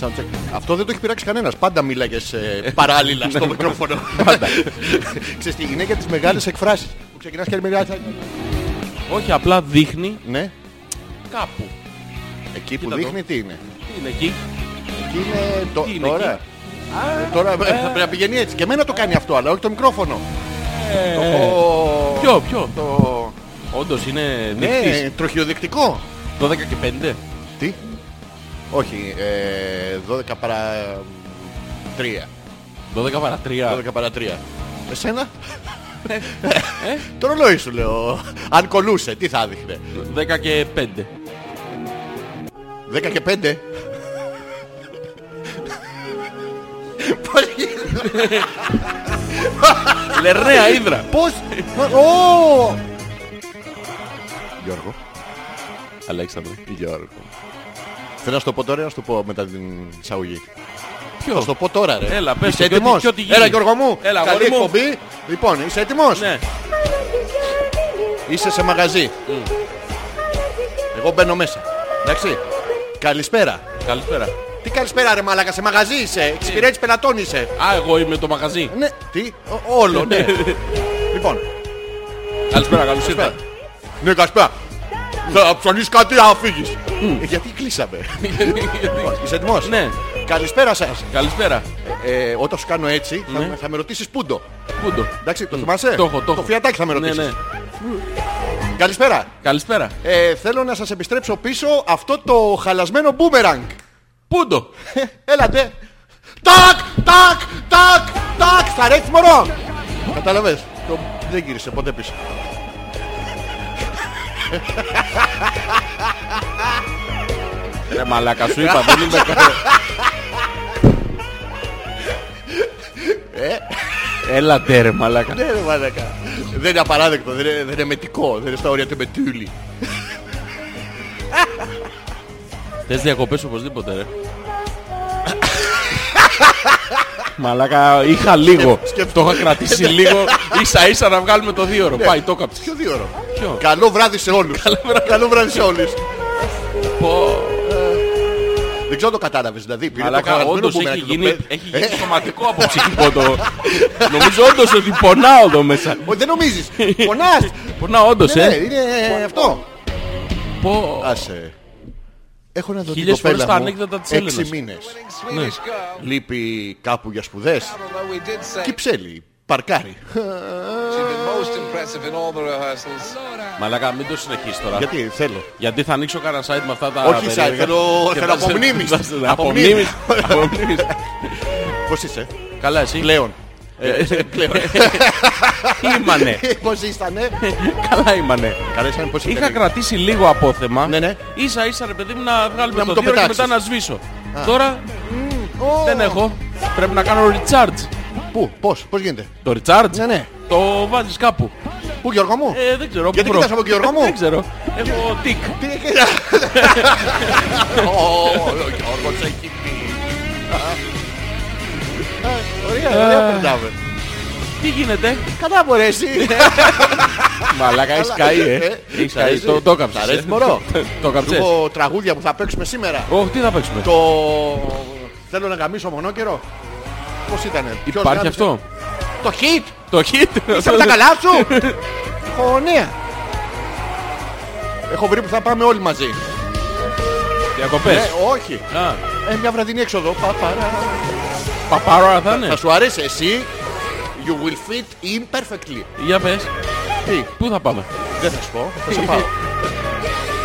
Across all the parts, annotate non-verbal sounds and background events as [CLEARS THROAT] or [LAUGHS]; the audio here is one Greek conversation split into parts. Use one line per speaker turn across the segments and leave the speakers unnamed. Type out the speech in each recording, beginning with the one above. soundcheck. Αυτό δεν το έχει πειράξει κανένας. Πάντα μίλαγε παράλληλα
Ναι.
στο μικρόφωνο. Πάντα. [LAUGHS] Ξέρεις, τη γυναίκα τις μεγάλες εκφράσεις. Που ξεκινάς και μεγάλη.
Όχι, απλά δείχνει
Ναι,
κάπου.
εκεί που
Κοίτα το.
δείχνει τι είναι.
Τι είναι εκεί.
Εκεί είναι το-
Τι είναι
τώρα.
εκεί?
Ε, Τώρα πρέπει να πηγαίνει έτσι. Και εμένα το κάνει αυτό, αλλά όχι το μικρόφωνο. Το-
Ε. Ποιο, ποιο.
Το...
Όντως είναι
Ναι,
νυχτής.
τροχιοδεκτικό.
12 και 5.
Τι? Όχι, ε, 12 παρά 3.
12 παρά 3.
12 παρά 3. Εσένα? Το ρολόι σου λέω. Αν κολούσε, τι θα δείχνε.
10 και 5.
10 και 5. Πώς γίνεται,
Λερναία ύδρα.
Πώς... Ω! Γιώργο.
Αλέξανδρε.
Γιώργο. Θέλω να σου το πω τώρα ή να σου το πω μετά την εισαγωγή.
Ποιο.
Θα σου το πω τώρα, ρε.
Έλα, πες
Είσαι
το, και ό,τι-
έτοιμο.
και ό,τι γίνει.
Έλα, Γιώργο μου.
Έλα,
Καλή
αγόρι μου.
εκπομπή. Λοιπόν, είσαι έτοιμος.
Ναι.
Είσαι σε μαγαζί. Εγώ μπαίνω μέσα. Εντάξει. Καλησπέρα.
Καλησπέρα.
Τι καλησπέρα, ρε Μαλάκα, σε μαγαζί είσαι.
Ε.
Εξυπηρέτης πελατών είσαι.
Α, εγώ είμαι το μαγαζί.
Ναι, τι, ό- όλο, ναι.
Ε.
λοιπόν,
Καλησπέρα, καλώς
καλησπέρα.
ήρθατε.
Ναι, καλησπέρα. Θα ψωνείς κάτι να φύγεις. Ε, Γιατί κλείσαμε. Λοιπόν, Είσαι έτοιμος.
Ναι.
Καλησπέρα σας.
Καλησπέρα.
Ε, όταν σου κάνω έτσι, θα,
Ναι.
θα με ρωτήσεις πούντο.
Πού το.
Εντάξει, το θυμάσαι.
Το έχω, το έχω.
φιατάκι θα με
Ναι,
ρωτήσεις.
ναι.
Καλησπέρα.
Καλησπέρα.
Ε, θέλω να σας επιστρέψω πίσω αυτό το χαλασμένο μπούμεραγκ.
Πού το.
Ε, Έλατε. Τάκ, τάκ, τάκ, τάκ. Θα ρέξει μωρό. Κατάλαβες. Το... Δεν γύρισε ποτέ πίσω.
Ρε μαλάκα σου είπα, δεν είμαι Έλατε ρε μαλάκα.
Ναι, ρε μαλάκα. Δεν είναι απαράδεκτο, δεν είναι, δεν είναι μετικό, δεν είναι στα όρια του μετούλη.
Θες διακοπές οπωσδήποτε ρε. Μαλάκα είχα λίγο.
σκέψου.
Το είχα κρατήσει λίγο. Ίσα ίσα να βγάλουμε το δύο ώρο. Πάει το κάψε.
Ποιο δύο ώρο.
Ε. Ποιο.
Καλό βράδυ σε όλους. Καλό βράδυ σε όλους. Ε, Δεν ξέρω αν το κατάλαβες, δηλαδή πήρε το
Μαλάκα
χαλασμένο
όντως
μπούμεραγκ
έχει
και το
γίνει,
παί-
έχει γίνει σωματικό από ψυχικό το... Νομίζω όντως ότι πονάω εδώ μέσα.
Ω, Δεν νομίζεις. Πονάς.
Πονάω όντως
Ναι, ναι,
ε.
είναι ε, αυτό.
Πω.
Άσε. Έχω να δω την
Χίλιες φορές
κοπέλα
τα
μου
ανέκδοτα της
έξι
Έλληνας.
μήνες.
Swedish girl,
Λείπει κάπου για σπουδές.
although we did say she's
Κυψέλη. Παρκάρι.
been most impressive in all the rehearsals.
Μαλάκα μην το συνεχίσεις τώρα.
Γιατί θέλω.
Γιατί θα ανοίξω κανένα site με αυτά τα
Όχι site,
περίεργα.
θέλω-
Και
θέλω
θα σε-
απομνήμης.
θα σε-
Απομνήμης.
Απομνήμης. Απομνήμης.
Πώς είσαι.
Καλά εσύ.
Πλέον.
Ε, Πλέον. Ήμανε.
Ε, Πώς ήσανε.
Καλά ήμανε.
Καλά ήσανε ναι. πώς
Είχα
ήσανε.
κρατήσει λίγο απόθεμα.
Ναι, ναι.
Ίσα ίσα ρε παιδί μου να βγάλουμε
Να μου
το,
το
δύο και
πετάξεις.
μετά να σβήσω. Τώρα δεν έχω. Πρέπει να κάνω recharge.
Πού, πώς, πώς γίνεται.
Το recharge
Ναι, ναι.
το βάζεις κάπου.
Πού Γιώργο μου.
Ε, δεν ξέρω. πού
Γιατί
βρω. Ε,
κοιτάς από Γιώργο μου?
Δεν ξέρω. Έχω τικ.
Τι έκανα. Ε. Ω, Ο Γιώργος έχει πει. Α, Ε, Ωραία, ωραία περνάμε.
Τι γίνεται.
Καλά μπορεί εσύ.
Μαλάκα έχεις
Καλά.
καεί ε.
Ε,
Έχεις
καεί.
καεί. Το- Το έκαψες.
Μ' αρέσει,
ε.
μωρό.
Το
Σου
έκαψες.
πω τραγούδια που θα παίξουμε σήμερα.
Όχι, τι θα παίξουμε.
Το... Θέλω να γαμίσω μονόκερο. Πώς ήτανε. ποιος
Υπάρχει
γάμισε?
αυτό.
Το hit.
Το hit.
Είσαι με τα καλά σου. [LAUGHS] Χωνία. Έχω βρει που θα πάμε όλοι μαζί. Ε,
Διακοπές.
όχι.
Α,
Ε, μια βραδινή έξοδο. Πα, παρα.
Παπαρόα θα είναι.
Θα σου αρέσει εσύ. You will fit in perfectly.
Για πες.
Τι,
Πού θα πάμε.
δεν θα σου πω. Θα σε πάω.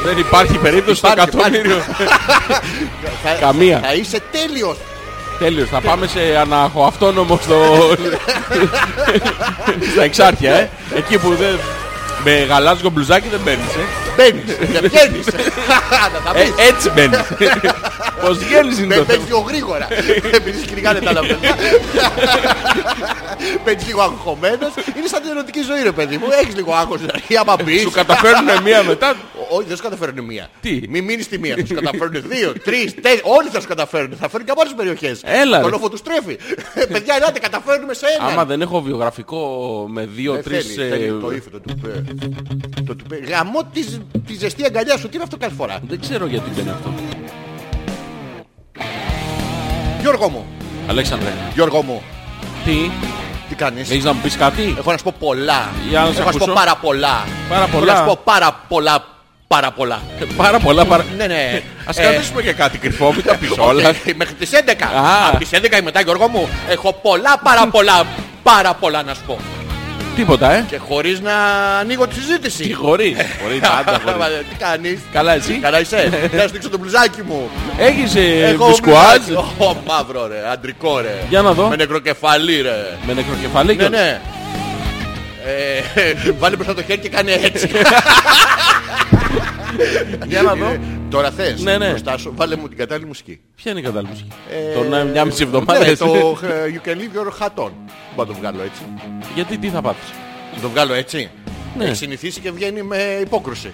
Δεν υπάρχει περίπτωση στο
Υπάρχει,
εκατομμύριο.
Θα-
Καμία.
Θα είσαι τέλειος.
Τέλειος. Θα πάμε σε αναχοαυτόνομο στο... Στα εξάρχεια, ε. Εκεί που δεν... Με γαλάζιο μπλουζάκι δεν μπαίνεις, ε.
Μπαίνεις. Και βγαίνεις. Να τα πεις.
Ε, Έτσι μπαίνεις. Πως βγαίνεις είναι
Μπε-
το
Μπες
θέμα.
πιο γρήγορα. Επειδή σκυριγάνε τα άλλα παιδιά. Μπαίνεις λίγο αγχωμένος. Είναι σαν την ερωτική ζωή ρε παιδί μου. Έχεις λίγο άγχος. Ή άμα μπεις.
Σου καταφέρνουν μία μετά.
Ό- Όχι, δεν σου καταφέρνουν μία.
Τι?
Μην μείνεις στη μία.
[LAUGHS]
Θα σου καταφέρνουν δύο, τρεις, τέσσερις. Όλοι θα σου καταφέρνουν. Θα φέρνουν και από άλλες περιοχές.
Έλα,
Το
ρε.
λόφο τους τρέφει. Ε, Παιδιά, ελάτε, καταφέρνουμε σε ένα.
Άμα δεν έχω βιογραφικό με
Ε,
δύο-τρεις...
θέλει,
ε,
θέλει το ύφο, το τουπέ. Το τουπέ. Γαμώ τη- τη ζεστή αγκαλιά σου. Τι είναι αυτό κάθε φορά.
Δεν ξέρω γιατί δεν είναι αυτό.
Γιώργο μου.
Αλέξανδρε,
Γιώργο μου,
τι,
τι κάνεις.
έχεις να μου πεις κάτι.
Έχω να σου πω πολλά.
Για να σε
Έχω να σου πω
ακούσω.
πάρα πολλά.
Πάρα
Έχω
πολλά.
να σου πω πάρα πολλά. Πάρα πολλά.
Πάρα πολλά, πάρα...
Ναι, ναι.
Ας
Ε,
κρατήσουμε και κάτι κρυφό, μην τα πεις
όχι, [LAUGHS]
όλα.
Μέχρι τις 11.
Α.
Από τις 11 και μετά, Γιώργο μου, έχω πολλά, πάρα πολλά, πάρα πολλά να σου πω.
Τίποτα, ε.
Και χωρίς να ανοίγω τη συζήτηση.
Τι χωρίς. Χωρίς,
[LAUGHS]
πάντα χωρίς.
Τι κάνεις.
Καλά εσύ.
Καλά είσαι. Θα σου δείξω το μπλουζάκι μου.
Έχεις ε,
Έχω
μπισκουάζ.
μπλουζάκι. Ω, μαύρο ρε, αντρικό ρε.
Για να δω.
Με νεκροκεφαλή ρε.
Με νεκροκεφαλή
Ναι,
και...
ναι. Ε, [LAUGHS] Βάλε μπροστά το χέρι και κάνε έτσι.
Για να δω.
Ε, Τώρα θες
Ναι, ναι.
μπροστά σου, βάλε μου την κατάλληλη μουσική.
Ποια είναι η κατάλληλη μουσική.
Ε,
Τον ε, μια μισή εβδομάδα.
Ναι,
έτσι.
το ε, You can leave your hat on. Μπορώ να το βγάλω έτσι.
Γιατί τι θα πάθεις.
Να το βγάλω έτσι.
Ναι.
Έχει συνηθίσει και βγαίνει με υπόκρουση.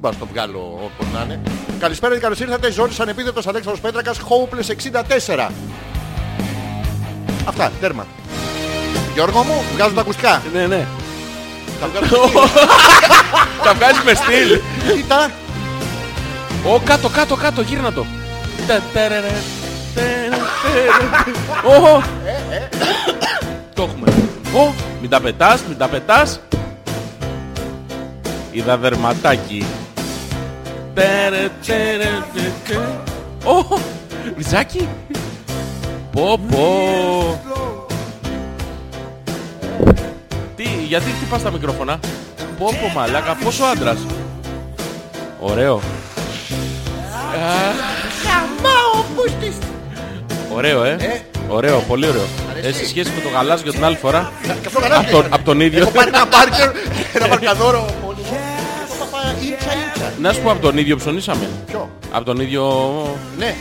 Μπα το βγάλω όπως να είναι. Καλησπέρα και καλώς ήρθατε. Ζόρις ανεπίθετος Αλέξανδρος Πέτρακας, Hopeless 64. Αυτά, τέρμα. Γιώργο μου, βγάζω τα ακουστικά.
Ναι, ναι.
Τα βγάζω.
Τα βγάζεις με στυλ.
Κοίτα.
Ω, κάτω, κάτω, κάτω, γύρνα το. Τα, ταραρε, τερα, τερα. Ω, ω. Το έχουμε. Ω, μην τα πετάς, μην τα πετάς. Είδα δερματάκι. Τερα, τερα, τε, τε. Ω, Ριζάκι. Πω, πω. Τι, γιατί χτυπάς τα μικρόφωνα. Πω, πω, μαλάκα, πόσο άντρας. Ωραίο. Ωραίο, ε. Ωραίο, πολύ ωραίο. Ε, σε σχέση με το γαλάζιο την άλλη φορά.
Και αυτό γαλάζιο
Απ' τον-
είναι.
απ' τον ίδιο.
Έχω πάρει ένα μπάρκερ, ένα μπαρκαδόρο. πολύ. Το παπά, Ίτσα, ίτσα.
Να σου πω από τον ίδιο ψωνίσαμε.
Ποιο.
Από τον ίδιο.
Ναι.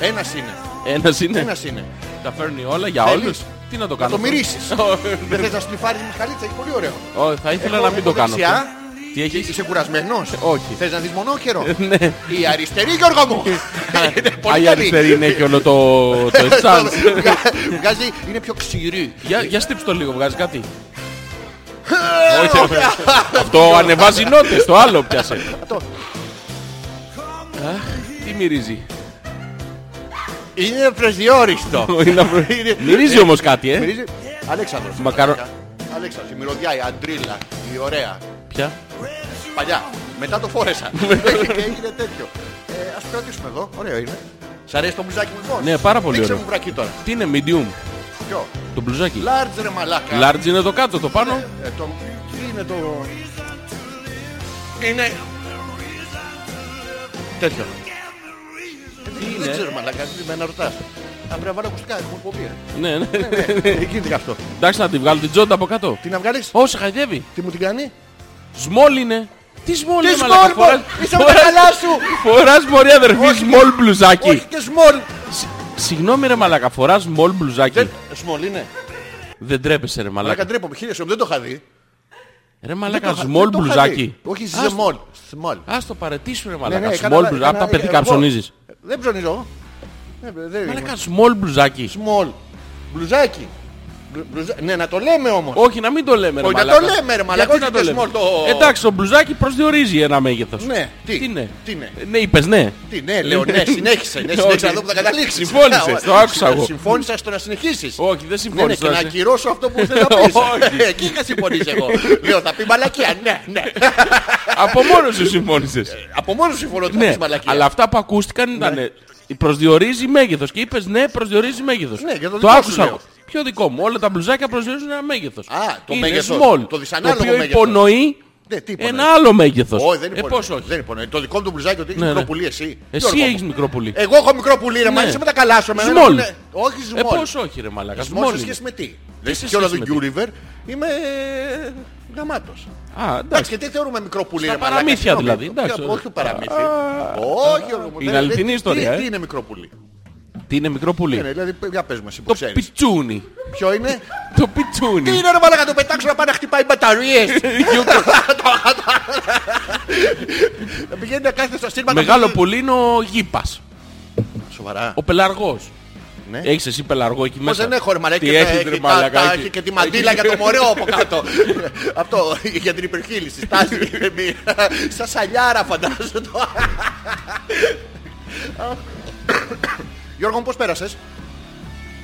Ένας είναι.
Ένας είναι.
Ένας είναι.
Τα φέρνει όλα για
Θέλεις?
όλους. Τι να το κάνω.
το
[LAUGHS]
μυρίσεις.
Ω,
Δεν θες να στριφάρεις με χαλίτσα, έχει πολύ ωραίο.
ω, Θα ήθελα
Έχω-
να μην το
έχω
κάνω.
δεξιά.
αυτό. Τι έχεις. Ε,
Είσαι κουρασμένος.
Όχι.
Θες να δεις μονόχερο.
[LAUGHS] Ναι.
Η αριστερή Γιώργο
[LAUGHS]
μου. Ε, Είναι πολύ
Α, η
καλή. [LAUGHS]
αριστερή είναι και όλο το, το essence.
Βγα- Βγάζει, είναι πιο ξηρή.
για, για στύψ' το λίγο, βγάζει κάτι.
Ε,
Όχι,
όχι.
Αυτό ανεβάζει νότες, το άλλο πιάσε. Αχ, τι μυρίζει.
[LAUGHS] Είναι
[LAUGHS]
προσδιορίστο.
Είναι απρο-
[LAUGHS] Είναι-
Μυρίζει όμως κάτι, ε.
Μυρίζει. Αλέξανδρος.
Μακαρο-
Αλέξανδρος, η μυρωδιά, η αντρίλα, η ωραία.
Ποια.
Παλιά. Μετά το
[LAUGHS] Ναι.
φόρεσα. και έγινε τέτοιο. Ε, ας το κρατήσουμε εδώ. Ωραίο είναι. Σ' αρέσει το μπλουζάκι μου λοιπόν.
Ναι, πάρα πολύ
Δείξε
ωραίο.
μου βρακί τώρα.
Τι είναι, medium.
Ποιο.
Το μπλουζάκι.
Large ρε μαλάκα.
Large είναι το κάτω, το πάνω.
Ε, το... Τι είναι το... Είναι... Τέτοιο. Τι
είναι?
Δεν ξέρω μαλάκα. Τι με να ρωτάς. Θα πρέπει να βάλω ακουστικά. Έχουμε εκπομπή. ε.
Ναι, ναι.
Ε, Γίνεται αυτό.
Εντάξει, να τη βγάλω την τσόντα από κάτω.
Τι να βγάλεις.
Ω, σε χαϊδεύει.
Τι μου την κάνει.
Σμόλ είναι. Τι σμόλ
Τι
είναι,
small,
μαλάκα.
μωρέ. Είσαι με τα καλά σου.
Φοράς μπορεί αδερφή σμόλ μπλουζάκι.
Όχι και small.
Συγγνώμη ρε μαλάκα, φοράς σμόλ μπλουζάκι.
Δεν... Small είναι.
Δεν τρέπεσαι ρε
Μαλάκα
μαλάκα.
ντρέπομαι. Χίλια σου. Δεν το είχα δει.
Ρε
Δεν
μαλάκα,
το είχα-
σμόλ
δεν το είχα
μπλουζάκι.
δει. Όχι
Ας-
small. Small.
Ας το παρετήσου ρε
Ναι, ναι,
μαλάκα.
έκανα
Σμόλ
λα-
μπλουζάκι. Απ' τα
έκανα
παιδικά
εργό.
ψωνίζεις.
Δεν ψωνίζω. εγώ. Ε, Δεν είμαι.
Μαλάκα, σμόλ μπλουζάκι.
Small. Μπλουζάκι. Μπλου- μπλουζα- Ναι, να το λέμε όμως.
Όχι, να μην το λέμε ρε
Όχι, να
μαλάκα.
το λέμε, ρε μαλάκα,
Γιατί
όχι
να το
και
λέμε.
small το-
Εντάξει, το μπλουζάκι προσδιορίζει ένα μέγεθος.
Ναι, τι.
Τι ναι.
Τι ναι.
Ναι, είπες ναι.
Τι ναι, λέω,
[LAUGHS]
ναι, συνέχισε. Ναι, συνέχισε να δω που θα καταλήξεις.
Συμφώνησες, το άκουσα εγώ.
Συμφώνησα στο να συνεχίσεις.
Όχι, δεν
Ναι, ναι,
συμφώνησα.
και να ακυρώσω αυτό που θέλω να πεις.
[LAUGHS]
Ε,
Όχι.
Εκεί είχα συμφωνήσει εγώ. Λέω, θα πει μαλακία. Ναι, ναι.
Από μόνος σου συμφώνησες.
Από μόνο συμφωνώ ότι Ε, θα
Ναι,
πεις μαλακία. Ναι.
αλλά αυτά που ακούστηκαν ήταν προσδιορίζει μέγεθος και είπες ναι προσδιορίζει μέγεθος.
Ναι, για το
το
δικό σου
άκουσα
λέω.
εγώ. Ποιο δικό μου, όλα τα μπλουζάκια προσδιορίζουν ένα μέγεθος.
Α, το
Είναι
μέγεθος,
small,
το δυσανάλογο
οποίο
μέγεθος.
υπονοεί
Ναι, τι υπονοεί.
ένα άλλο μέγεθος.
Όχι, δεν
ε,
υπονοεί.
πώς όχι.
Δεν υπονοεί. Το δικό μου το μπλουζάκι ότι έχεις
Ναι, ναι.
μικρό πουλί εσύ.
Εσύ
Γιώργο μου. Ε,
έχεις μικρό πουλί.
Εγώ έχω μικρό πουλί, ρε, μα
Ναι.
είσαι με τα καλά σου. εμένα
Small.
είναι- Όχι,
Ε,
small.
πώς όχι ρε μαλάκα.
Small σε
small
σχέση
είναι.
με τι. Δεν
σε
είσαι όλα
σχέση
του
με
Univer. Είμαι ε, γαμάτος.
Α, εντάξει.
Εντάξει, και τι θεωρούμε μικρό πουλί,
Στα
ρε μαλάκα,
παραμύθια
συγγνώμη.
δηλαδή, εντάξει.
Όχι, Όχι το παραμύθι.
Α,
Όχι, Γιώργο μου,
Είναι
δεν-
αληθινή
τι-
ιστορία,
Τι
ε.
είναι μικρό πουλί.
Τι είναι μικρό
Ναι,
πουλί.
δηλαδή, για πες μας, εσύ που
Το
ξέρεις.
πιτσούνι.
Ποιο είναι.
Το
Τι
πιτσούνι.
είναι ρε μαλάκα, το πετάξω να πάει να χτυπάει μπαταρίες. Να πηγαίνει να κάθεται στα σύρματα.
Μεγάλο πουλί είναι ο γήπας.
Σοβαρά.
Ο πελαργός.
Ναι.
Έχεις εσύ πελαργό εκεί
Πώς
μέσα.
δεν έχω ρε μαλάκα,
Τι
και, τα-
έχεις, ρε
και τα-
μαλάκα,
τα-
έχει.
και τη μαντήλα για το μωρέο από κάτω. Αυτό για την υπερχείληση. Στάση.
[LAUGHS]
μη- Σαν σαλιάρα φαντάζομαι. Γιώργο μου, πώς πέρασες.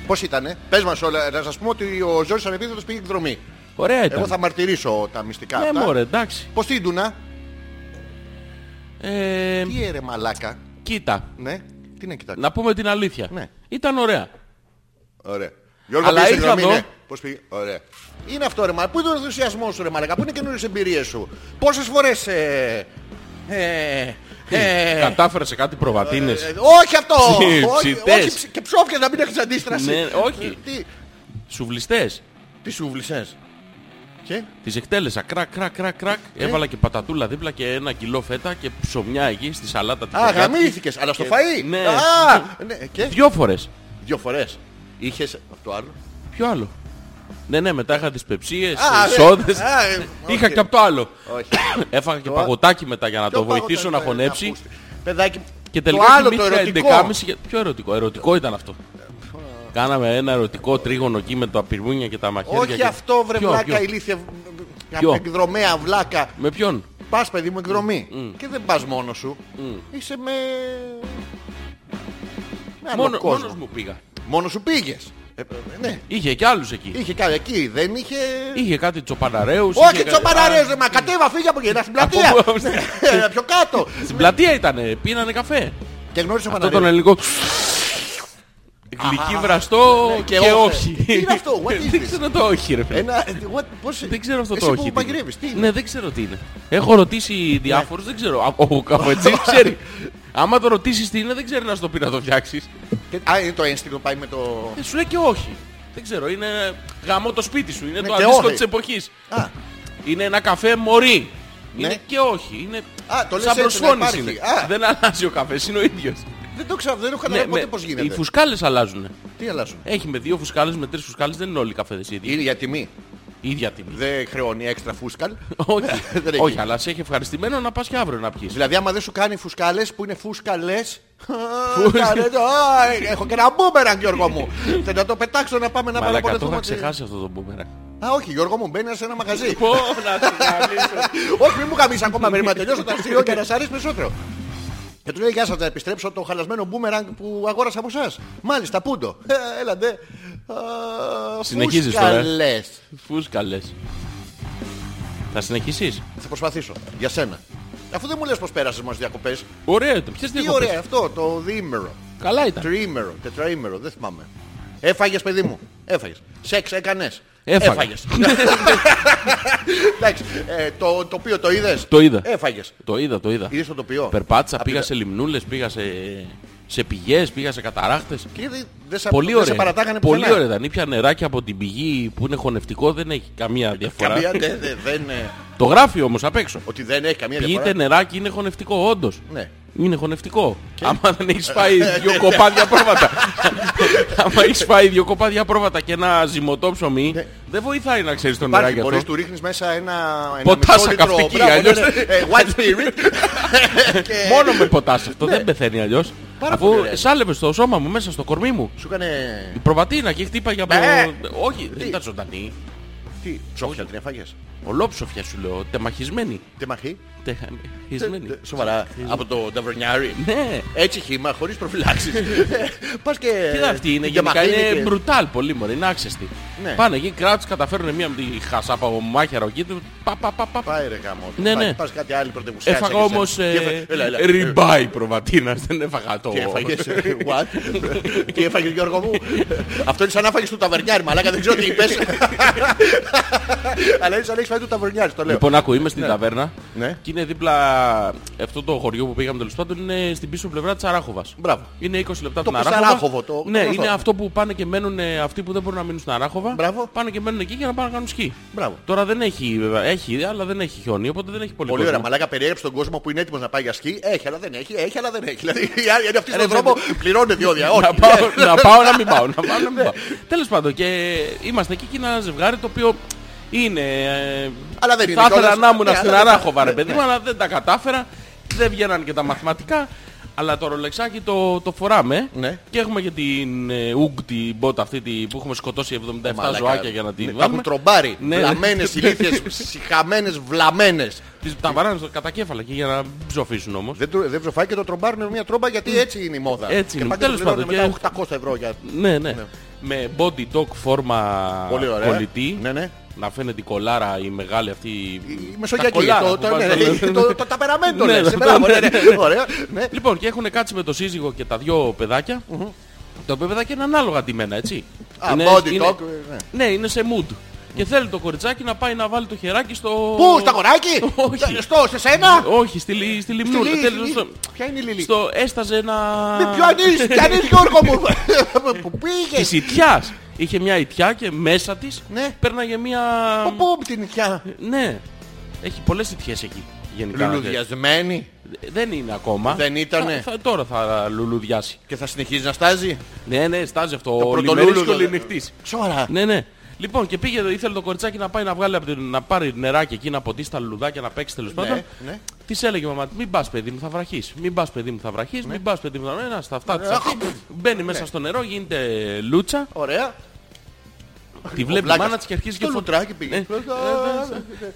Πώς ήτανε. Πες μας όλα. Να σας πούμε ότι ο Ζόρις Ανεπίθετος πήγε εκδρομή.
[LAUGHS] Ωραία ήταν.
Εγώ θα μαρτυρήσω τα μυστικά
Ναι,
αυτά.
μωρέ, εντάξει.
Πώς την Ντούνα.
Ε,
Τι έρε μαλάκα.
κοίτα,
Ναι. Τι να κοιτάξω.
να πούμε την αλήθεια.
Ναι.
Ήταν ωραία.
Ωραία. Γιώργο,
Αλλά
Αλλά
είχα
γραμμή,
εδώ-
ναι. Πώς πήγε. Ωραία. Είναι αυτό ρε μαλάκα. Πού είναι ο ενθουσιασμός σου ρε μαλάκα. Πού είναι οι καινούριες εμπειρίες σου. Πόσες φορές... Ε, ε, ε,
Κατάφερες σε κάτι προβατίνες.
ε, όχι αυτό!
Ψι-
όχι,
ψητές.
όχι, ψι- και ψόφια να μην έχεις αντίστραση. Ε,
Ναι, όχι.
Τι,
Σουβλιστές.
τι σου βλυσες. Και...
Τις εκτέλεσα. Κρακ, κρακ, κρακ, κρακ.
Ε.
Έβαλα και πατατούλα δίπλα και ένα κιλό φέτα και ψωμιά εκεί στη σαλάτα του.
Α, γαμήθηκες, αλλά στο φαΐ.
Ε, Ναι.
Α, ναι. Και
Δυο φορές.
δύο φορές. Είχες αυτό το άλλο.
Ποιο άλλο. Ναι, ναι, μετά είχα τις πεψίες,
Α,
τις
ε,
σόδες.
α, ε,
Είχα
οκ.
και απ' το άλλο.
Όχι.
[COUGHS] Έφαγα και
Το-
παγωτάκι μετά για να
Ποιο
το βοηθήσω να
παγωτάκι, ε,
χωνέψει.
ακούστε. Παιδάκι,
Και
το
τελικά
άλλο το
κοιμήθηκα
ερωτικό.
11.30 και- Ποιο ερωτικό, ερωτικό ήταν αυτό. Κάναμε ένα ερωτικό τρίγωνο εκεί με τα πυρμούνια και τα μαχαίρια.
Όχι
και-
αυτό βρε
Ποιο,
βλάκα
ποιο?
ηλίθεια.
Ποιο?
Κάποιο εκδρομέα βλάκα.
Με ποιον.
Πας παιδί μου
Mm,
εκδρομή. Και δεν πας μόνος σου. Είσαι με... με άλλο
Μόνο,
κόσμο.
μόνος μου πήγα.
Μόνος σου πήγες. Ε, ε, ναι.
Είχε και άλλους εκεί.
Είχε κάτι εκεί, δεν είχε...
Είχε κάτι τσοπαναρέους.
Όχι
είχε κάτι-
τσοπαναρέζε,
Α, ναι.
μα κατέβα φύγε από εκεί, να στην πλατεία.
Από πού-
Ναι, [LAUGHS] Πιο κάτω.
Στην πλατεία ήταν, πίνανε καφέ.
Και γνώρισε ο
Αυτό τον
Παναγιώτης.
ελληνικό... Γλυκί βραστό
ναι,
και
και
όχι.
όχι. Τι είναι αυτό, what is
[LAUGHS] Δεν
this?
ξέρω το όχι ρε φίλε.
Ένα, what, πώς,
Δεν ξέρω αυτό
εσύ
το
που
όχι. τι είναι.
μαγειρεύεις, τι είναι. Ναι.
Ναι, δεν ξέρω τι είναι. Έχω ρωτήσει διάφορους, δεν ξέρω. Α,
[LAUGHS]
Ο καφετζής ξέρει. Άμα το ρωτήσεις τι είναι, δεν ξέρει να σου το πει να το φτιάξεις.
Και- Α, είναι το ένστικτο πάει με το...
Ε, Σου λέει και όχι. Δεν ξέρω, είναι γαμό το σπίτι σου. Είναι
Ναι,
το
και
αντίστοιχο
όχι.
της εποχής.
Α,
Είναι ένα καφέ μωρή.
Ναι.
Είναι και όχι. Είναι
Α, το λες
σαν
έτσι,
προσφώνηση
να
είναι.
υπάρχει. Α. Ε,
Δεν αλλάζει ο καφές, είναι ο ίδιος.
δεν το ξέρω, δεν έχω
Ναι,
καταλάβει ποτέ
με-
πώς
Οι
γίνεται.
φουσκάλες αλλάζουν.
Τι αλλάζουν.
Έχει με δύο φουσκάλες, με τρεις φουσκάλες, δεν είναι όλοι οι καφέδες ίδιοι.
Είναι για τιμή.
Ίδια τιμή.
Δεν χρεώνει έξτρα φούσκαλ.
όχι,
ε, Δεν έχει.
όχι, αλλά σε έχει ευχαριστημένο να πας και αύριο να πιεις.
Δηλαδή άμα δεν σου κάνει φουσκάλες που είναι φούσκαλες... [LAUGHS] Α, ρε, το- α, Έχω και ένα μπούμεραν Γιώργο μου. Θα να το πετάξω να πάμε να πάμε.
Μαλάκα,
ποτέ
το
στο
είχα
μαγαζί.
ξεχάσει αυτό το μπούμερα.
Α, όχι Γιώργο μου, μπαίνει σε ένα μαγαζί.
Πω, να σου γαμίσω. [LAUGHS]
Όχι, μην μου καμίσει ακόμα μέχρι να τελειώσω τα αστείο και να σ' αρέσει περισσότερο. Και του λέει Γεια σας, θα επιστρέψω το χαλασμένο μπούμεραγκ που αγόρασα από εσάς. Μάλιστα, πούντο. Ε, Έλατε. Α,
Συνεχίζεις τώρα, ε.
φούσκαλες.
Φούσκαλες. Θα συνεχίσεις.
Θα προσπαθήσω. Για σένα. Αφού δεν μου λες πως πέρασες μας διακοπές.
Ωραία ήταν. Ποιες
Τι
διακοπές.
ωραία αυτό, το διήμερο.
Καλά ήταν.
Τριήμερο, τετραήμερο, δεν θυμάμαι. Έφαγες παιδί μου. Έφαγες. Σεξ έκανες.
Έφαγα. Ναι.
Εντάξει, ε, το τοπίο το είδες.
Το είδα.
Έφαγες.
Το είδα, το
[LAUGHS]
είδα.
Είδες το τοπίο.
Περπάτησα,
Α,
πήγα
πήγα-
σε λιμνούλες, πήγα σε, σε πηγές, πήγα σε καταράχτες.
Και δεν- δεν σε-
Πολύ
δεν σε
ωραία.
παρατάγανε
Πολύ
πουθενά.
ωραία ήταν. Ήπια νεράκι από την πηγή που είναι χωνευτικό, δεν έχει καμία διαφορά.
Ε, Καμία, δεν, δεν, δεν, ε,
Το γράφει όμως απ' έξω.
ότι δεν έχει καμία
Πηγείτε
διαφορά.
νεράκι, είναι χωνευτικό, όντως.
Ναι.
Είναι χωνευτικό. Άμα δεν έχεις φάει
[LAUGHS]
δύο κοπάδια πρόβατα. Άμα έχεις φάει δύο κοπάδια πρόβατα και ένα ζυμωτό ψωμί, δεν βοηθάει να ξέρεις το νεράκι
Ναι. Υπάρχει, μπορείς
αυτό.
του ρίχνεις μέσα ένα, ένα
Ποτάσα
μισό λίτρο,
καυτική,
μπράβο,
αλλιώς
ναι, ναι,
δεν-
ε, White
[LAUGHS]
spirit. Και
Μόνο με
[LAUGHS]
ποτάς αυτό δεν πεθαίνει αλλιώς.
Ε. Ναι. Πάρα
Αφού
πολύ ωραία.
σάλευε στο σώμα μου, μέσα στο κορμί μου.
Σου έκανε...
Η προβατίνα και χτύπα για από...
Ε,
Όχι, δεν
τι.
ήταν ζωντανή.
Τι, ψόφια την έφαγες.
Ολόψοφια σου λέω, τεμαχισμένη.
Τεμαχή.
Τεμαχισμένη.
Ε, Σοβαρά. Από το ταβερνιάρι.
Ναι.
Έτσι χήμα, χωρίς προφυλάξεις. [LAUGHS] Πας και...
Τι είναι αυτή, είναι
και
γενικά,
μαχαίνει
είναι
και-
μπρουτάλ πολύ μωρέ, είναι άξεστη.
Ναι.
Πάνε εκεί, κράτους, καταφέρουν μία με τη χασάπα ο μάχαιρο εκεί, του- πα πα πα πα.
Πάει ρε γάμο.
Ναι,
Πας-
ναι.
Πας κάτι άλλη πρωτευουσία.
Έφαγα όμως ε, ριμπάι προβατίνας, δεν έφαγα το...
Τι έφαγες, ε, what? Τι έφαγες Γιώργο μου. Αυτό είναι σαν να φάγεις του ταβερνιάρι, μαλάκα δεν ξέρω τι
[LAUGHS]
είπες. Αλλά είναι σαν να έχεις φάει του ταβερνιάρι, το λέω.
[LAUGHS] Λοιπόν, άκου, είμαι στην ταβέρνα
Ναι.
και είναι δίπλα αυτό το χωριό που πήγαμε τέλος πάντων είναι στην πίσω πλευρά της Αράχοβας.
Μπράβο.
Είναι 20 λεπτά από
Το
την Αράχοβα.
Πισαράχοβο, το
ναι,
γνωστό.
είναι αυτό που πάνε και μένουν ε, αυτοί που δεν μπορούν να μείνουν στην Αράχοβα.
Μπράβο.
Πάνε και μένουν εκεί για να πάνε να κάνουν σκι.
Μπράβο.
Τώρα δεν έχει, βέβαια. Έχει, αλλά δεν έχει χιόνι, οπότε δεν έχει πολύ
Πολύ ωραία,
κόσμο.
μαλάκα περιέγραψε τον κόσμο που είναι έτοιμος να πάει για σκι. Έχει, αλλά δεν έχει, έχει, αλλά δεν έχει. Δηλαδή οι άλλοι είναι αυτοί στον
βέβαια.
δρόμο, πληρώνουν διόδια.
να,
Όχι.
πάω,
[LAUGHS]
να πάω, να μην πάω. Να πάω, να μην πάω. Τέλος πάντων, και είμαστε εκεί και είναι ένα ζευγάρι το οποίο είναι... ε,
Αλλά δεν είναι
Θα ήθελα
κιόλας.
να ήμουν
Ναι,
στην
αλλά δεν-
Αράχοβα, ρε
ναι,
παιδί μου, αλλά δεν τα κατάφερα. Δεν βγαίναν και τα μαθηματικά. Αλλά το ρολεξάκι το, το φοράμε.
Ναι.
Και έχουμε και την ε, Ουγγ, την μπότα αυτή τη, που έχουμε σκοτώσει 77
Μαλάκα.
ζωάκια για να την
Ναι, Τα
βάλουμε.
έχουν τρομπάρει.
Ναι. [LAUGHS]
Βλαμμένες ηλίθιες, ψυχαμένες, βλαμμένες.
Τις, τα βαράνε στο- κατά κέφαλα και για να ψοφήσουν όμως.
Δεν, τρο- δεν ψοφάει και το τρομπάρουν με μια τρόμπα γιατί έτσι είναι η μόδα.
Ναι. Έτσι
και
είναι.
πάντα
Τέλος
πληρώνουν
πάντων,
μετά 800 ευρώ για...
Ναι, ναι. Με body dog φόρμα
Πολύ ωραία.
κολλητή.
Ναι, ναι.
να φαίνεται η κολάρα η μεγάλη αυτή.
Η
τα
Μεσογειακή.
κολάρα
Το,
που
το, ναι,
βάζουν-
ναι, το, το ταπεραμέντο
Ναι,
λες.
το-
Μπράβο, ναι, ναι.
ναι, ναι.
Ωραία, ναι.
Λοιπόν, και έχουν κάτσει με το σύζυγο και τα δυο παιδάκια. Τα οποία παιδάκια είναι ανάλογα αντιμένα, έτσι.
Α, body talk, ναι.
Ναι, είναι σε mood. Και θέλει το κοριτσάκι να πάει να βάλει το χεράκι στο...
Πού, στα κοράκι!
Όχι.
Στο, σε σένα!
Όχι, στη, λι- στη
Στη Ναι,
λιμνούλα.
Λίλη,
Θέλει
Λίλη.
στο-
Ποια είναι η Λίλη?
Στο έσταζε ένα...
Με ποιον είσαι,
[LAUGHS]
ποιαν είσαι Γιώργο μου! Που πήγες!
Της ιτιάς. Είχε μια ιτιά και μέσα της
Ναι.
πέρναγε μια...
Πού, Πού την νοικιά!
Ναι. Έχει πολλές ιτιές εκεί. Γενικά.
Λουλουδιασμένη
Δεν είναι ακόμα.
Δεν ήτανε.
Θα- θα- τώρα θα λουλουδιάσει.
και θα συνεχίζει να στάζει.
Ναι, ναι, στάζει αυτό.
Το δηλαδή.
ο
πρωτολούλουδο.
λιμερίσκο λιμιχτής.
Ξόρα.
Ναι, ναι. Λοιπόν, και πήγε, ήθελε το κοριτσάκι να πάει να, βγάλει από την, να πάρει νεράκι εκεί, να ποτίσει τα λουλουδάκια, να παίξει τέλος πάντων.
ναι.
Της έλεγε η μαμά, μην πας παιδί μου, θα βραχείς. Μην πας παιδί μου, θα βραχείς. Μην πας παιδί μου, θα βραχείς. Στα αυτά της
Ναι.
αυτή. Μπαίνει μέσα στο νερό, γίνεται λούτσα.
Ωραία.
Τη βλέπει η
βλάκας.
μάνα της και αρχίζει και
Στο
φωνάζει.
λουτράκι πήγε.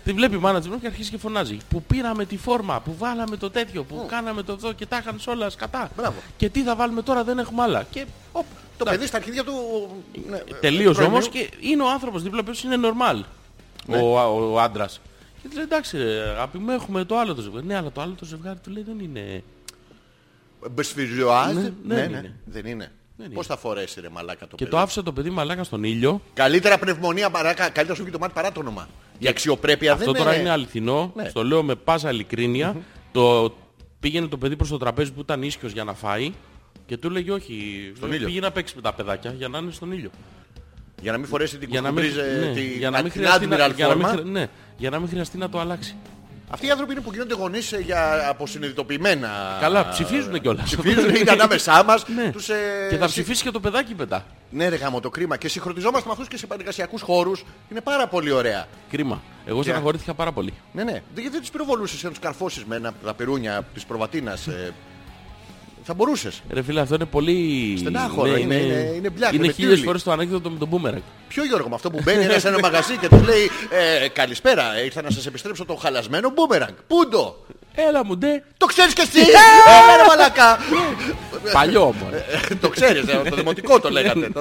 Τη βλέπει η μάνα της και αρχίζει και φωνάζει. Που πήραμε τη φόρμα, που βάλαμε το τέτοιο, που κάναμε το εδώ και τα είχαν σ' όλα σκατά.
Μπράβο.
Και τι θα βάλουμε τώρα, δεν έχουμε άλλα. Και
Οπ, Το παιδί στα αρχίδια του... ναι,
Τελείως
του
όμως
πρωινού.
και είναι ο άνθρωπος δίπλα που είναι normal. Ο, ο, ο άντρας. Και της λέει εντάξει ρε, αγάπη μου έχουμε το άλλο το ζευγάρι. Ναι αλλά το άλλο το ζευγάρι του λέει δεν είναι.
Μπεσφυριοάζει. Ναι,
Ναι, δεν
ναι.
είναι.
Δεν είναι.
είναι.
Πώς θα φορέσει ρε μαλάκα το
Και
παιδί.
το άφησε το παιδί μαλάκα στον ήλιο.
Καλύτερα πνευμονία παρά κα- καλύτερα σου βγει το μάτι παρά το όνομα. Η αξιοπρέπεια δεν
Αυτό
είναι.
τώρα είναι αληθινό.
Ε, Ναι.
Στο λέω με πάσα ειλικρίνεια. το πήγαινε το παιδί προς το τραπέζι που ήταν ίσιος για να φάει. Και του λέγει όχι,
Στον
λέει,
ήλιο.
πήγε να παίξει με τα παιδάκια για να είναι στον ήλιο.
Για να μην φορέσει την
Για να μην,
κουκουμπρίζε
ναι,
τη-
για να μην
την
χρειαστεί να-
Admiral
για να μην
φόρμα.
χρεια- ναι, για να μην χρειαστεί να το αλλάξει.
Αυτοί οι άνθρωποι είναι που γίνονται γονείς ε, για αποσυνειδητοποιημένα.
Καλά, ψηφίζουνε κιόλας.
Ψηφίζουν, είναι ανάμεσά μας.
Ναι.
Τους, ε,
Και θα
συ-
ψηφίσει και το παιδάκι μετά.
Ναι, ρε γάμο, το κρίμα. Και συγχρονιζόμαστε με αυτούς και σε πανεργασιακούς χώρους. Είναι πάρα πολύ ωραία.
Κρίμα. Εγώ στεναχωρήθηκα πάρα πολύ.
Ναι, ναι. Δεν- Γιατί δεν τους πυροβολούσες, να τους καρφώσεις με ένα, τα πυρούνια της προβατίνας. ε, θα μπορούσες.
Ρε φίλε, αυτό είναι πολύ. Ναι,
Στενάχωρο, είναι- είναι- είναι μπλιάκ,
Είναι
με
χίλιε
τύλι.
φορές το ανέκδοτο με τον Μπούμεραγκ.
Ποιο Γιώργο, με αυτό που μπαίνει ένας σε ένα μαγαζί και τους λέει ε, Καλησπέρα, ε, ήρθα να σας επιστρέψω το χαλασμένο μπούμεραγκ. Πούντο!
Έλα
[LAUGHS]
μου ντε.
Το ξέρεις και εσύ! Έλα ρε μαλακά!
Παλιό όμω. ρε.
Ε, το ξέρεις, ε, το δημοτικό το λέγατε.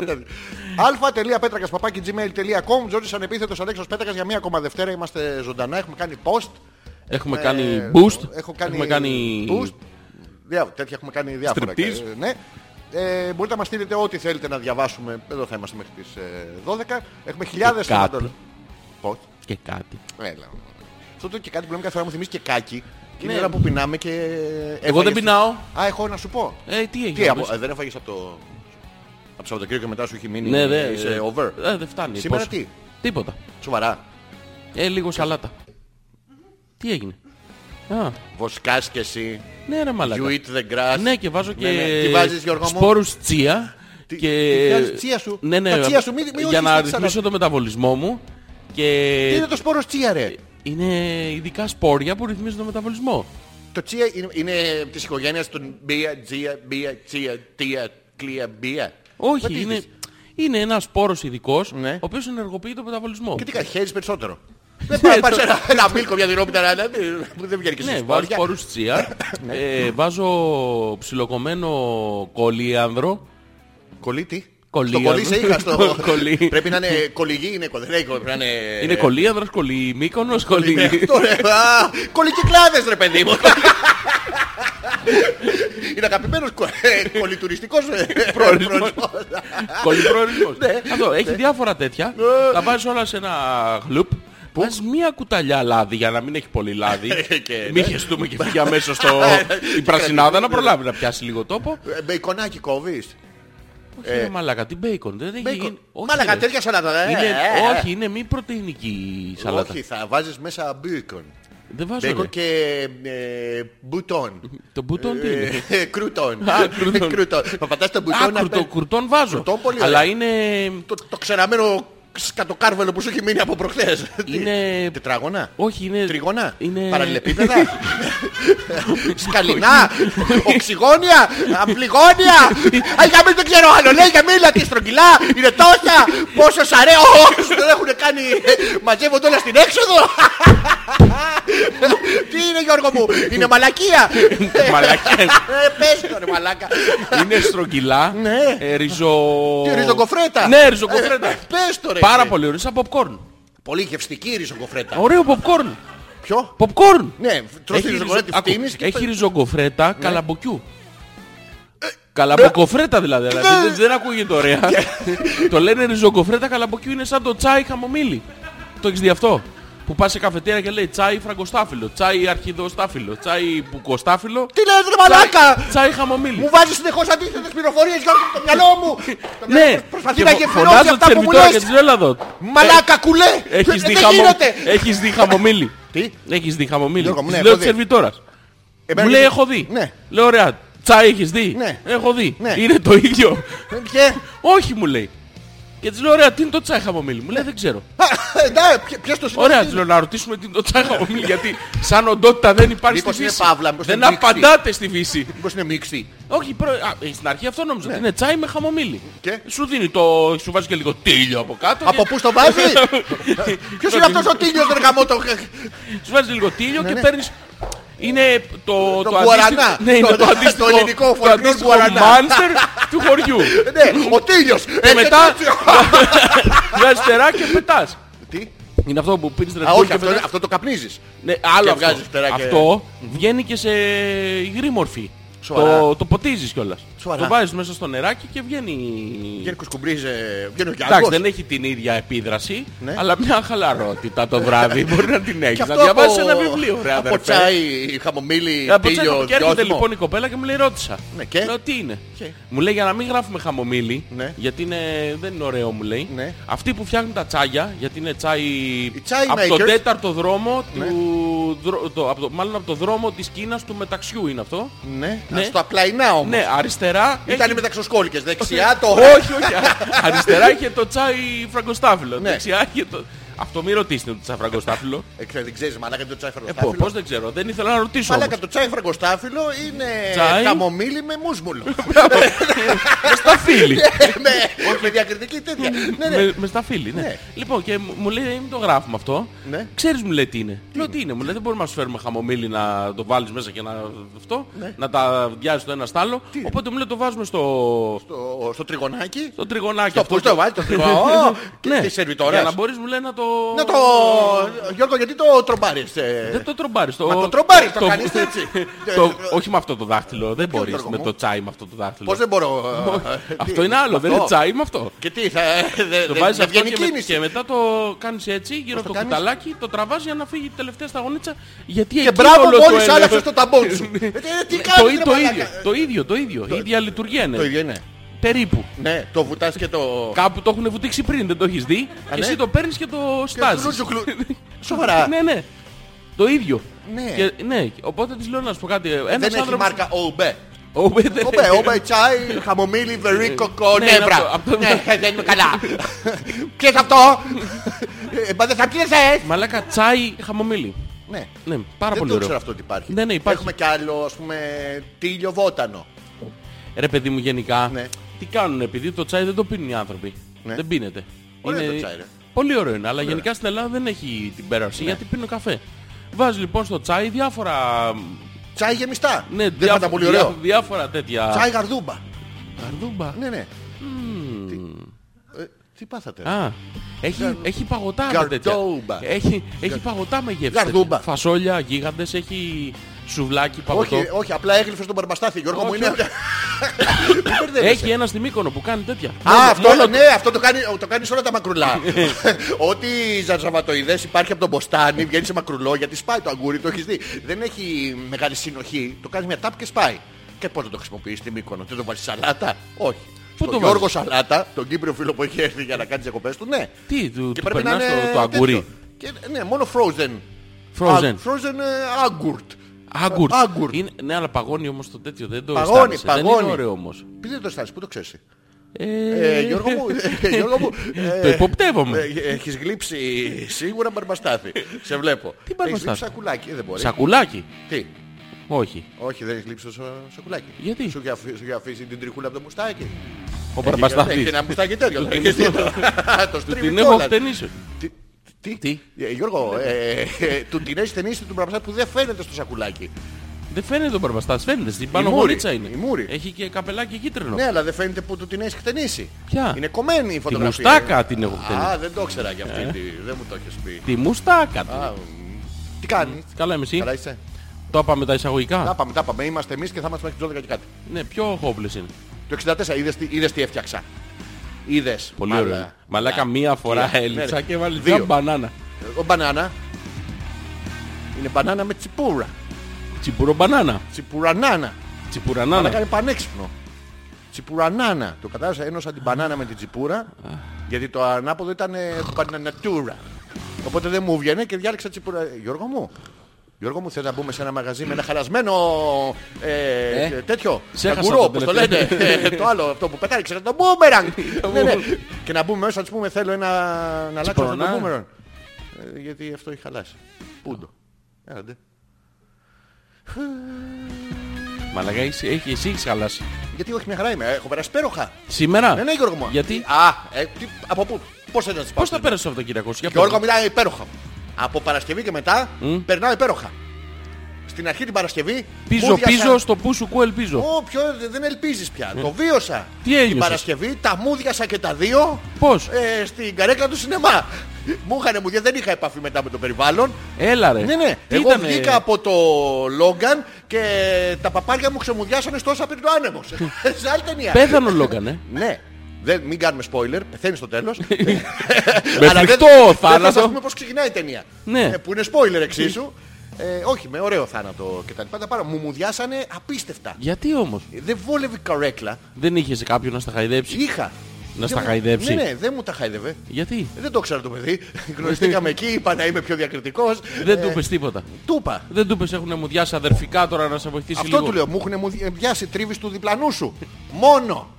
αλφα.πέτρακα.gmail.com Ζόρις ανεπίθετος Αλέξος Πέτρακας για μία ακόμα Δευτέρα. Είμαστε ζωντανά, έχουμε κάνει post.
Έχουμε
Ε,
κάνει boost.
Έχω κάνει
Έχουμε κάνει.
boost. Διά- τέτοια έχουμε κάνει διάφορα.
Striptease.
Ε, ναι. Ε, μπορείτε να μας στείλετε ό,τι θέλετε να διαβάσουμε. Εδώ θα είμαστε μέχρι τις ε, 12. Έχουμε χιλιάδες
Και κάτι.
θεματολο- Πώς.
Και κάτι.
Έλα. Αυτό το και κάτι που λέμε κάθε φορά μου θυμίζει και κάκι. Και είναι
Ναι.
η ώρα που πεινάμε και... ε,
Εγώ δεν
έφαγες-
πεινάω.
Α, έχω να σου πω.
Ε, τι
Τι,
έγινε.
από, ε, δεν έφαγες από το... Από το Σαββατοκύριακο και μετά σου έχει μείνει.
Ναι, δε,
Είσαι over.
Ε, δεν φτάνει.
Σήμερα
Πόσο.
τι.
Τίποτα.
Σοβαρά.
Ε, λίγο σαλάτα. Τι έγινε. Α,
Βοσκάς και εσύ.
ναι, ρε
You
μαλάκα.
eat the grass.
Ναι, και βάζω
Ναι, ναι.
και.
Τι βάζεις, Γιώργο μου?
Σπόρους τσία.
Τι-
Και...
τι βγάζεις, τσία σου?
Ναι, ναι,
Τα τσία σου, μη- μη
για
ορίζεις
να
τη σαλάτα.
ρυθμίσω το μεταβολισμό μου.
Τι
Και
είναι το σπόρος τσία
ε,
ρε.
Είναι ειδικά σπόρια που ρυθμίζουν τον μεταβολισμό.
Το τσία είναι, είναι της οικογένειας των μπία, τζία, μπία, τσία, τία, κλία, μπία. Μα τι
Όχι, είναι, είναι ένας σπόρος ειδικός,
Ναι.
ο οποίος ενεργοποιεί τον μεταβολισμό.
Και τι κάνει, χαίρεις περισσότερο.
[LAUGHS]
Δεν πάει, πάρεις ένα, ένα μίλκο μια δινόπιτα, να- να- που δεν βγαίνει και στις
Ναι, βάζω
σπόρια. [COUGHS]
σπόρους τσία,
Ναι.
ε, βάζω ψιλοκομμένο κολίανδρο.
Κολλή τι.
Κολλή,
Στο κολλή σε είχα στο...
[LAUGHS] Κολλή.
Πρέπει να είναι κολληγή, είναι κολλή. Πρέπει να είναι...
Είναι κολίανδρος, κολί Μύκονος, κολί...
Ε. [LAUGHS] Ναι, αυτό ρε. Α, Κολυκυκλάδες ρε παιδί
[LAUGHS]
μου. Είναι αγαπημένος κο- ε, κολυτουριστικός ε,
Προορισμός.
προορισμός.
Κολυμπρόορισμος.
Ναι.
Αυτό, έχει διάφορα τέτοια. Τα βάζεις όλα σε ένα γλουπ. Βάζεις μία κουταλιά λάδι για να μην έχει πολύ
[LAUGHS]
λάδι.
Ε, Και, Ναι.
Μην χεστούμε και φύγει αμέσως στο... η πρασινάδα να προλάβει να πιάσει λίγο τόπο.
Ε, Μπεϊκονάκι κόβεις.
Όχι, ρε μαλάκα, την μπέικον. Δεν έχει γίνει. Όχι,
Μάλακα
ρε.
Ε. τέτοια σαλάτα. ε,
Είναι,
ε, ε.
όχι, είναι μη πρωτεϊνική η σαλάτα.
Όχι, θα βάζεις μέσα μπέικον.
Δεν βάζω. ρε.
Μπέικον και ε, μπουτόν.
Το μπουτόν τι είναι.
Ε, Κρούτον.
Α, κρούτον.
Κρούτον. Θα πατάς το μπουτόν. να
Άκουρτο
παίρνει-
κουρτόν βάζω.
Κουρτόν πολύ
Αλλά
ωραία.
είναι.
Το, το ξεραμένο σκατοκάρβελο που σου έχει μείνει από προχθές. Τι-
Είναι-
Τετράγωνα.
Όχι, είναι.
Τριγωνά.
Είναι-
Παραλληλεπίπεδα. Σκαλινά. Οξυγόνια. Αμπλιγόνια. Α, για μην δεν ξέρω άλλο. Λέει για μίλα και στρογγυλά. Είναι τόσα. Πόσο σαρέο. Δεν έχουν κάνει. Μαζεύονται όλα στην
[LAUGHS]
έξοδο. Τι είναι Γιώργο μου. Είναι
[LAUGHS]
μαλακία.
[LAUGHS] Μαλακές.
Ε, Πες τον μαλάκα.
Είναι στρογγυλά.
Ναι.
ε, ριζο...
Τι, Ε, ριζοκοφρέτα.
Ναι, ριζοκοφρέτα.
Πες το ρε.
Πάρα πολύ ωραίο. Σαν popcorn.
Πολύ γευστική ριζοκοφρέτα.
Ωραίο popcorn.
Ποιο?
Popcorn.
Ναι, τρως τη
ριζο-
ριζοκοφρέτα, τη
Άκου,
φτύνεις και... Ναι.
έχει ριζογκοφρέτα καλαμποκιού.
Ε,
Ε, Καλαμποκοφρέτα
Ναι.
δηλαδή. αλλά δεν- δεν- Δεν ακούγεται ωραία. [LAUGHS] Το λένε ριζογκοφρέτα καλαμποκιού είναι σαν το τσάι χαμομήλι. Το έχεις δει αυτό. Που πας σε καφετέρια και λέει τσάι φραγκοστάφυλλο, τσάι αρχιδοστάφυλλο, τσάι μπουκοστάφυλλο,
Τι λες ρε
τσάι-
μαλάκα.
τσάι χαμομήλι.
Μου βάζεις συνεχώς αντίθετες πληροφορίες Γιώργο στο μυαλό μου. Το μυαλό
Ναι,
μου Ε, Προσπαθεί
Και
να
φω-
γεφυρώσει
φωνάζω τη
αυτά που μου
σερβιτόρα και
λες.
της λέω εδώ.
Μαλάκα κουλέ. Ε, Δεν
Έχεις δει,
δεν
χαμο...
γίνεται.
έχεις δει χαμομήλι.
Τι?
Έχεις δει χαμομήλι.
Γιώργο μου,
Της
ναι,
λέω
έχω
της
δει.
σερβιτόρας.
Εμένα
Μου
και-
λέει έχω δει.
Ε, Ναι.
Λέω ωραία. Τσάι έχεις δει.
Ναι.
Έχω δει.
Ναι.
Είναι το ίδιο.
Και...
Όχι μου λέει. Και της λέω ωραία τι είναι το τσάι χαμομήλι. Μου λέει δεν ξέρω.
Α, ναι, ποιο- Ποιος το
Ωραία της
συνεχίζει.
λέω να ρωτήσουμε τι είναι το τσάι χαμομήλι γιατί σαν οντότητα δεν υπάρχει
Μήπως
στη
είναι
φύση.
παύλα, μήπως
δεν
είναι μίξη.
απαντάτε στη φύση.
Μήπως είναι μίξη.
Όχι, προ... Α, ε, στην αρχή αυτό νόμιζα ότι είναι τσάι με χαμομήλι.
Ναι. Και?
Σου δίνει το. σου βάζει και λίγο τίλιο από κάτω.
Από
και...
πού στο
[LAUGHS]
βάζει. Ποιος είναι αυτός ο τίλιος δεν γαμώ το...
Σου βάζει λίγο τίλιο και
ναι.
παίρνεις... Είναι το,
Το
αντίστοιχο-
γουαρανά.
Ναι, είναι
Το-
το,
το
αντίστοιχο,
ελληνικό
το
folklore
αντίστοιχο
γουαρανά.
μάνστερ του
[LAUGHS]
χωριού.
Ναι, ο τίλιος.
και
Έρχεται
Ε, μετά
έτσι.
[LAUGHS] βγάζεις τερά και πετάς.
Τι.
Είναι αυτό που πίνεις
Α,
ρετμπούλ
όχι,
Ε, και
αυτό,
πετάς.
αυτό το καπνίζεις.
Ναι, άλλο
και
αυτό.
βγάζεις τερά και-
Αυτό βγαίνει και σε υγρή μορφή.
Σοβαρά.
Το, το ποτίζεις κιόλας.
Σοβαρά.
Το βάζεις μέσα στο νεράκι και βγαίνει...
Βγαίνει κουσκουμπρίζ, ε, βγαίνει ο
Εντάξει,
Γιάνγκος.
δεν έχει την ίδια επίδραση,
Ναι.
αλλά μια χαλαρότητα το
[LAUGHS]
βράδυ μπορεί να την
Και
έχεις. Να
αυτό
διαβάσεις
από-
ένα βιβλίο, ρε
Από
αδερφέ. Ε,
τσάι, χαμομήλι,
Από τσάι
τίλιο,
και έρχεται
δυόσμο.
λοιπόν η κοπέλα και μου λέει ρώτησα.
Ναι, και?
Λέω τι είναι.
Και?
Μου λέει για να μην γράφουμε χαμομήλι,
Ναι.
γιατί είναι, δεν είναι ωραίο μου λέει.
Ναι.
Αυτοί που φτιάχνουν τα τσάγια, γιατί είναι τσάι
τσάι
από τον
makers. Ναι.
τέταρτο δρόμο, του, δρο- το, από το- μάλλον από το δρόμο της Κίνας του μεταξιού είναι αυτό.
Ναι,
Ναι.
στο απλαϊνά όμως.
Ναι, αριστερά...
Ήταν οι μεταξοσκόλικες, δεξιά το...
Όχι, όχι. α- αριστερά είχε το τσάι φραγκοστάφυλλο.
Ναι.
Δεξιά είχε το... Αυτό μην ρωτήσετε το τσάι φραγκοστάφυλλο.
Ε, ξέρω, Δεν ξέρεις μαλάκα το τσάι
Ε, πω,
φραγκοστάφυλλο.
πώς δεν ξέρω, δεν ήθελα να ρωτήσω
Μαλάκα
όμως.
το τσάι φραγκοστάφυλλο είναι
Τσάι.
χαμομήλι με
[LAUGHS]
μουσμουλο.
Με στα
[LAUGHS]
φίλη.
Ε, με, με διακριτική
[LAUGHS]
τέτοια. ναι, ναι.
Με, με στα φίλη, ναι.
Ναι.
Λοιπόν, και μου μου λέει, μην το γράφουμε αυτό.
Ναι.
Ξέρεις μου λέει τι είναι. Λέω τι είναι. Μου λέει, δεν μπορούμε να σου φέρουμε χαμομήλι να το βάλεις μέσα και να, αυτό,
Ναι.
να τα διάζει το ένα στο άλλο. Οπότε μου λέει, το βάζουμε στο,
Στο, στο τριγωνάκι.
στο τριγωνάκι.
Το
αυτό
πού
που-
το βάζει το
[LAUGHS]
τριγωνάκι. Και
Ναι.
τη
Για να
σερβιτόρας.
μπορείς μου λέει να το...
Να το... Γιώργο, γιατί το τρομπάρεις. ε?
Δεν το τρομπάρεις. Το...
Μα το τρομπάρεις, το κάνεις έτσι.
[LAUGHS] το... Όχι με αυτό το δάχτυλο. Δεν μπορείς.
Γιώργο
Με
μου?
το τσάι με αυτό το δάχτυλο.
Πώς δεν μπορώ. ε,
Αυτό
τι-
είναι άλλο. Δεν
αυτό.
είναι τσάι με αυτό.
Και τι θα... ε, δε-
Το
δε-
βάζεις
θα
αυτό
βγαίνει
και, με-
κίνηση.
και μετά το κάνεις έτσι γύρω
Πώς
στο
το κάνεις?
κουταλάκι, το τραβάς για να φύγει η τελευταία σταγονίτσα. Γιατί
Και
εκεί
μπράβο
όλο
μόλις
έλεγχο-
άλλαξες το ταμπόν
[LAUGHS]
σου. Ε, τι- Τι
Το,
κάνεις
ί-
ρε
το,
μαλάκα.
ίδιο, το ίδιο, το ίδιο. Η ίδια λειτουργία είναι.
Το ίδιο είναι.
Περίπου.
Ναι, το βουτάς και το...
Κάπου το έχουν βουτήξει πριν, δεν το έχεις δει.
Α,
Εσύ
ναι.
το παίρνεις και το στάζεις. [LAUGHS]
λούτσουκλου. Σοβαρά.
Ναι, ναι. Το ίδιο.
Ναι.
Και, ναι. Οπότε της λέω να σου πω κάτι. Ένας
Δεν έχει ναι,
άνθρωπος-
μάρκα
[LAUGHS]
ΟΜΠΕ.
Ο Μπέτε-
ΟΜΠΕ, ΟΜΠΕ τσάι, χαμομήλι, βερίκο,
Ναι, είναι αυτό,
κονέβρα.
αυτό.
Ναι, [LAUGHS] δεν είμαι καλά. Ποιος αυτό. Ε, Μα δεν θα πιέσαι.
Μαλάκα τσάι χαμομήλι.
Ναι.
Ναι, πάρα
Δεν
πολύ
το ξέρω
ωραίο.
αυτό ότι υπάρχει.
Ναι, ναι, υπάρχει.
Έχουμε κι άλλο, ας πούμε, τίλιο βότανο.
Ρε παιδί μου γενικά,
Ναι.
τι κάνουν επειδή το τσάι δεν το πίνουν οι άνθρωποι.
Ναι.
Δεν πίνεται.
Ωραίο το τσάι, ρε. Ναι.
Πολύ ωραίο είναι, αλλά γενικά στην Ελλάδα δεν έχει την πέραση γιατί πίνουν καφέ. Βάζει λοιπόν στο τσάι διάφορα...
Τσάι γεμιστά.
Ναι,
δεν
διάφο-
ήταν πολύ
διά-
ωραίο.
διάφορα τέτοια...
Τσάι γαρδούμπα.
Καρδούμπα.
Ναι, ναι. Τι- ε, Τι πάθατε.
Α, έχει, έχει παγωτά με τέτοια.
Καρδούμπα.
Έχει, έχει παγωτά με γεύση.
Καρδούμπα.
τέτοια. Φασόλια, γίγαντες, έχει σουβλάκι, παγωτό.
Όχι, ε, όχι, απλά έγλυφες τον μπαρμπαστάθι, Γιώργο μου.
Όχι,
Είναι...
όχι.
[LAUGHS] Μην μπερδεύεσαι.
Έχει ένα στη Μύκονο που κάνει τέτοια.
ε, Α, αυτό, ναι, αυτό το κάνει, το κάνεις σε όλα τα
[LAUGHS]
μακρουλά. Ό,τι ζαρζαβατοειδέ υπάρχει από τον Μποστάνι, βγαίνει σε μακρουλό γιατί σπάει το αγκούρι, το έχεις δει. Δεν έχει μεγάλη συνοχή, το κάνει μια τάπ και σπάει. Και πώς να το χρησιμοποιείς στην Μύκονο, δεν το βάζει σαλάτα. Όχι. Πού
το
τον
βάζεις?
Γιώργο Σαλάτα, τον Κύπριο φίλο που έχει έρθει για να κάνει διακοπές του, ναι.
Τι, του,
Και
του
πρέπει να
περνάς
είναι
το, το αγκουρί.
τέτοιο. Και, ναι, μόνο frozen.
Frozen.
Α, frozen ε, αγκουρτ.
Άγκουρτ.
Άγκουρτ.
Είναι, ναι, αλλά παγώνει όμως το τέτοιο. Δεν το
Παγώνει,
αισθάνεσαι. Δεν
παγώνει.
είναι ωραίο όμως.
Πείτε το αισθάνεσαι, πού το ξέρεις. Ε, Γιώργο μου, ε, Γιώργο
[LAUGHS]
μου. ε,
Το υποπτεύομαι.
ε, Έχεις γλύψει σίγουρα μπαρμπαστάθη. Σε βλέπω. Τι Έχεις
μπαρμπαστάθη?
γλύψει σακουλάκι, ε, δεν μπορεί.
Σακουλάκι.
Τι.
Όχι.
Όχι, δεν έχεις γλύψει το σα- σακουλάκι.
Γιατί?
Σου είχε αφή- σου είχε αφήσει την τριχούλα από το μουστάκι.
Ο
Ε, Έχει
Μπαρμπασταθής.
ένα μουστάκι τέτοιο.
[LAUGHS] Την
Έχεις
έχω-
το- [LAUGHS] Το στρίβει
Την έχω
κιόλας.
χτενίσει.
Τι- Τι.
Τι?
Ε, Γιώργο, ε, ε, του την έχεις ταινίσει του μπαρμπαστάθη που δεν φαίνεται στο σακουλάκι.
Δεν φαίνεται ο Μπαρμπαστάθης. Φαίνεται. Στην πάνω
μούρη,
γονίτσα είναι.
η μούρη.
Έχει και καπελάκι κίτρινο.
Ναι, αλλά δεν φαίνεται που του την έχεις χτενίσει.
Ποια?
Είναι κομμένη η
Τη
φωτογραφία.
μουστάκα την έχω χτενίσει. Ε.
Α, δεν το ήξερα για αυτή. τη- Δεν μου το έχεις πει.
Τη μουστάκα. την.
Α, μ, Τι κάνεις.
Καλά είμαι εσύ.
Καλά είσαι.
Το είπαμε τα εισαγωγικά.
Τα πάμε, τα πάμε. Είμαστε εμείς και θα είμαστε μέχρι τις 12 και κάτι.
Ναι, πιο χόμπλες είναι.
Το 64, είδες τι, είδες τι έφτιαξα. Είδες.
Πολύ
μάλα.
ωραίο. Μαλάκα μία φορά
Ναι, ναι.
έλειψα και βάλει
Δύο.
δύο μπανάνα.
Ο μπανάνα. Είναι μπανάνα με τσιπούρα.
Τσιπουρο μπανάνα.
Τσιπουρανάνα. Αλλά
Τσιπουρανάνα.
κάνει πανέξυπνο. Τσιπουρανάνα. Το κατάλαβα, ένωσα την μπανάνα με την τσιπούρα. γιατί το ανάποδο ήταν ε, μπανανατούρα. Οπότε δεν μου βγαίνει και διάλεξα τσιπούρα. Γιώργο μου. Γιώργο μου, θες να μπούμε σε ένα μαγαζί με ένα χαλασμένο ε,
Ε,
τέτοιο.
ξέχασα
Καγκουρό,
το
όπως το λένε.
τελευταίο.
Ε, το άλλο, αυτό που πετάει, ξέχασα το μπούμεραγκ.
[LAUGHS]
ναι, ναι. Και να μπούμε μέσα, να τους πούμε θέλω ένα, να αλλάξω αυτό το
Τσιπουρανά.
μπούμεραγκ. Ε, γιατί αυτό έχει χαλάσει. Πούντο. Άντε.
Μαλάκα έχεις- έχει- εσύ έχεις χαλάσει.
Γιατί όχι μια χαρά είμαι, ε, έχω περάσει πέροχα.
Σήμερα.
Ναι, ναι, Γιώργο μου.
Γιατί.
Α, ε, τι, από πού, πώς θα τις πάω.
Πώς τα πέρασε αυτό Κυριακό.
Γιώργο μου ήταν υπέροχα. Από Παρασκευή και μετά
Μμ.
περνάω υπέροχα. Στην αρχή την Παρασκευή.
Πίζω,
μούδιασα-
πίζω, στο που σου κου ελπίζω.
Ω, πιο, δεν ελπίζεις πια. Το βίωσα.
Τι ένιωσες?
Την Παρασκευή τα μούδιασα και τα δύο
Πώς?
ε, στην καρέκλα του σινεμά. Μου είχανε μουδιά, δεν είχα επαφή μετά με το περιβάλλον.
Έλα Ε, ρε.
Ναι, ναι.
Τι
Εγώ
ήτανε?
βγήκα από το Λόγκαν και τα παπάρια μου ξεμουδιάσανε στο όσα πήρε το άνεμος. [LAUGHS] Σε άλλη ταινία.
Πέθανε ο Λόγκαν, ε.
Ναι. Δεν, μην κάνουμε spoiler, πεθαίνει στο τέλος.
[LAUGHS]
[LAUGHS]
Με φρικτό
Δεν θα
θάνατο.
πούμε πώς ξεκινάει η ταινία.
Ναι.
Ε, που είναι spoiler εξίσου. Ε, όχι, με ωραίο θάνατο και τα λοιπά. Τα πάρα. Μου μουδιάσανε απίστευτα.
Γιατί όμως.
Ε, Δεν βόλευε η καρέκλα.
Δεν είχες κάποιον να στα χαϊδέψει.
Είχα. Δεν
στα
μου-
χαϊδέψει.
Ναι, ναι, δεν μου τα χαϊδεύε.
Γιατί.
Ε, Δεν το ξέρω το
[LAUGHS]
παιδί. Γνωριστήκαμε εκεί, είπα να είμαι πιο Ε, διακριτικός.
Δεν του είπες τίποτα.
Τούπα.
Δεν του είπες έχουν μου διάσει αδερφικά τώρα να σε βοηθήσει
Αυτό
λίγο.
του λέω, μου έχουν μουδιάσει τρίβεις του διπλανού σου. Μόνο.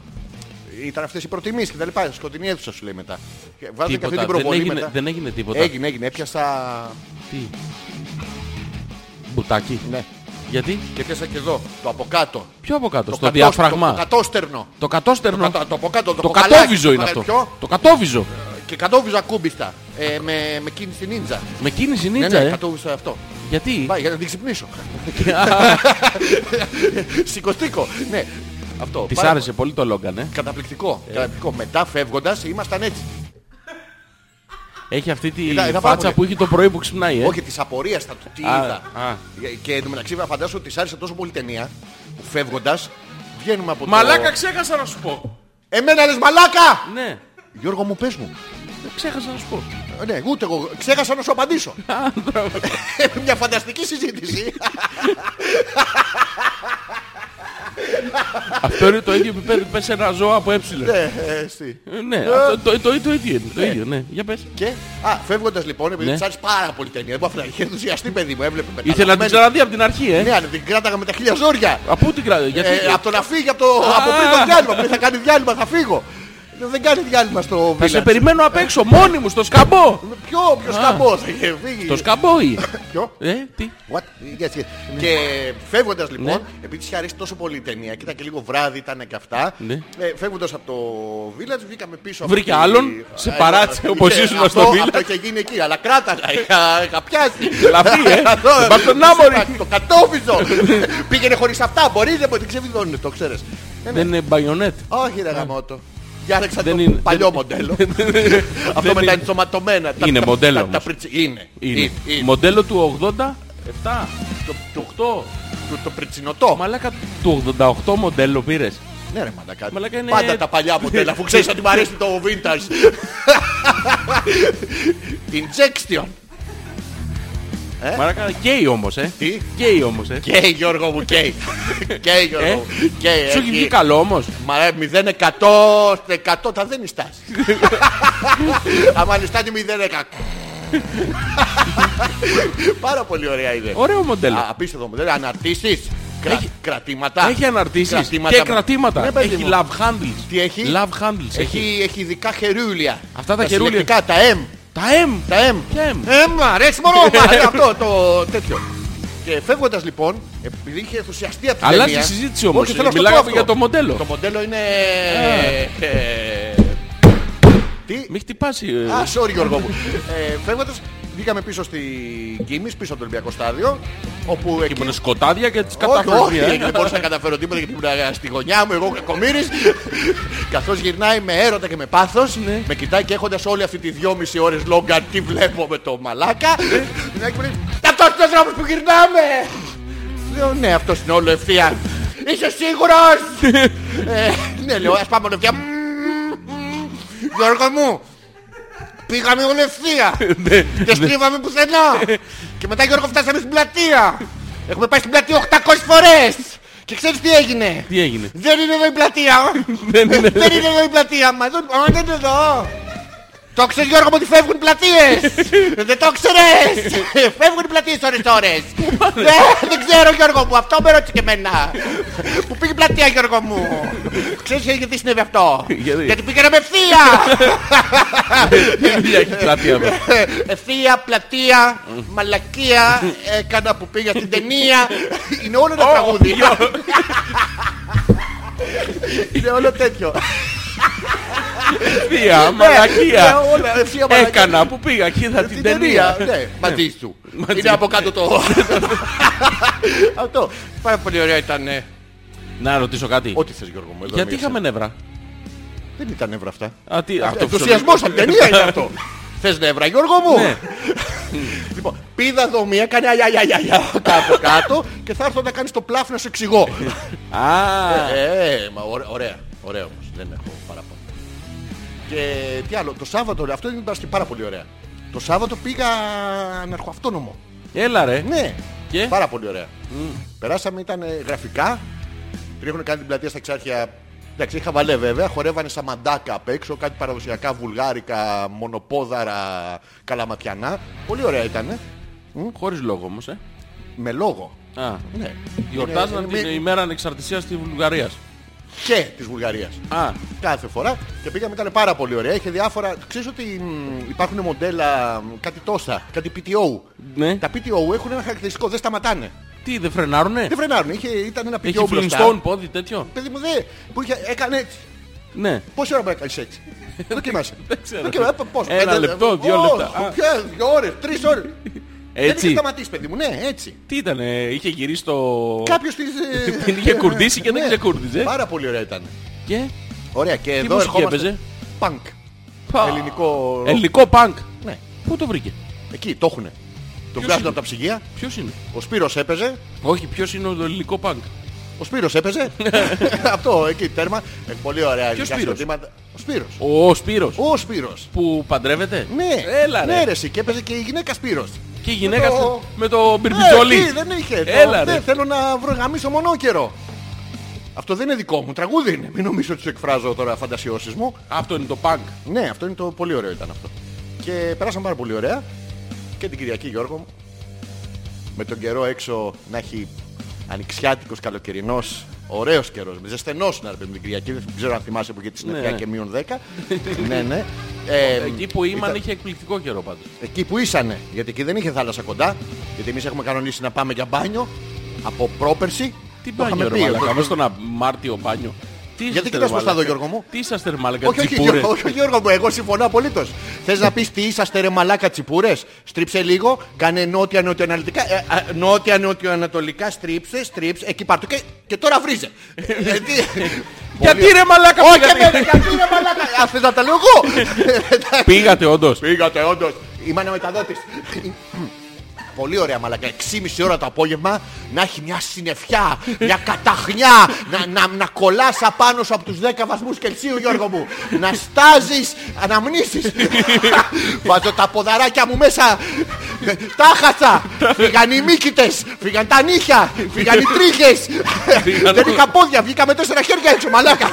Ήταν αυτές οι προτιμήσεις και τα λοιπά. Σκοτεινή αίθουσα σου λέει μετά. Και Βάζουν και αυτή την
Τίποτα. Δεν
προβολή
έγινε,
μετά.
δεν έγινε τίποτα.
Έγινε, έγινε. Έπιασα.
Τι. Μπουτάκι.
Ναι.
Γιατί.
Και έπιασα και εδώ. Το από κάτω.
Πιο από κάτω.
Το
στο
κατώ- Το, το
διαφραγμά.
κατώστερνο.
Το κατώστερνο.
Το, κατώ- το από κάτω. Το,
Το
κοκαλάκι,
κατόβιζο είναι
το
αυτό.
παραπιό
Το κατόβιζο.
Και κατόβιζα κούμπιστα. Ε, με, με κίνηση νίντζα.
Με κίνηση
Ναι,
νίτσα,
ναι,
ε.
κατόβιζα αυτό.
Γιατί.
Πάει, για να την
[LAUGHS]
ξυπνήσω. Σηκωστήκω. Ναι, αυτό.
Της
Πάρα-
άρεσε πολύ το Λόγκαν, ε.
Καταπληκτικό. Καταπληκτικό. Μετά φεύγοντας ήμασταν έτσι.
Έχει αυτή τη
Ήταν- ήταν πάρα
φάτσα
πολύ.
που έχει το πρωί που ξυπνάει, ε.
Όχι, της απορίας θα του τι
Α,
είδα. Ε,
α.
Και εν τω μεταξύ φαντάζομαι ότι της άρεσε τόσο πολύ η ταινία που φεύγοντας βγαίνουμε από
Μαλάκα
το...
ξέχασα να σου πω.
Εμένα λες μαλάκα!
Ναι.
Γιώργο μου πες μου.
Δεν ξέχασα να σου πω.
Ε, Ναι, ούτε εγώ. Ξέχασα να σου
[LAUGHS]
απαντήσω. [LAUGHS] Μια φανταστική συζήτηση.
Αυτό είναι το ίδιο επίπεδο που πες ένα ζώο από έψιλε.
Ε, ε, εσύ.
Ναι, αυτό- το, το, το ίδιο είναι. Το ίδιο, ναι. Για πες.
Και, α, φεύγοντας λοιπόν, επειδή
Ναι.
της άρεσε πάρα πολύ η ταινία. Δεν μπορεί να είχε ενθουσιαστεί παιδί μου, έβλεπε μετά.
Ήθελα να την ξαναδεί από την αρχή, ε.
Ναι, αλλά την κράταγα με τα χίλια ζόρια.
Από την κρατάει. Γιατί.
Ε, από το να φύγει από, το, από πριν το διάλειμμα. Πριν θα κάνει διάλειμμα, θα φύγω. Δεν κάνει διάλειμμα στο
Θα σε
Village.
περιμένω απ' έξω, μόνη μου, στο σκαμπό.
Ποιο, ποιος σκαμπό θα είχε φύγει.
Το σκαμπό ή.
Ποιο?
Ε, τι.
What? Yes, yes. Και φεύγοντας λοιπόν,
Ναι.
επειδή της είχε αρέσει τόσο πολύ η ταινία και ήταν και λίγο βράδυ, ήταν και αυτά.
Ναι.
Ε, φεύγοντας από το Village, βγήκαμε πίσω. από
Βρήκε
τη-
άλλον, σε
Ε,
παράτησε,
ε,
όπως
είχε-
ήσουν
αυτό-
στο Village.
Αυτό είχε γίνει εκεί, αλλά κράταγα, είχα, είχα πιάσει.
Λαφή, ε.
[LAUGHS] Αυτό,
Μπα στον άμμορι.
είπα, Το κατόφιζο.
[LAUGHS]
Πήγαινε χωρίς αυτά, μπορείς, δεν μπορεί, δεν ξεβιδώνει, το ξέρεις. Ε, ναι.
Δεν είναι [LAUGHS] μπαγιονέτ.
Όχι ρε γαμότο. Διάλεξα το
Ε. Δεν είναι-
παλιό
δεν-
μοντέλο. Αυτό
Δεν
με
είναι. Ε,
τα ενσωματωμένα. τα-
Είναι
τα-
μοντέλο
τα- τα
όμως.
πριτσι- Είναι.
Είναι.
είναι.
Μοντέλο του 87. Το 8.
Το- Το πριτσινοτό.
Μαλάκα του 88 μοντέλο πήρες.
Ναι ρε μαλακά.
Μαλάκα είναι-
Πάντα τα παλιά μοντέλα αφού ξέρεις ότι μου αρέσει το
[LAUGHS]
vintage. Injection.
Μαλάκα καίει όμως ε.
Τι?
Καίει όμως ε.
Καίει Γιώργο μου, καίει. Καίει Γιώργο μου. Καίει,
Σου
έχει-
έχει βγει καλό όμως
Μα ε, 0% 100 τα δεν ιστάς.
[LAUGHS]
Άμα λιστάνει 0%. [LAUGHS] Πάρα πολύ ωραία ιδέα.
Ωραίο μοντέλο.
Α, Απίστευτο μου, δεν δηλαδή αναρτήσεις. Κρα-
Έχει-
Κρατήματα.
Έχει αναρτήσεις
Κρατήματα.
και κρατήματα.
Ναι, παιδί
έχει
μου.
love handles.
Τι έχει?
Love handles. Έχει,
Έχει, έχει ειδικά χερούλια.
Αυτά τα χερούλια.
συλλεκτικά, τα M.
τα M.
Τα M.
Ποια M?
M, αρέσει
[LAUGHS]
μόνο μα, αυτό το τέτοιο. Και φεύγοντας λοιπόν, επειδή είχε ενθουσιαστεί από την
Αλλάζει
ταινία-
η συζήτηση όμως. ε,
Όχι, θέλω να σου
Μιλάγαμε
πω αυτό.
για το μοντέλο.
Το μοντέλο είναι... ε, Τι,
Μη χτυπάσει. ε.
Α, sorry Γιώργο μου. ε, φεύγοντας, βγήκαμε πίσω στην Κίμης, πίσω από το Ολυμπιακό Στάδιο, όπου εκεί...
Και μόνο σκοτάδια και τις
Όχι,
κατάφερες.
όχι,
μία, ε. [LAUGHS]
δεν μπορούσα να καταφέρω τίποτα γιατί ήμουν ε, στη γωνιά μου, εγώ κακομύρης. Καθώς γυρνάει με έρωτα και με πάθος,
Ναι.
με κοιτάει και έχοντας όλη αυτή τη δυόμιση ώρες λόγκα τι βλέπω με το μαλάκα.
Ναι.
γυρνάει και μου λέει, αυτός είναι ο δρόμος που γυρνάμε. Λέω, ναι, αυτός είναι όλο ευθεία. Είσαι σίγουρος. Ε, Ναι, λέω, ας πάμε όλο ευθεία. Μμμ, μμμ. Γιώργο μου, πήγαμε όλο ευθεία.
Ναι.
Δεν στρίβαμε πουθενά. και μετά Γιώργο φτάσαμε στην πλατεία. Έχουμε πάει στην πλατεία 800 φορές. Και ξέρεις τι έγινε.
Τι έγινε.
Δεν είναι εδώ η πλατεία.
Δεν είναι.
Δεν είναι εδώ η πλατεία μας. Δεν- Α, δεν είναι εδώ. Το ξέρεις Γιώργο μου ότι φεύγουν οι πλατείες. Δεν το ξέρεις. Φεύγουν οι πλατείες ώρες ώρες. Ναι, Δεν ξέρω Γιώργο μου. Αυτό με ρώτησε και εμένα. Που πήγε η πλατεία Γιώργο μου. Ξέρεις γιατί συνέβη αυτό.
Γιατί?
Γιατί πήγαμε ευθεία.
Δεν δουλειά έχει η πλατεία εδώ.
[LAUGHS] Ευθεία, Ε, πλατεία, μαλακία, έκανα που πήγα στην ταινία. Είναι όλο ένα τραγούδι. Είναι όλο τέτοιο.
Θεία,
Ναι,
μαλακία.
όλα, ευθεία, μαλακία. Ε,
Έκανα που πήγα και είδα την ταινία.
Ναι, μαζί σου.
Μαζί. Ναι.
Είναι από κάτω το... Αυτό. Πάρα πολύ ωραίο ήταν. ε.
Να ρωτήσω κάτι.
Ό,τι θες Γιώργο μου. εδώ
Γιατί
μίλησα.
είχαμε νεύρα.
Δεν ήταν νεύρα αυτά.
Α, τι- αυτό
Ε, Ενθουσιασμός από την ταινία είναι αυτό. [LAUGHS] Θες νεύρα Γιώργο μου.
Ναι.
[LAUGHS] Λοιπόν, πήδα εδώ μία, κάνει αγιά, αγιά, αγιά, αγιά, κάτω, κάτω και θα έρθω να κάνεις το πλάφι να σου [LAUGHS] εξηγώ.
Α,
Ε, μα ωρα- ωραία. Ωραία όμως. Δεν έχω παραπάνω. Και τι άλλο. Το Σάββατο, ρε, αυτό είναι πάρα- πάρα πολύ ωραία. Το Σάββατο πήγα αναρχοαυτόνομο.
έλα ρε.
Ναι.
Και?
Πάρα πολύ ωραία. Περάσαμε, ήταν ε, γραφικά. Την έχουν κάνει την πλατεία στα εξάρχεια. Εντάξει, είχα βαλέ βέβαια. Χορεύανε σαν μαντάκα απ' έξω. Κάτι παραδοσιακά βουλγάρικα, μονοπόδαρα, καλαματιανά. Πολύ ωραία ήταν.
Χωρίς λόγο όμως, ε.
Με λόγο.
Α,
Ναι.
Γιορτάζαν
Είναι-
την
είναι-
ημέρα ανεξαρτησίας της Βουλγαρίας.
Και της Βουλγαρίας.
Α,
κάθε φορά και πήγαμε ήταν πάρα πολύ ωραία. Είχε διάφορα. Ξέρεις ότι μ, υπάρχουν μοντέλα μ, κάτι τόσα, κάτι PTO.
ναι.
Τα PTO έχουν ένα χαρακτηριστικό, δεν σταματάνε.
Τι, δεν φρεnaρουνε.
Δεν φρενάρουν. Είχε, ήταν ένα PTO
Έχει
μπροστά.
Flintstone πόδι τέτοιο.
Παιδί μου, δε, που είχε, έκανε έτσι.
Ναι.
Πόση ώρα μπορεί να κάνεις
[LAUGHS]
έτσι. Δοκίμασε.
Δεν ξέρω.
Δοκίμασε. ε, Πώς,
Ένα
πέντε-
λεπτό, δύο
Ω,
λεπτά. Α.
ποια- ε, Δύο ώρες, τρεις ώρες. Δεν είχε
Έτσι.
σταματήσει, παιδί μου, ναι, έτσι.
Τι ήτανε, είχε γυρίσει το...
Κάποιος της... ε,
Την [LAUGHS] είχε κουρδίσει και δεν
ναι.
ξεκούρδιζε.
Πάρα πολύ ωραία ήταν.
Και...
Ωραία, και εδώ
μουσική
ερχόμαστε.
έπαιζε?
Πανκ.
Πα.
Ελληνικό...
Ελληνικό πανκ.
Ναι.
Πού το βρήκε.
Εκεί το έχουνε. Το βγάζουν
είναι?
από τα ψυγεία.
Ποιος είναι.
Ο Σπύρος έπαιζε.
Όχι, ποιος είναι το ελληνικό πανκ.
Ο Σπύρος
[LAUGHS]
έπαιζε. [LAUGHS] Αυτό εκεί τέρμα. Ε, πολύ ωραία.
Ποιος
ειδικά
Σπύρος?
συγκροτήματα. Ο Σπύρος.
Ο Σπύρος.
Ο Σπύρος.
Που παντρεύεται.
Ναι.
Έλα ρε.
Ναι, ρε, εσύ. και έπαιζε και η γυναίκα Σπύρος.
Και η γυναίκα
το-
στο- με το Ναι,
Ε,
μπιρμπιτζολί.
εκεί δεν είχε. Το-
Έλα,
δεν
ρε.
θέλω να βρω γαμίσω μονόκερο. Αυτό δεν είναι δικό μου, τραγούδι είναι. Μην νομίζω ότι σου εκφράζω τώρα φαντασιώσεις μου.
Αυτό είναι το πανκ.
Ναι, αυτό είναι το πολύ ωραίο ήταν αυτό. Και περάσαμε πάρα πολύ ωραία. Και την Κυριακή Γιώργο μου. Με τον καιρό έξω να έχει ανοιξιάτικος καλοκαιρινός ωραίος καιρός. Με ζεσθενός να ρε παιδί μου, την Κυριακή. Δεν ξέρω αν θυμάσαι που είχε τη συννεφιά
ναι.
και μείον
[LAUGHS]
10. ναι, ναι. Ε,
Εκεί που ήμαν
ήταν-
είχε εκπληκτικό καιρό πάντως.
Εκεί που ήσανε. Γιατί εκεί δεν είχε θάλασσα κοντά. Γιατί εμείς έχουμε κανονίσει να πάμε για μπάνιο. Από πρόπερση.
Τι
Το
μπάνιο
είχαμε
ρε
πει,
μαλακά,
το-
μέσα στον α- Μάρτιο μπάνιο. Τι είσαστε, ρε,
κοιτάς προς τα
μαλάκα.
δω, Γιώργο μου?
Τι είσαστε ρε μαλακά,
Όχι, όχι,
τσιπούρες.
Γιώργο, όχι, Γιώργο μου, εγώ συμφωνώ απολύτως. Θες να πεις τι είσαστε ρε μαλάκα τσιπούρες. Στρίψε λίγο, κάνε νότια νοτιοανατολικά. Ε, α, νότια νοτιοανατολικά, στρίψε, στρίψε. Εκεί πάρτο και, και τώρα βρίζε. Ε, τι-
Γιατί
Πολύ-
ρε μαλακά
Όχι, ναι.
πήγατε.
βέβαια, γιατί ρε μαλάκα. Α, θες να τα λέω εγώ.
[LAUGHS] Πήγατε όντως.
Πήγατε, όντως. Είμαι ένα μεταδότη. Πολύ ωραία μαλακά. 6,5 ώρα το απόγευμα να έχει μια συννεφιά, μια καταχνιά, να, να, να κολλάς απάνω σου από τους 10 βαθμούς Κελσίου Γιώργο μου. Να στάζεις, αναμνήσεις. Βάζω τα ποδαράκια μου μέσα Τα χάσα! Φύγαν οι μύκητες! Φύγαν τα νύχια! Φύγαν οι τρίχες!
Φύγαν
Δεν
όλα.
είχα πόδια, βγήκα με τέσσερα χέρια έξω, μαλάκα!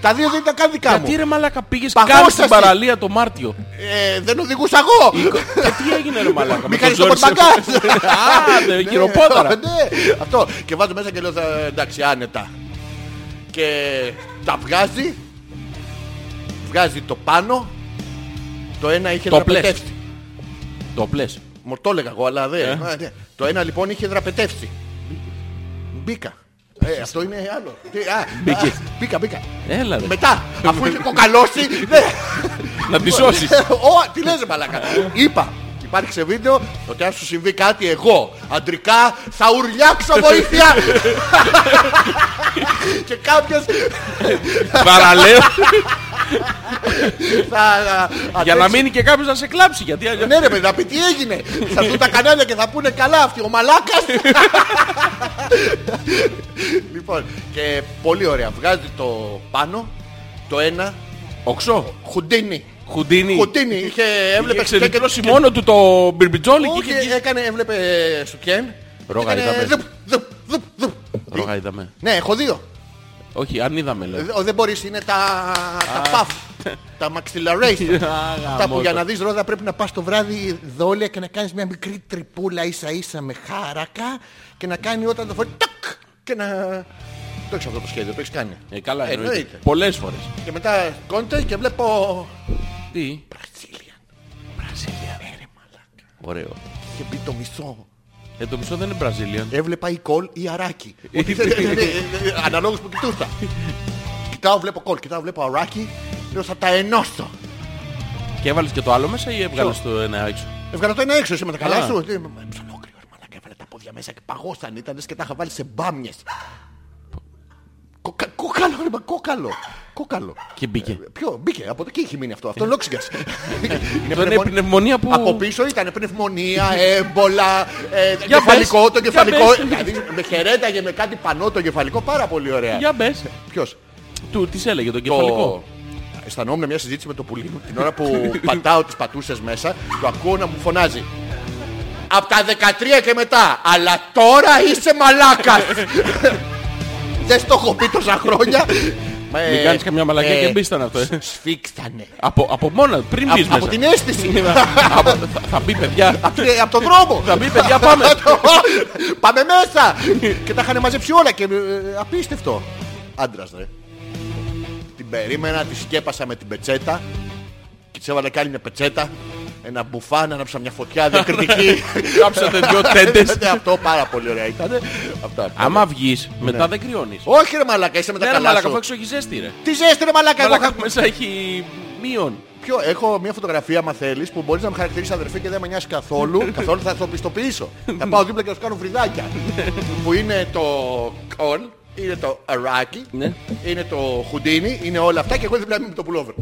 Τα δύο δεν ήταν καν δικά
Γιατί
μου.
ρε μαλάκα πήγες
Παγώσαστη.
κάτω στην παραλία το Μάρτιο.
Ε, Δεν οδηγούσα εγώ!
Και τι έγινε ρε μαλάκα.
Μη
με
κάνεις
τον
το
Τζόρτζ.
πορτμπαγκάζ!
[LAUGHS] Α, ναι, γυροπόδαρα.
Ναι, αυτό. Και βάζω μέσα και λέω «Θα- εντάξει, άνετα. Και τα βγάζει. Βγάζει το πάνω. Το ένα είχε
Το πλες.
δραπετεύσει.
Το πλες.
Μου το έλεγα εγώ, αλλά δεν.
Ε.
Α, ναι. Το ένα λοιπόν είχε δραπετεύσει. Μπήκα. Ε, αυτό είναι άλλο. Τι, α,
Μπήκε.
α, Μπήκα, μπήκα.
Έλα ρε.
Μετά, αφού είχε
[LAUGHS]
κοκαλώσει. ναι.
Να τη σώσεις.
Ω, Ε, τι λες ρε μαλάκα. Είπα, υπάρχει σε βίντεο ότι αν σου συμβεί κάτι εγώ αντρικά θα ουρλιάξω βοήθεια.
[LAUGHS]
Και κάποιος
Παραλέω.
θα
Για να
αντέξει.
μείνει και κάποιος να σε κλάψει. Γιατί αλλιώς...
Ναι ρε παιδί, να πει τι έγινε. Θα δουν τα κανάλια και θα πούνε καλά αυτοί, ο
[LAUGHS]
μαλάκας. λοιπόν, και πολύ ωραία. Βγάζει το πάνω, το ένα,
Οξό.
χουντίνι.
Χουντίνι.
Χουντίνι, είχε,
Είχε
έβλεπε
ξεδιπλώσει μόνο του το μπιρμπιτζόλι και
Όχι,
είχε βγει.
έκανε, έβλεπε ε, σουκέν.
Ρόγα
Έκανε
είδαμε.
δουπ, δουπ, δουπ, δουπ.
Ρόγα είδαμε.
Ναι, έχω δύο.
Όχι, αν είδαμε λέω.
Δε- Δεν μπορείς, είναι τα, τα παφ. τα maxillary.
[LAUGHS] Α,
Αυτά
γαμώτο.
που για να δεις ρόδα πρέπει να πας το βράδυ δόλια και να κάνεις μια μικρή τρυπούλα ίσα ίσα με χάρακα και να κάνει όταν το φορεί τακ και να... Το έχεις αυτό το σχέδιο, το έχεις κάνει.
Ε, καλά,
εννοείται.
εννοείται. Πολλές φορές.
Και μετά κόντε και βλέπω...
Τι.
Brazilian.
Βραζιλία.
Ρε μαλάκα.
Ωραίο.
Και μπει το μισό.
Ε, το μισό δεν είναι Βραζίλια.
Έβλεπα η κολ ή αράκι. Ότι δεν- δεν- δεν- Αναλόγως που κοιτούσα. Κοιτάω, βλέπω κολ, κοιτάω, βλέπω αράκι. Λέω θα τα ενώσω.
Και έβαλες και το άλλο μέσα ή έβγαλες το ένα έξω.
Έβγαλα το ένα έξω σήμερα, τα καλά
Α.
σου. Τι, είμαι Ψαλόκριος, μαλάκα, έβαλε τα πόδια μέσα και παγώσαν. Ήταν λες και τα είχα βάλει σε μπάμιες. Κοκα- Κόκαλο, ρε, μα κόκαλο. Κόκαλο.
Και μπήκε.
Ποιο, μπήκε, από εκεί έχει μείνει αυτό. Αυτό
[LAUGHS]
λόξιγκας.
Αυτό είναι πνευμονία που...
Από πίσω ήταν πνευμονία, έμπολα, ε,
Για
κεφαλικό,
πες,
το
για
κεφαλικό.
πες.
Δηλαδή με χαιρέταγε με κάτι πανό το κεφαλικό, πάρα πολύ ωραία.
Για μπες.
Ποιος,
Του τις έλεγε τον κεφαλικό.
Αισθανόμουν μια συζήτηση με το πουλί μου την ώρα
[LAUGHS]
που πατάω τις πατούσες μέσα, το ακούω να μου φωνάζει. Απ' τα 13 και μετά. Αλλά τώρα είσαι μαλάκας.
[LAUGHS]
Δεν στο έχω πει τόσα χρόνια.
Μην κάνεις καμιά μαλακία και μπεις
μπίσταν
ήταν αυτό, ε.
Σφίξανε.
Από, από μόνα, πριν μπεις
Από,
μέσα.
από την αίσθηση. [LAUGHS]
Από- θα- Θα μπει παιδιά.
από, από τον δρόμο.
[LAUGHS] Θα μπει παιδιά πάμε.
[LAUGHS] Πάμε μέσα! και τα είχαν μαζέψει όλα και ε, απίστευτο. Άντρας ρε. Την περίμενα, τη σκέπασα με την πετσέτα και της έβαλα και άλλη μια πετσέτα. Ένα μπουφάν, άναψα μια φωτιά διακριτική.
[LAUGHS] Κάψατε
[LAUGHS]
δυο τέντες.
Ναι, Αυτό πάρα πολύ ωραία ήταν. Αυτά.
Άμα βγεις, μετά δεν κρυώνεις.
Όχι ρε μαλάκα, είσαι με τα
Ναι, ρε
Ναι. καλά
μαλάκα, αφού
σου.
έξω έχει ζέστη, ρε.
Τι ζέστη ρε μαλάκα, εγώ
Μαλάκα
είχα-
μέσα έχει μείον.
Ποιο, έχω μια φωτογραφία, άμα θέλεις, που μπορείς να με χαρακτηρίσεις αδερφή και δεν με νοιάζει
[LAUGHS]
καθόλου. καθόλου θα το πιστοποιήσω. θα πάω δίπλα και θα σου κάνω φρυδάκια.
Ναι.
που είναι το κολ, είναι το αράκι,
Ναι.
είναι το χουντίνι, είναι όλα αυτά και εγώ δίπλα μου με το
[LAUGHS]
πουλόβερ.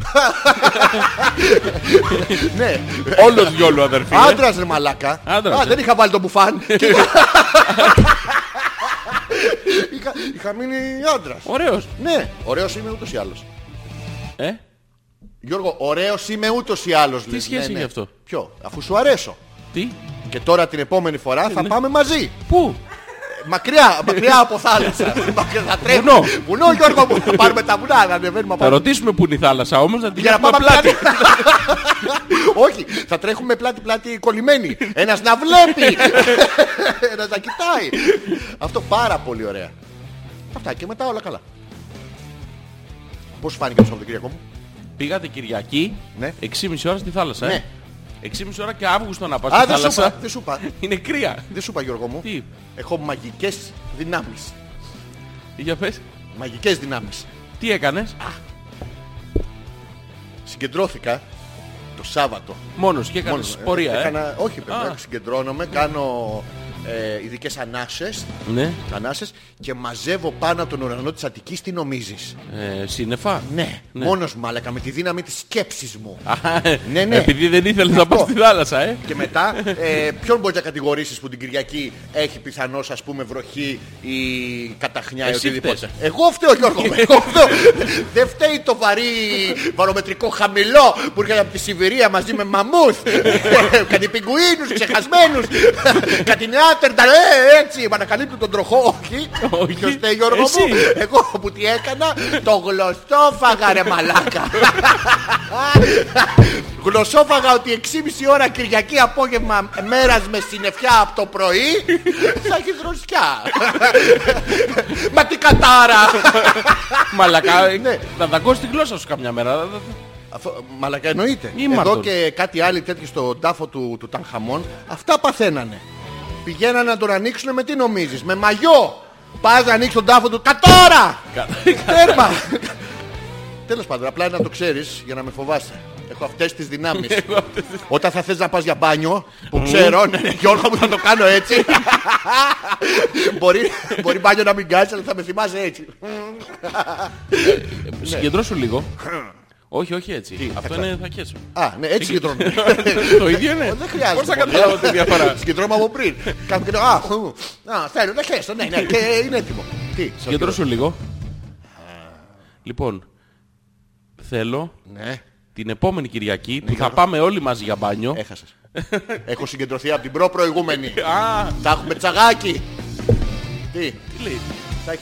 ναι.
Όλος γιόλο, αδερφή. ε.
Άντρας ρε μαλάκα.
Άντρας,
Α,
ε.
δεν είχα βάλει το μπουφάν.
[LAUGHS]
Και- είχα, είχα μείνει άντρας.
Ωραίος.
Ναι, ωραίος είμαι ούτως ή άλλως.
Ε,
Γιώργο, ωραίος είμαι ούτως ή άλλως. λες. Ναι,
σχέση έχει αυτό?
Ποιο, αφού σου αρέσω.
τι,
Και τώρα την επόμενη φορά
Ναι.
θα πάμε μαζί.
πού.
Ε, Μακριά, μακριά από
[LAUGHS]
θάλασσα. Μακριά, θα τρέχουμε.
Βουνό.
Βουνό, Γιώργο μου. Θα πάρουμε τα βουνά, να ανεβαίνουμε από
Θα
πάνω.
ρωτήσουμε που είναι η θάλασσα όμως, να την
Για να
κάνουμε
πάμε
πλάτη.
πλάτη. [LAUGHS] Όχι, θα τρέχουμε πλάτη-πλάτη κολλημένοι. Ένας να βλέπει. [LAUGHS] Ένας να κοιτάει. Αυτό πάρα πολύ ωραία. Αυτά και μετά όλα καλά. Πώς σου φάνηκε το Σαββατοκύριακο μου.
Πήγατε Κυριακή,
Ναι.
6,5 ώρα στη θάλασσα.
Ναι.
Ε. 6,5 ώρα και Αύγουστο να πας
Α,
στη
δεν σου είπα,
θάλασσα.
δεν σου είπα.
Είναι κρύα.
Δεν σου είπα Γιώργο μου.
Τι?
Έχω μαγικές δυνάμεις.
Για πες,
Μαγικές δυνάμεις.
τι έκανες,
Συγκεντρώθηκα το Σάββατο.
μόνος και έκανες
Μόνος μου.
πορεία. ε.
Έκανα, όχι, παιδιά,
Α.
συγκεντρώνομαι, κάνω ε, ειδικές ανάσες,
Ναι.
ανάσες και μαζεύω πάνω από τον ουρανό της Αττικής τι νομίζεις.
Ε, σύννεφα.
Ναι, μόνος μου αλλά με τη δύναμη της σκέψης μου.
Α, ε,
Ναι, ναι.
Επειδή δεν ήθελες να πα
Αυτό.
στη θάλασσα, ε.
Και μετά, ε, ποιον μπορεί να κατηγορήσεις που την Κυριακή έχει πιθανώς ας πούμε βροχή ή καταχνιά ή
Εσύ
οτιδήποτε.
φταίς.
Εγώ φταίω Γιώργο μου, εγώ φταίω. Δεν φταίει το βαρύ βαρομετρικό χαμηλό που έρχεται από τη Σιβηρία μαζί με μαμούθ. Κάτι πιγκουίνους ξεχασμένους. Κάτι νεάτερντα, ε, έτσι, επανακαλύπτουν τον τροχό. Όχι,
Όχι.
ποιος φταίει Γιώργο μου.
Εσύ.
Εγώ που τι έκανα, το γλωστόφαγα ρε μαλάκα. Γλωσσόφαγα ότι 6,5 ώρα Κυριακή απόγευμα μέρας με συννεφιά από το πρωί θα έχεις δροσιά. Μα τι κατάρα!
Μαλακά. ε,
Ναι.
Θα δαγκώσει τη γλώσσα σου καμιά μέρα.
Αυτό, Μαλακά εννοείται.
Ή
Εδώ
μαρτον.
και κάτι άλλοι τέτοιοι στον τάφο του, του Τανχαμών αυτά παθαίνανε. Πηγαίνανε να τον ανοίξουν με τι νομίζεις, με μαγιό. Πας να ανοίξεις τον τάφο του, κατάρα! Τέρμα! Τέλος πάντων, απλά να το ξέρεις για να με φοβάσαι. Έχω αυτές τις δυνάμεις. Όταν θα θες να πας για μπάνιο, που ξέρω, ναι, ναι, Γιώργο μου θα το κάνω έτσι. μπορεί, μπορεί μπάνιο να μην κάνεις, αλλά θα με θυμάσαι έτσι.
Ε, Συγκεντρώσου [CLEARS THROAT] λίγο. Όχι, όχι έτσι. Αυτό είναι Ναι. θα [LAUGHS] Ε, ναι. κέσω.
Α, ναι, έτσι συγκεντρώνουμε.
Το ίδιο είναι.
Δεν χρειάζεται.
Πώς θα
πολύ.
καταλάβω τη
[LAUGHS]
διαφορά.
Συγκεντρώμα από πριν. Κάπου και λέω, Α, χου, α, θέλω να χέσω. Ναι, ναι, και είναι έτοιμο. Τι, σε
Συγκεντρώσου λίγο. Λοιπόν, θέλω
ρωτάω. Ναι,
την επόμενη Κυριακή που θα πάμε όλοι μαζί για μπάνιο.
έχασες. Έχω συγκεντρωθεί από την προ-προηγούμενη.
Α,
Θα έχουμε τσαγάκι. Τι,
τι λέει.
θα έχει-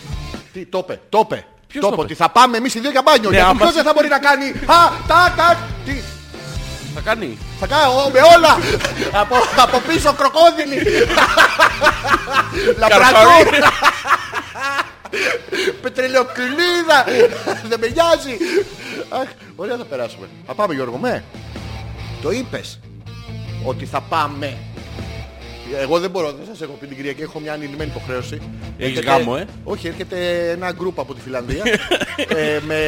Τι, το είπε, το είπε.
Ποιος
Το
το
είπε
είπε?
ότι θα πάμε εμείς οι δύο για μπάνιο.
Ναι,
γιατί
άμα-
ποιος δεν θα μπορεί να κάνει. Α, τα, τα, τι.
Θα κάνει.
Θα κάνω με όλα. από, από πίσω κροκόδιλι. Λαμπρακό.
Καρφαρί.
Πετρελαιοκυλίδα. Δεν με νοιάζει. Αχ, ωραία θα περάσουμε. Θα πάμε Γιώργο με. Το είπες ότι θα πάμε. Εγώ δεν μπορώ, δεν σας έχω πει την Κυριακή, έχω μια ανηλυμένη υποχρέωση.
Έχεις
Έρχεται-
γάμο, ε.
Όχι, έρχεται ένα γκρουπ από τη
[LAUGHS]
Φιλανδία. ε, με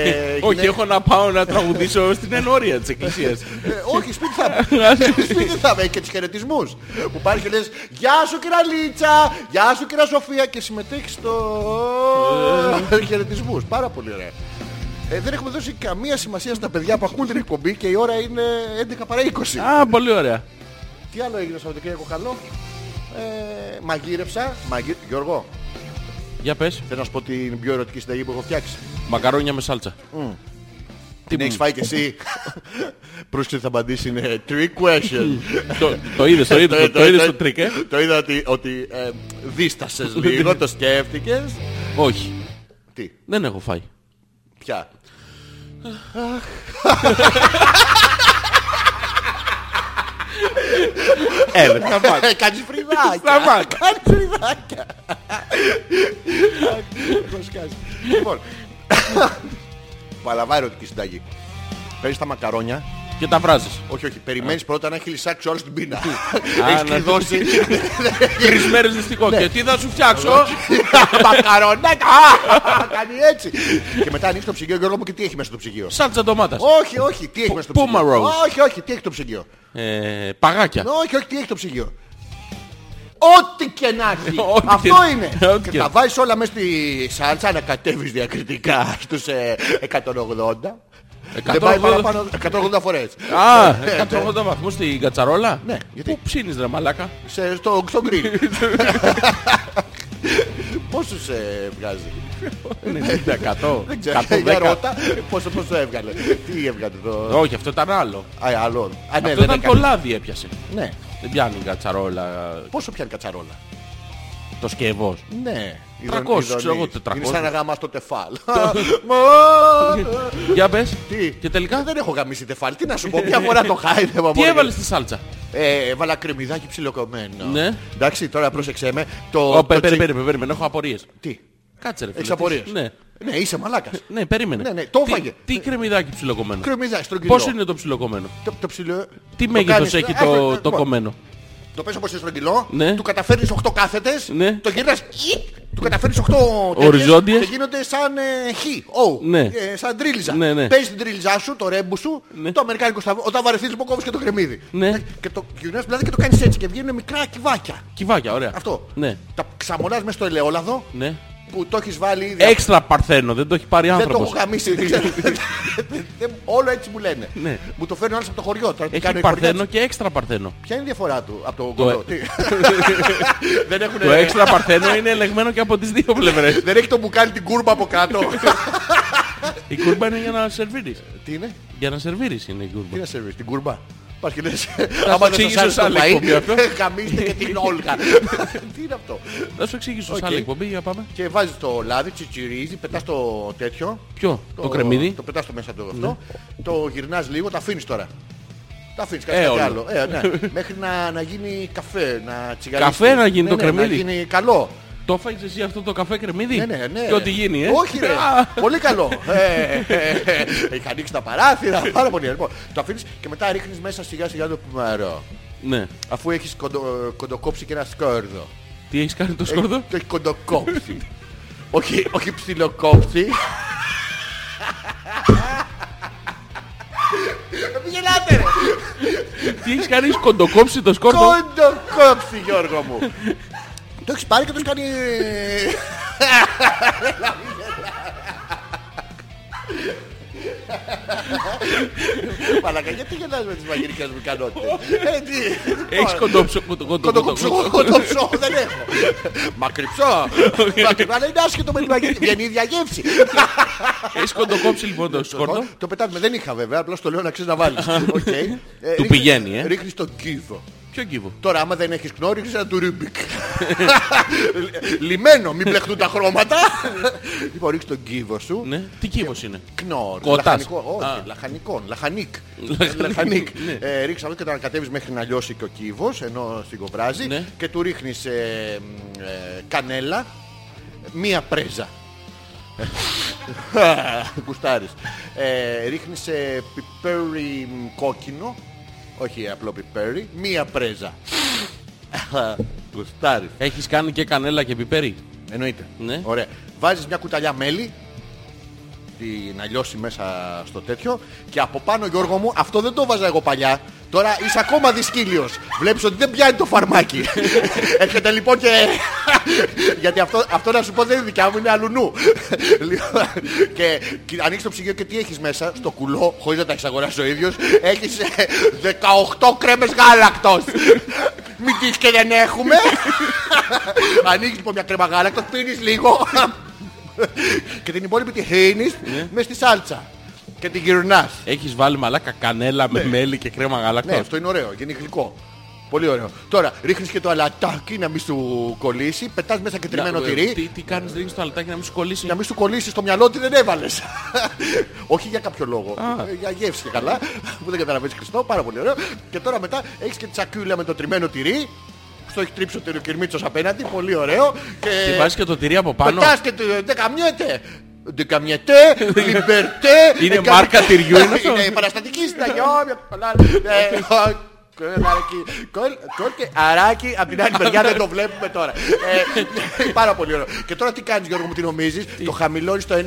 Όχι,
γυναίκες-
έχω να πάω να [LAUGHS] τραγουδήσω στην ενόρια της εκκλησίας.
ε, όχι, σπίτι θα είμαι. σπίτι θα είμαι και τους χαιρετισμούς. Που πάρει και λες «Γεια σου κυρά Λίτσα, γεια σου κυρά Σοφία» και συμμετέχει στο χαιρετισμούς. Πάρα πολύ ωραία. Ε, δεν έχουμε δώσει καμία σημασία στα παιδιά που ακούν την εκπομπή και η ώρα είναι 11 παρά 20.
Α, πολύ ωραία.
Τι άλλο έγινε στο Σαββατοκύριακο καλό. Ε, μαγείρεψα. Μαγεί... Γιώργο,
Για πες.
θέλω να σου πω την πιο ερωτική συνταγή που έχω φτιάξει.
Μακαρόνια με σάλτσα.
Την έχεις φάει και εσύ. Πρόσεξε τι θα απαντήσεις. Είναι trick question.
Το- Το είδες, το είδες, το- το είδες [LAUGHS] το τρίκ, ε.
Το είδα ότι, ότι ε, δίστασες λίγο, το σκέφτηκες.
Όχι.
Τι,
Δεν έχω φάει.
πια.
Ε, δεν θα φάει.
Κάνεις φρυδάκια.
Σταμάτα.
Κάνεις φρυδάκια. Έχω σκάσει. Λοιπόν, παλαβά ερωτική συνταγή. Παίρνεις τα μακαρόνια,
Και τα βράζεις.
όχι όχι, περιμένεις πρώτα να έχει λυσάξει όλη την πίνα.
Α,
Έχεις
να-
κλειδώσει [LAUGHS]
Τρεις μέρες δυστυχώ.
Ναι.
Και τι θα σου φτιάξω.
Ε, μακαρονάκια. Α, Κάνει έτσι. Και μετά ανοίξει το ψυγείο Γιώργο μου και τι έχει μέσα στο ψυγείο.
Σάλτσα ντομάτας.
Όχι, όχι, τι έχει μέσα στο
Puma
ψυγείο.
Roast.
Όχι, όχι, τι έχει το ψυγείο.
Ε, Παγάκια.
Όχι, όχι, τι έχει το ψυγείο. Ό,τι και να έχει.
[LAUGHS] Ό,τι
Αυτό
και-
είναι.
[LAUGHS] ό,τι
και
και-
τα βάζεις όλα μέσα στη σάλτσα, ανακατεύεις διακριτικά στους ε, 180. Δεν πάει
180.
παραπάνω 180 φορές.
Α, 180 βαθμούς στην κατσαρόλα.
Ε, Ναι, γιατί?
Πού ψήνεις ρε μαλάκα.
Σε, στο, στο
[LAUGHS]
γκριν. Πόσους ε, βγάζει.
90%.
[LAUGHS] Δεν ξέρω. Για
110.
ρώτα, πόσο, πόσο έβγαλε. Τι έβγαλε το...
Όχι, αυτό ήταν άλλο.
Α, άλλο. Α, ναι,
Αυτό
δεν
ήταν το
έκανε.
λάδι έπιασε.
Ναι.
Δεν πιάνει η κατσαρόλα
Πόσο πιάνει κατσαρόλα.
το
[LAUGHS]
σκευός.
Ναι.
300,
Ειδονή.
ξέρω εγώ,
Είναι
400.
σαν να γαμάς το τεφάλ.
Για πες.
Τι.
Και τελικά.
Δεν έχω γαμίσει τεφάλ. Τι να σου πω, μια φορά το χάιδευα.
Τι
μόνο.
έβαλες στη σάλτσα.
Ε, Έβαλα κρεμμυδάκι ψιλοκομμένο.
Ναι.
Εντάξει, τώρα πρόσεξέ με. Το.
Ω,
το
πε-
τσι-
Περίμενε, περίμενε, περίμενε, έχω απορίες.
Τι.
Κάτσε ρε φίλε.
Έχεις
τι-
απορίες.
Ναι.
Ναι, είσαι μαλάκας.
Ναι, περίμενε.
Ναι, ναι, το
Τι-
έφαγε.
Τι κρεμμυδάκι ψιλοκομμένο.
Κρεμμυδάκι, στρογγυλό.
Πόσο είναι το ψιλοκομμένο.
Το, το ψιλο...
Τι
το
μέγεθος
κάνεις- Ε,
έχει
Έχω-
το, το
Λοιπόν,
κομμένο.
Το πες όπως είσαι στρογγυλό,
Ναι.
του καταφέρνεις 8 κάθετες,
Ναι.
το γυρνάς, του καταφέρνεις 8
Οριζόντιες.
και γίνονται σαν ε, χ, ο,
Ναι.
ε, σαν τρίλιζα.
Ναι, ναι.
Παίζεις την τρίλιζα σου, το ρέμπου σου,
Ναι.
το αμερικάνικο σταυρό, όταν βαρεθείς λοιπόν κόβεις και το κρεμμύδι. Ε,
Ναι.
Και το γυρνάς δηλαδή και το κάνεις έτσι και βγαίνουν μικρά κυβάκια.
Κυβάκια, ωραία.
Αυτό.
Ναι.
Τα ξαμολάς μέσα στο ελαιόλαδο
Ναι.
που το έχεις βάλει ήδη.
Έξτρα παρθένο, δεν το έχει πάρει
Δεν το έχω
άνθρωπος.
γαμίσει. δεν ξέρω. Δεν- Όλο έτσι μου λένε.
Ναι.
Μου το φέρνουν άλλος από το χωριό. Τώρα τι
Έχει
κάνουν οι χωριάτες.
παρθένο και έξτρα παρθένο.
Ποια είναι η διαφορά του από το
Το
κοντό.
ε-
Τι. [LAUGHS] Δεν έχουν...
Το έξτρα παρθένο είναι ελεγμένο και από τις δύο πλευρές.
[LAUGHS] Δεν έχει το μπουκάλι την κούρμα από
[LAUGHS]
κάτω.
Η κούρμπα είναι για να σερβίρεις.
Τι είναι,
Ε, Για να σερβίρεις είναι η
τι
κούρμπα.
να σερβίρεις, την κούρμα. Υπάρχει λες,
το
άμα δεν
εξηγήσω
σας άρεσε
σε
το
άλλη
λαΐ,
εκπομπή αυτό.
γαμίστε και την
[LAUGHS]
Όλγα. Τι είναι αυτό.
Θα σου εξηγήσω σε
Ε, Οκ.
άλλη εκπομπή, για πάμε.
Και βάζεις το λάδι, τσιτσιρίζει, πετάς το τέτοιο.
Ποιο, το κρεμμύδι. Ναι.
Το πετάς το μέσα το αυτό. Το γυρνάς λίγο, το αφήνεις τώρα. Το αφήνεις
Ε,
κάτι, κάτι
όλο.
άλλο. Ε, ναι.
[LAUGHS]
Μέχρι να, να γίνει καφέ, να τσιγαρίσει.
Καφέ να γίνει
Ναι,
το
ναι,
κρεμμύδι.
Να γίνει καλό.
Το έφαγες εσύ αυτό το καφέ κρεμμύδι.
Ναι, ναι, ναι.
Και ό,τι γίνει, ε.
Όχι, ρε.
Α,
πολύ καλό. Ε, ε, ε, Έχει ανοίξει τα παράθυρα. Πάρα πολύ. Λοιπόν, το αφήνεις και μετά ρίχνεις μέσα σιγά σιγά το κουμαρό.
Ναι.
Αφού έχεις κοντοκόψει και ένα σκόρδο.
Τι έχεις κάνει
Ε,
το σκόρδο.
Το έχει
[LAUGHS]
κοντοκόψει. όχι, όχι ψιλοκόψει. Μην Γελάτε ρε.
Τι έχεις κάνει, έχεις κοντοκόψει το σκόρδο.
Κοντοκόψει Γιώργο μου. [LAUGHS] Το έχεις πάρει και το έχεις [LAUGHS] κάνει... ε, Μαλακα, γιατί γελάς με τις μαγειρικές μου ικανότητες. Ε, τι.
Έχεις κοντόψει. κοντο- κοντο-
Κοντοκόψω,
κοντο-
κοντοκόψω, δεν έχω.
[LAUGHS]
Μακρυψώ. Μακρυψώ, αλλά είναι άσχετο με τη μαγειρική. Βγαίνει η ίδια γεύση.
Έχεις κοντοκόψει λοιπόν το σκόρδο.
Το πετάμε, δεν είχα βέβαια, απλώς το λέω να ξέρεις να
[LAUGHS]
βάλεις. Οκ. Ε, ρίχνεις-
πηγαίνει, ε.
Ρίχνεις τον κύβο.
Ποιο κύβο.
Τώρα, άμα δεν έχεις κνό, ρίξε ένα του Ρούμπικ. [LAUGHS] Λιμένο, μην μπλεχτούν τα χρώματα. λοιπόν, ρίξε τον κύβο σου.
Ναι. Τι κύβος είναι.
Κνόρ,
Κότας.
λαχανικό,
Α.
όχι, λαχανικό, λαχανίκ.
Λαχανίκ,
Λαχανίκ.
ναι.
Ε, Ρίξε αυτό και το ανακατεύεις μέχρι να λιώσει και ο κύβος, ενώ συγκοβράζει.
Ναι.
Και του ρίχνεις ε, μ, ε, κανέλα, μία πρέζα. [LAUGHS] Κουστάρεις. Ε, ρίχνεις ε, πιπέρι μ, κόκκινο, όχι απλό πιπέρι, μία
[LAUGHS]
πρέζα. Κουστάρεις.
Έχεις κάνει και κανέλα και πιπέρι.
Εννοείται.
Ναι.
Ωραία. Βάζεις μια κουταλιά μέλι τη- να λιώσει μέσα στο τέτοιο και από πάνω Γιώργο μου αυτό δεν το βάζα εγώ παλιά τώρα είσαι ακόμα δυσκύλιος βλέπεις ότι δεν πιάνει το φαρμάκι έρχεται λοιπόν και [LAUGHS] γιατί αυτό, αυτό να σου πω δεν είναι δικιά μου είναι αλουνού [LAUGHS] Λοιπόν, και και ανοίξεις το ψυγείο και τι έχεις μέσα στο κουλό χωρίς να τα έχεις αγοράσει ο ίδιος έχεις ε, 18 κρέμες γάλακτος μην τύχει και δεν έχουμε ανοίγεις λοιπόν μια κρέμα γάλακτος πίνεις λίγο και την υπόλοιπη τη χύνεις
Ναι.
μες στη σάλτσα. Και την γυρνάς.
Έχεις βάλει μαλάκα κανέλα με μέλι και κρέμα
Ναι,
γαλακτός.
αυτό είναι ωραίο, γίνει γλυκό. Πολύ ωραίο. Τώρα, ρίχνεις και το αλατάκι να μην σου κολλήσει, πετάς μέσα και τριμμένο
Να- ε,
τυρί,
Τι, τι κάνεις, ρίχνεις το αλτάκι να μην σου κολλήσει.
να μην σου κολλήσει στο μυαλό ότι δεν έβαλες. [LAUGHS] Όχι για κάποιο λόγο.
Α.
Ε, Για γεύση και καλά, που δεν καταλαβαίνεις Χριστό, πάρα πολύ ωραίο. Και τώρα μετά έχεις και τσακούλα με το τριμμένο τυρί, στο έχει τρίψει ο τυροκυρμίτσος απέναντι, πολύ ωραίο.
Και βάζεις και το τυρί από πάνω.
Πετάς και το δεν καμιέται. Δεν καμιέται, λιμπερτέ.
[LAUGHS] Είναι
δεν
μάρκα
καμιέται.
τυριού, είναι αυτό?
Είναι παραστατική
[LAUGHS]
στην Αγιώμη. Ε, Κόλ και αράκι από την άλλη μεριά δεν το βλέπουμε τώρα. Ε, [LAUGHS] Πάρα πολύ ωραίο. Και τώρα τι κάνεις Γιώργο μου, τι νομίζεις. Το χαμηλώνεις το 1,5.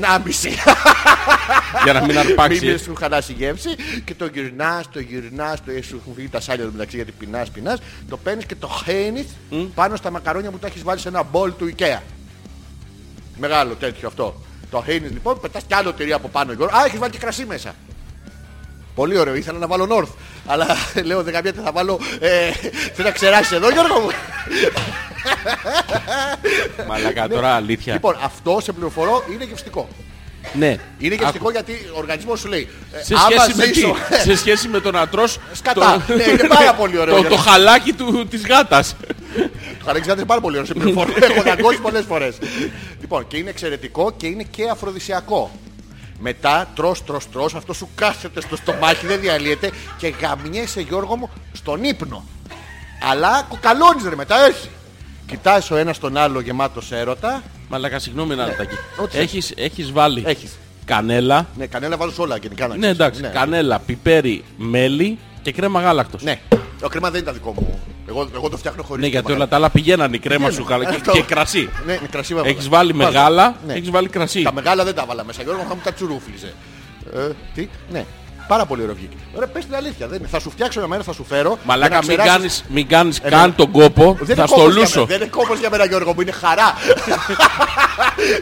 Για να μην αρπάξεις.
Μην σου χαλάσει η γεύση και το γυρνάς, το γυρνάς, το σου έχουν βγει τα σάλια εδώ μεταξύ γιατί πεινάς, πεινάς. Το παίρνεις και το χαίνεις πάνω στα μακαρόνια που τα έχεις βάλει σε ένα μπολ του IKEA. Μεγάλο τέτοιο αυτό. Το χαίνεις λοιπόν, πετάς κι άλλο τυρί από πάνω. Γιώργο. Α, έχεις βάλει και κρασί μέσα. Πολύ ωραίο, ήθελα να βάλω North. Αλλά [LAUGHS] λέω δεν καμιέται, θα βάλω. Ε, θέλω να ξεράσει εδώ, Γιώργο
[LAUGHS]
μου.
Μαλάκα τώρα αλήθεια.
Λοιπόν, αυτό σε πληροφορώ είναι γευστικό.
Ναι.
Είναι
Άκου.
γευστικό γιατί ο οργανισμός σου λέει. ε,
Σε
άμα
σχέση, με
ζήσω- [LAUGHS]
τι, σε σχέση με το να τρως
Σκατά.
το-
Ναι, είναι πάρα πολύ ωραίο.
το, το χαλάκι του, της γάτας.
Το Αλεξάνδρου είναι πάρα πολύ ωραίο. σε πληροφορώ.
[LAUGHS]
Έχω να ακούσει πολλές φορές. Λοιπόν, και είναι εξαιρετικό και είναι και αφροδισιακό. Μετά τρως, τρως, τρως, αυτό σου κάθεται στο στομάχι, δεν διαλύεται και γαμιέσαι Γιώργο μου στον ύπνο. Αλλά κοκαλώνεις ρε μετά έρχει. Κοιτάς ο ένας τον άλλο γεμάτος έρωτα.
Μαλάκα, συγγνώμη ένα λεπτάκι.
ό,τι
Έχεις, έχεις βάλει
Ναι. Έχεις.
κανέλα.
Ναι, κανένα βάζω σε όλα γενικά να
Ναι,
ξέρεις.
εντάξει. Κανέλα, πιπέρι, μέλι και κρέμα γάλακτος.
Ναι, το κρέμα Ναι. δεν ήταν δικό μου. Εγώ, εγώ το φτιάχνω χωρίς.
Ναι, γιατί
κρέμα.
όλα τα άλλα πηγαίνανε η κρέμα σου καλά και,
Αυτό.
και κρασί.
Ναι, ναι, κρασί βάζω.
Έχεις βάλει
Βάζω.
μεγάλα,
Ναι.
έχεις βάλει κρασί.
Τα μεγάλα δεν τα βάλα μέσα. Γιώργο μου τα τσουρούφλιζε. Ε, τι, ναι. Πάρα πολύ ωραίο βγήκε. Ωραία, πες την αλήθεια. Δεν είναι. Θα σου φτιάξω για μένα, θα σου φέρω. για
Μαλάκα,
να
μην
ξεράσεις-
κάνεις, μην κάνεις
Ε,
καν
ναι.
τον κόπο,
Δεν
θα
είναι κόπος για
στολούσω.
μένα. Δεν είναι κόπος για μένα, Γιώργο μου, είναι
[LAUGHS]
χαρά.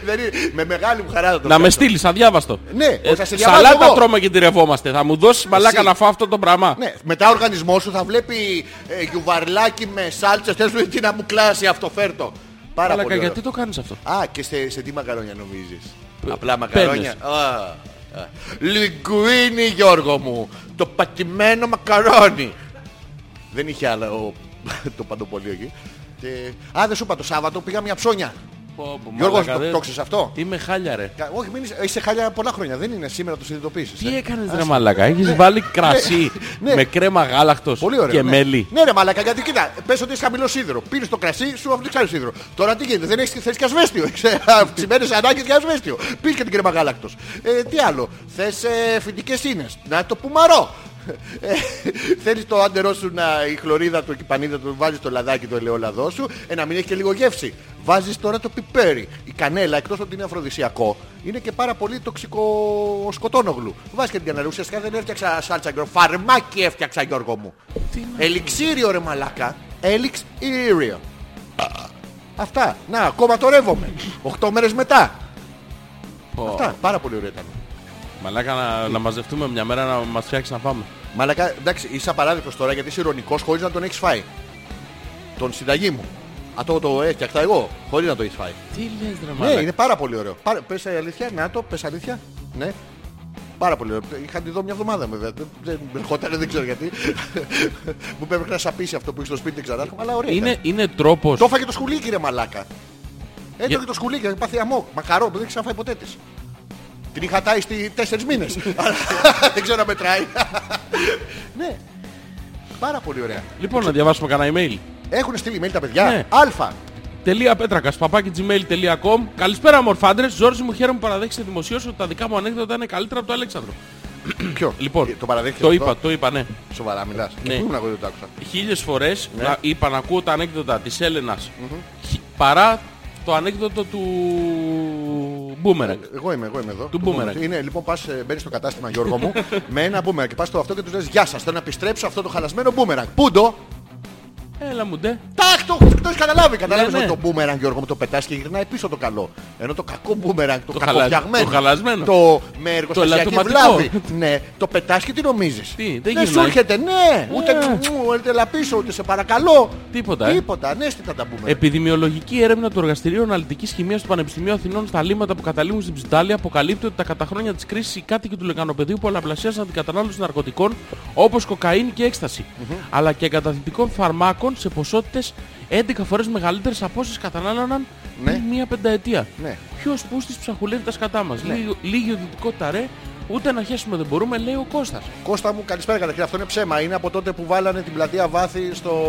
Δεν είναι- Με μεγάλη μου χαρά θα το
Να με
φτιάξω.
στείλεις, αδιάβαστο.
Ναι,
Ε,
θα σε διαβάζω
σαλάτα
εγώ.
τρώμε και τυρευόμαστε. Θα μου δώσεις μαλάκα να φάω αυτό το πράγμα.
Ναι, μετά ο οργανισμός σου θα βλέπει ε, γιουβαρλάκι με σάλτσες. Θες του τι να μου κλάσει αυτό, φέρτο. Πάρα
Μαλάκα,
πολύ ωραίο.
γιατί το κάνεις αυτό.
Α, και σε, σε τι μακαρόνια νομίζεις.
Π-
Απλά μακαρόνια. Α, α. Λιγκουίνι Γιώργο μου. Το πατημένο μακαρόνι. Δεν είχε άλλο [LAUGHS] το παντοπολείο εκεί. Και... Α, δεν σου είπα το Σάββατο πήγα μια ψώνια.
Πω, πω,
Γιώργος,
μαλάκα,
το,
δεν-
το ξέρεις αυτό.
Είμαι χάλια ρε.
Κα- Όχι, μην είσαι, είσαι χάλια πολλά χρόνια. Δεν είναι σήμερα το συνειδητοποίησες.
Τι
ε.
έκανες
Ας-
ρε μαλάκα, έχεις βάλει κρασί
Ναι.
με κρέμα γάλακτος
Πολύ ωραίο.
και
ναι.
μέλι.
Ναι, ρε μαλακά, γιατί κοιτά, πες ότι είσαι χαμηλός σίδηρο. Πήρες το κρασί, σου αφήνει άλλο σίδηρο. Τώρα τι γίνεται, δεν έχεις θέση και ασβέστιο. [LAUGHS] Έχεις αυξημένες ανάγκες για ασβέστιο. Πήρες και την κρέμα γάλακτος. Ε, τι άλλο, θες ε, φυτικές ίνες. Να το πουμαρώ. [LAUGHS] Ε, θέλεις το άντερό σου να η χλωρίδα του και η πανίδα του βάζεις το λαδάκι το ελαιόλαδό σου ε, να μην έχει και λίγο γεύση. Βάζεις τώρα το πιπέρι. Η κανέλα εκτός ότι είναι αφροδισιακό είναι και πάρα πολύ τοξικό σκοτώνογλου. Βάζεις και την κανέλα. Ουσιαστικά δεν έφτιαξα σάλτσα Γιώργο. Φαρμάκι έφτιαξα Γιώργο μου. Ελιξίριο ρε μαλάκα. Ελιξίριο. Αυτά. Να, ακόμα το ρεύομαι. 8 μέρες μετά.
Πω.
Αυτά. Πάρα πολύ ωραία ήταν.
Μαλάκα να, να μαζευτούμε μια μέρα να μας φτιάξει να πάμε.
Μαλακά, εντάξει, είσαι απαράδεκτος τώρα γιατί είσαι ηρωνικός χωρίς να τον έχεις φάει. Τον συνταγή μου. Αυτό το έφτιαχτα εγώ, χωρίς να το έχεις φάει.
Τι λες ρε
Ναι,
μαλάκα.
είναι πάρα πολύ ωραίο. Πάρα, πες αλήθεια, να το, πες αλήθεια. Ναι. Πάρα πολύ ωραίο. Είχα τη δω μια εβδομάδα βέβαια. Δεν- Δεν ερχόταν, δεν ξέρω [LAUGHS] γιατί. μου πρέπει να σαπίσει αυτό που έχει στο σπίτι, δεν ξανάρχομαι, αλλά ωραία. ήταν.
Είναι, είναι τρόπος...
Το έφαγε το σκουλίκι ρε μαλάκα. Έτρωγε
Για-
το σκουλίκι, έχει πάθει αμόκ. Μακαρό, που δεν ξαναφάει ποτέ της. Την είχα τάει στι τέσσερις
[LAUGHS]
μήνες. Αλλά δεν ξέρω να μετράει. ναι. Πάρα πολύ ωραία.
Λοιπόν, να διαβάσουμε κανένα email.
Έχουν στείλει mail τα παιδιά.
Ναι. [CLEARS THROAT]
Αλφα.
Τελεία πέτρακας, παπάκι gmail.com. Καλησπέρα, μορφάντρε. Ζόρζι μου, χαίρομαι που παραδέχεσαι δημοσίως ότι τα δικά μου ανέκδοτα είναι καλύτερα από το Αλέξανδρο.
Ποιο. Ε,
Λοιπόν,
Το παραδέχτηκε.
το είπα, το είπα, ναι.
Σοβαρά μιλάς. Ε,
Ναι.
Πού ήμουν εγώ δεν το άκουσα.
Χίλιες φορές
Ναι.
είπα να ακούω τα ανέκδοτα της ελενα παρά το ανέκδοτο του Μπούμερακ.
Εγώ είμαι, εγώ είμαι εδώ.
Του
Το
boomerang.
boomerang. Είναι, λοιπόν, πας, ε, μπαίνεις στο κατάστημα Γιώργο
[LAUGHS]
μου με ένα boomerang και πας στο αυτό και τους λες Γεια σας, θέλω να επιστρέψω αυτό το χαλασμένο boomerang. Πού το, ε.
Έλα μου ντε.
Τάχ, το, το έχεις καταλάβει. Καταλάβεις
Ναι, ναι.
ότι το boomerang Γιώργο μου το πετάς και γυρνάει πίσω το καλό. Ενώ το κακό boomerang, το,
Το χαλα-
κακοφτιαγμένο.
το χαλασμένο.
Το με εργοστασιακή
ελαττωματικό.
βλάβη. ναι, το πετάς και τι νομίζεις.
Τι, δεν
δεν σου
γυρνάει.
έρχεται, ναι. Ούτε
Ε.
μου, ούτε λαπίσω, ούτε σε παρακαλώ.
Τίποτα, ε.
Τίποτα, ανέστητα τα boomerang.
Επιδημιολογική έρευνα του Εργαστηρίου Αναλυτικής Χημίας του Πανεπιστημίου Αθηνών στα λίμματα που καταλήγουν στην Ψιτάλια αποκαλύπτει ότι τα κατά χρόνια της κρίσης οι κάτοικοι του Λεκανοπεδίου πολλαπλασίασαν την κατανάλωση ναρκωτικών όπως κοκαίνη και έκσταση, αλλά και εγκαταθλιπτικών φαρμάκων σε ποσότητες 11 φορές μεγαλύτερες από όσες κατανάλωναν
Ναι.
πριν μία πενταετία.
Ναι.
Ποιος πούς της ψαχουλεύει τα σκατά μας. Λίγο, λίγη οδυτικότητα ρε, ούτε να χέσουμε δεν μπορούμε, λέει ο Κώστας.
Κώστα μου, καλησπέρα καταρχήν. Αυτό είναι ψέμα. Είναι από τότε που βάλανε την πλατεία βάθη στο,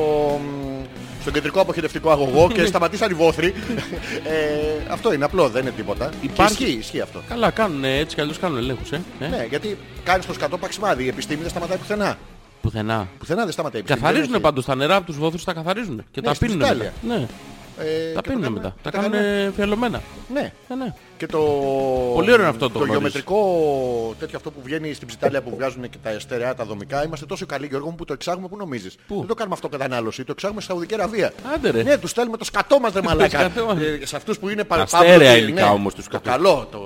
μ, στον κεντρικό αποχαιρευτικό αγωγό
Ναι.
και σταματήσαν οι βόθροι. ε, αυτό είναι απλό, δεν είναι τίποτα.
Υπάρχει-
Και Ισχύει, ισχύει αυτό.
Καλά κάνουν έτσι κι αλλιώς κάνουν ελέγχους, ε. ε.
Ναι, γιατί κάνεις το σκατό παξιμάδι. Η επιστήμη δεν σταματάει πουθενά.
Πουθενά.
Πουθενά δεν σταματάει η επιστήμη.
Καθαρίζουν
Δεν
πάντως τα νερά από τους βόθρους, τα καθαρίζουν και τα
στην
πίνουν
Ιταλία.
μετά. Ναι,
έχει- ε,
τα
και το
πίνουν
κάνουμε-
μετά. Τα
κάνουμε-
κάνουν φιαλωμένα.
Ναι.
Ναι, ναι.
Και το...
Πολύ ωραίο αυτό το
Το
γνωρίζεις.
γεωμετρικό τέτοιο αυτό που βγαίνει στην ψιτάλια που βγάζουν και τα εστερεά τα δομικά. Είμαστε τόσο καλοί Γιώργο μου που το εξάγουμε που νομίζεις.
Πού?
Δεν το κάνουμε αυτό κατανάλωση. Το εξάγουμε στη Σαουδική Αραβία.
Άντε ρε.
Ναι, τους στέλνουμε το σκατό μας ρε μαλάκα.
σκατό μας.
Ε, σε αυτούς που είναι παρα-
Τα στέρεα
παύλωτοι,
υλικά όμως τους
ναι, Το
σκατούς.
καλό. Το...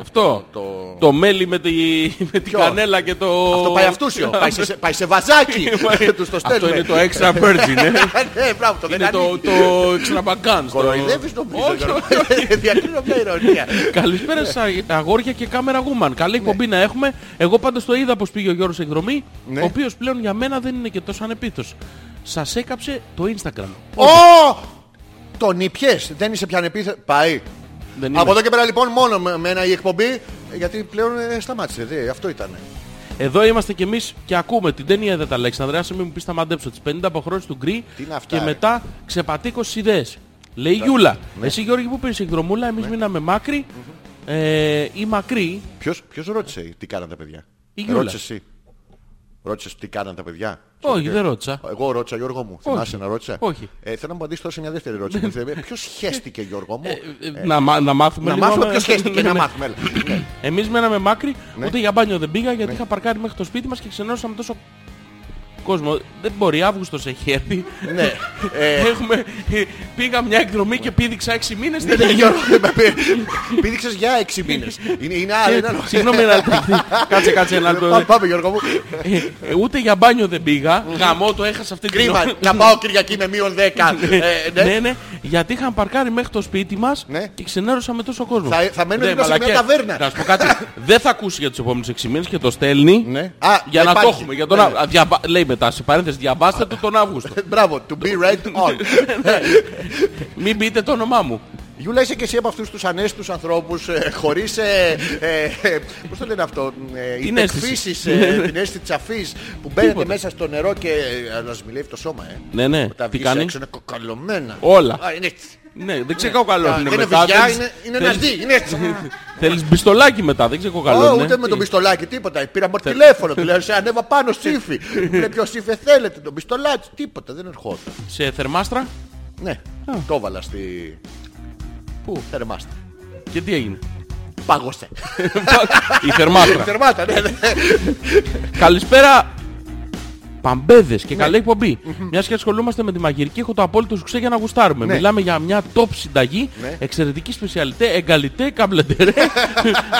Αυτό.
Το...
Το μέλι με τη, με τη
Ποιο?
κανέλα και το...
Αυτό πάει
[LAUGHS]
αυτούσιο. πάει, σε, πάει σε βαζάκι. τους το
Αυτό
στέλνουμε.
είναι το extra virgin. ε.
[LAUGHS] ναι, μπράβο, το δεν
είναι το,
ανοίγει.
το extravagance.
Κοροϊδεύεις
το...
νομίζω.
Όχι,
Γιώργο.
όχι,
[LAUGHS]
όχι.
Διακρίνω μια ηρωνία.
Καλησπέρα σας αγόρια και κάμερα woman. Καλή εκπομπή να έχουμε. Εγώ πάντως το είδα πως πήγε ο Γιώργος εκδρομή,
Ναι.
ο οποίος πλέον για μένα δεν είναι και τόσο ανεπίθος. Σας έκαψε το Instagram.
Ω! Τον ήπιες, δεν είσαι πια ανεπίθετος. Πάει.
Δεν είμαι.
Από εδώ και πέρα λοιπόν μόνο με μένα η εκπομπή, γιατί πλέον ε, σταμάτησε. Δε, αυτό ήταν.
Εδώ είμαστε κι εμείς και ακούμε την ταινία δεν τα Αλέξανδρα. Άσε μην μου πεις τα μαντέψω τις 50 αποχρώσεις του Γκρι
Τι είναι αυτά,
και
ρε.
μετά ξεπατήκωση ιδέες. Λέει η Γιούλα.
ναι.
Εσύ Γιώργη που πήρες εκδρομούλα, εμείς μείναμε μάκρυ ε, ή μακρύ.
Ποιος, ποιος ρώτησε τι κάναν τα παιδιά.
Η Γιούλα.
Ρώτησες εσύ. Ρώτησες τι κάναν τα παιδιά.
Όχι, δεν ρώτησα.
Εγώ ρώτησα, Γιώργο μου. Θυμάσαι να ρώτησα.
Όχι.
Ε, θέλω να μου απαντήσεις τώρα σε μια δεύτερη ερώτηση. Ποιο χέστηκε, Γιώργο μου.
Ε, Να, μα- να μάθουμε
Να
λίγο
μάθουμε
με-
ποιο χέστηκε,
Ναι,
να
ναι.
μάθουμε.
[LAUGHS]
έλα. Ναι.
Εμείς μέναμε μάκρυ,
Ναι.
ούτε για μπάνιο δεν πήγα γιατί είχα παρκάρει μέχρι το σπίτι μας και ξενώσαμε τόσο κόσμο. Δεν μπορεί, Αύγουστος έχει έρθει.
Ναι. Ε,
Έχουμε, πήγα μια εκδρομή και πήδηξα 6 μήνες. δεν
Ναι, Γιώργο, [LAUGHS] με πή- πήδηξες για έξι μήνες. Είναι, είναι άλλο. είναι άλλο.
Συγγνώμη να Κάτσε, κάτσε να
ναι, Πάμε,
το...
Πάμε Γιώργο μου.
Ε, ε, Ούτε για μπάνιο δεν πήγα. Γαμό το έχασα αυτή την
Κρίμα,
ώρα.
να πάω Κυριακή με μείον 10. Ε, ναι.
Ναι, ναι, γιατί είχαν παρκάρει μέχρι το σπίτι μας
Ναι.
και ξενέρωσαμε τόσο κόσμο.
Θα- θα μένω
Ναι,
δίπλα σε μια
μαλακές.
ταβέρνα.
Να σου πω κάτι.
[LAUGHS]
Δεν θα ακούσει για τους επόμενους 6 μήνες και το στέλνει.
Ναι. Α,
για να
υπάρχει.
το έχουμε. Για τον
Ναι,
Αύ- Α, διαβα- Λέει μετά σε παρένθεση, διαβάστε το τον Αύγουστο.
Μπράβο, to be right on.
Μην πείτε το όνομά μου.
Γιούλα, είσαι και εσύ από αυτούς τους ανέστους ανθρώπους ε, χωρίς... ε, ε, ε, Πώς το λένε αυτό, ε,
Την
υπεκφύσεις,
αίσθηση.
ε, την αίσθηση της αφής που μπαίνετε
Τίποτα.
μέσα στο νερό και ε, αλλά σας μιλεύει το σώμα. ε.
Ναι, ναι.
Όταν
Τι
βγεις
κάνεις.
έξω είναι κοκαλωμένα.
Όλα.
Α, είναι έτσι.
Ναι, δεν ξεκάω καλό.
Α,
είναι
Δεν είναι
μετά,
βυζιά,
θέλεις-
είναι- είναι
θέλεις-
ένα δι, είναι
[LAUGHS]
έτσι.
Θέλεις μπιστολάκι μετά, δεν ξεκάω
Ω,
καλό. Ε,
ούτε με τον πιστολάκι τίποτα. Πήρα μόνο τηλέφωνο. Του
[LAUGHS]
λέω σε ανέβα πάνω σύφη. Μου λέει ποιος σύφη θέλετε. Τον πιστολάκι τίποτα. Δεν ερχόταν.
Σε θερμάστρα.
Ναι. Το έβαλα στη
Πού?
θερμάστα.
Και τι έγινε. [LAUGHS]
Πάγωσε.
Η θερμάστρα.
Θερμάτα, ναι. ναι.
Καλησπέρα. Παμπέδες και
Ναι.
καλή εκπομπή. Μιας και ασχολούμαστε με τη μαγειρική, έχω το απόλυτο σουξέ για να γουστάρουμε.
Ναι.
Μιλάμε για μια top συνταγή,
Ναι.
εξαιρετική σπεσιαλιτέ, εγκαλιτέ,
[LAUGHS]
καμπλεντερέ,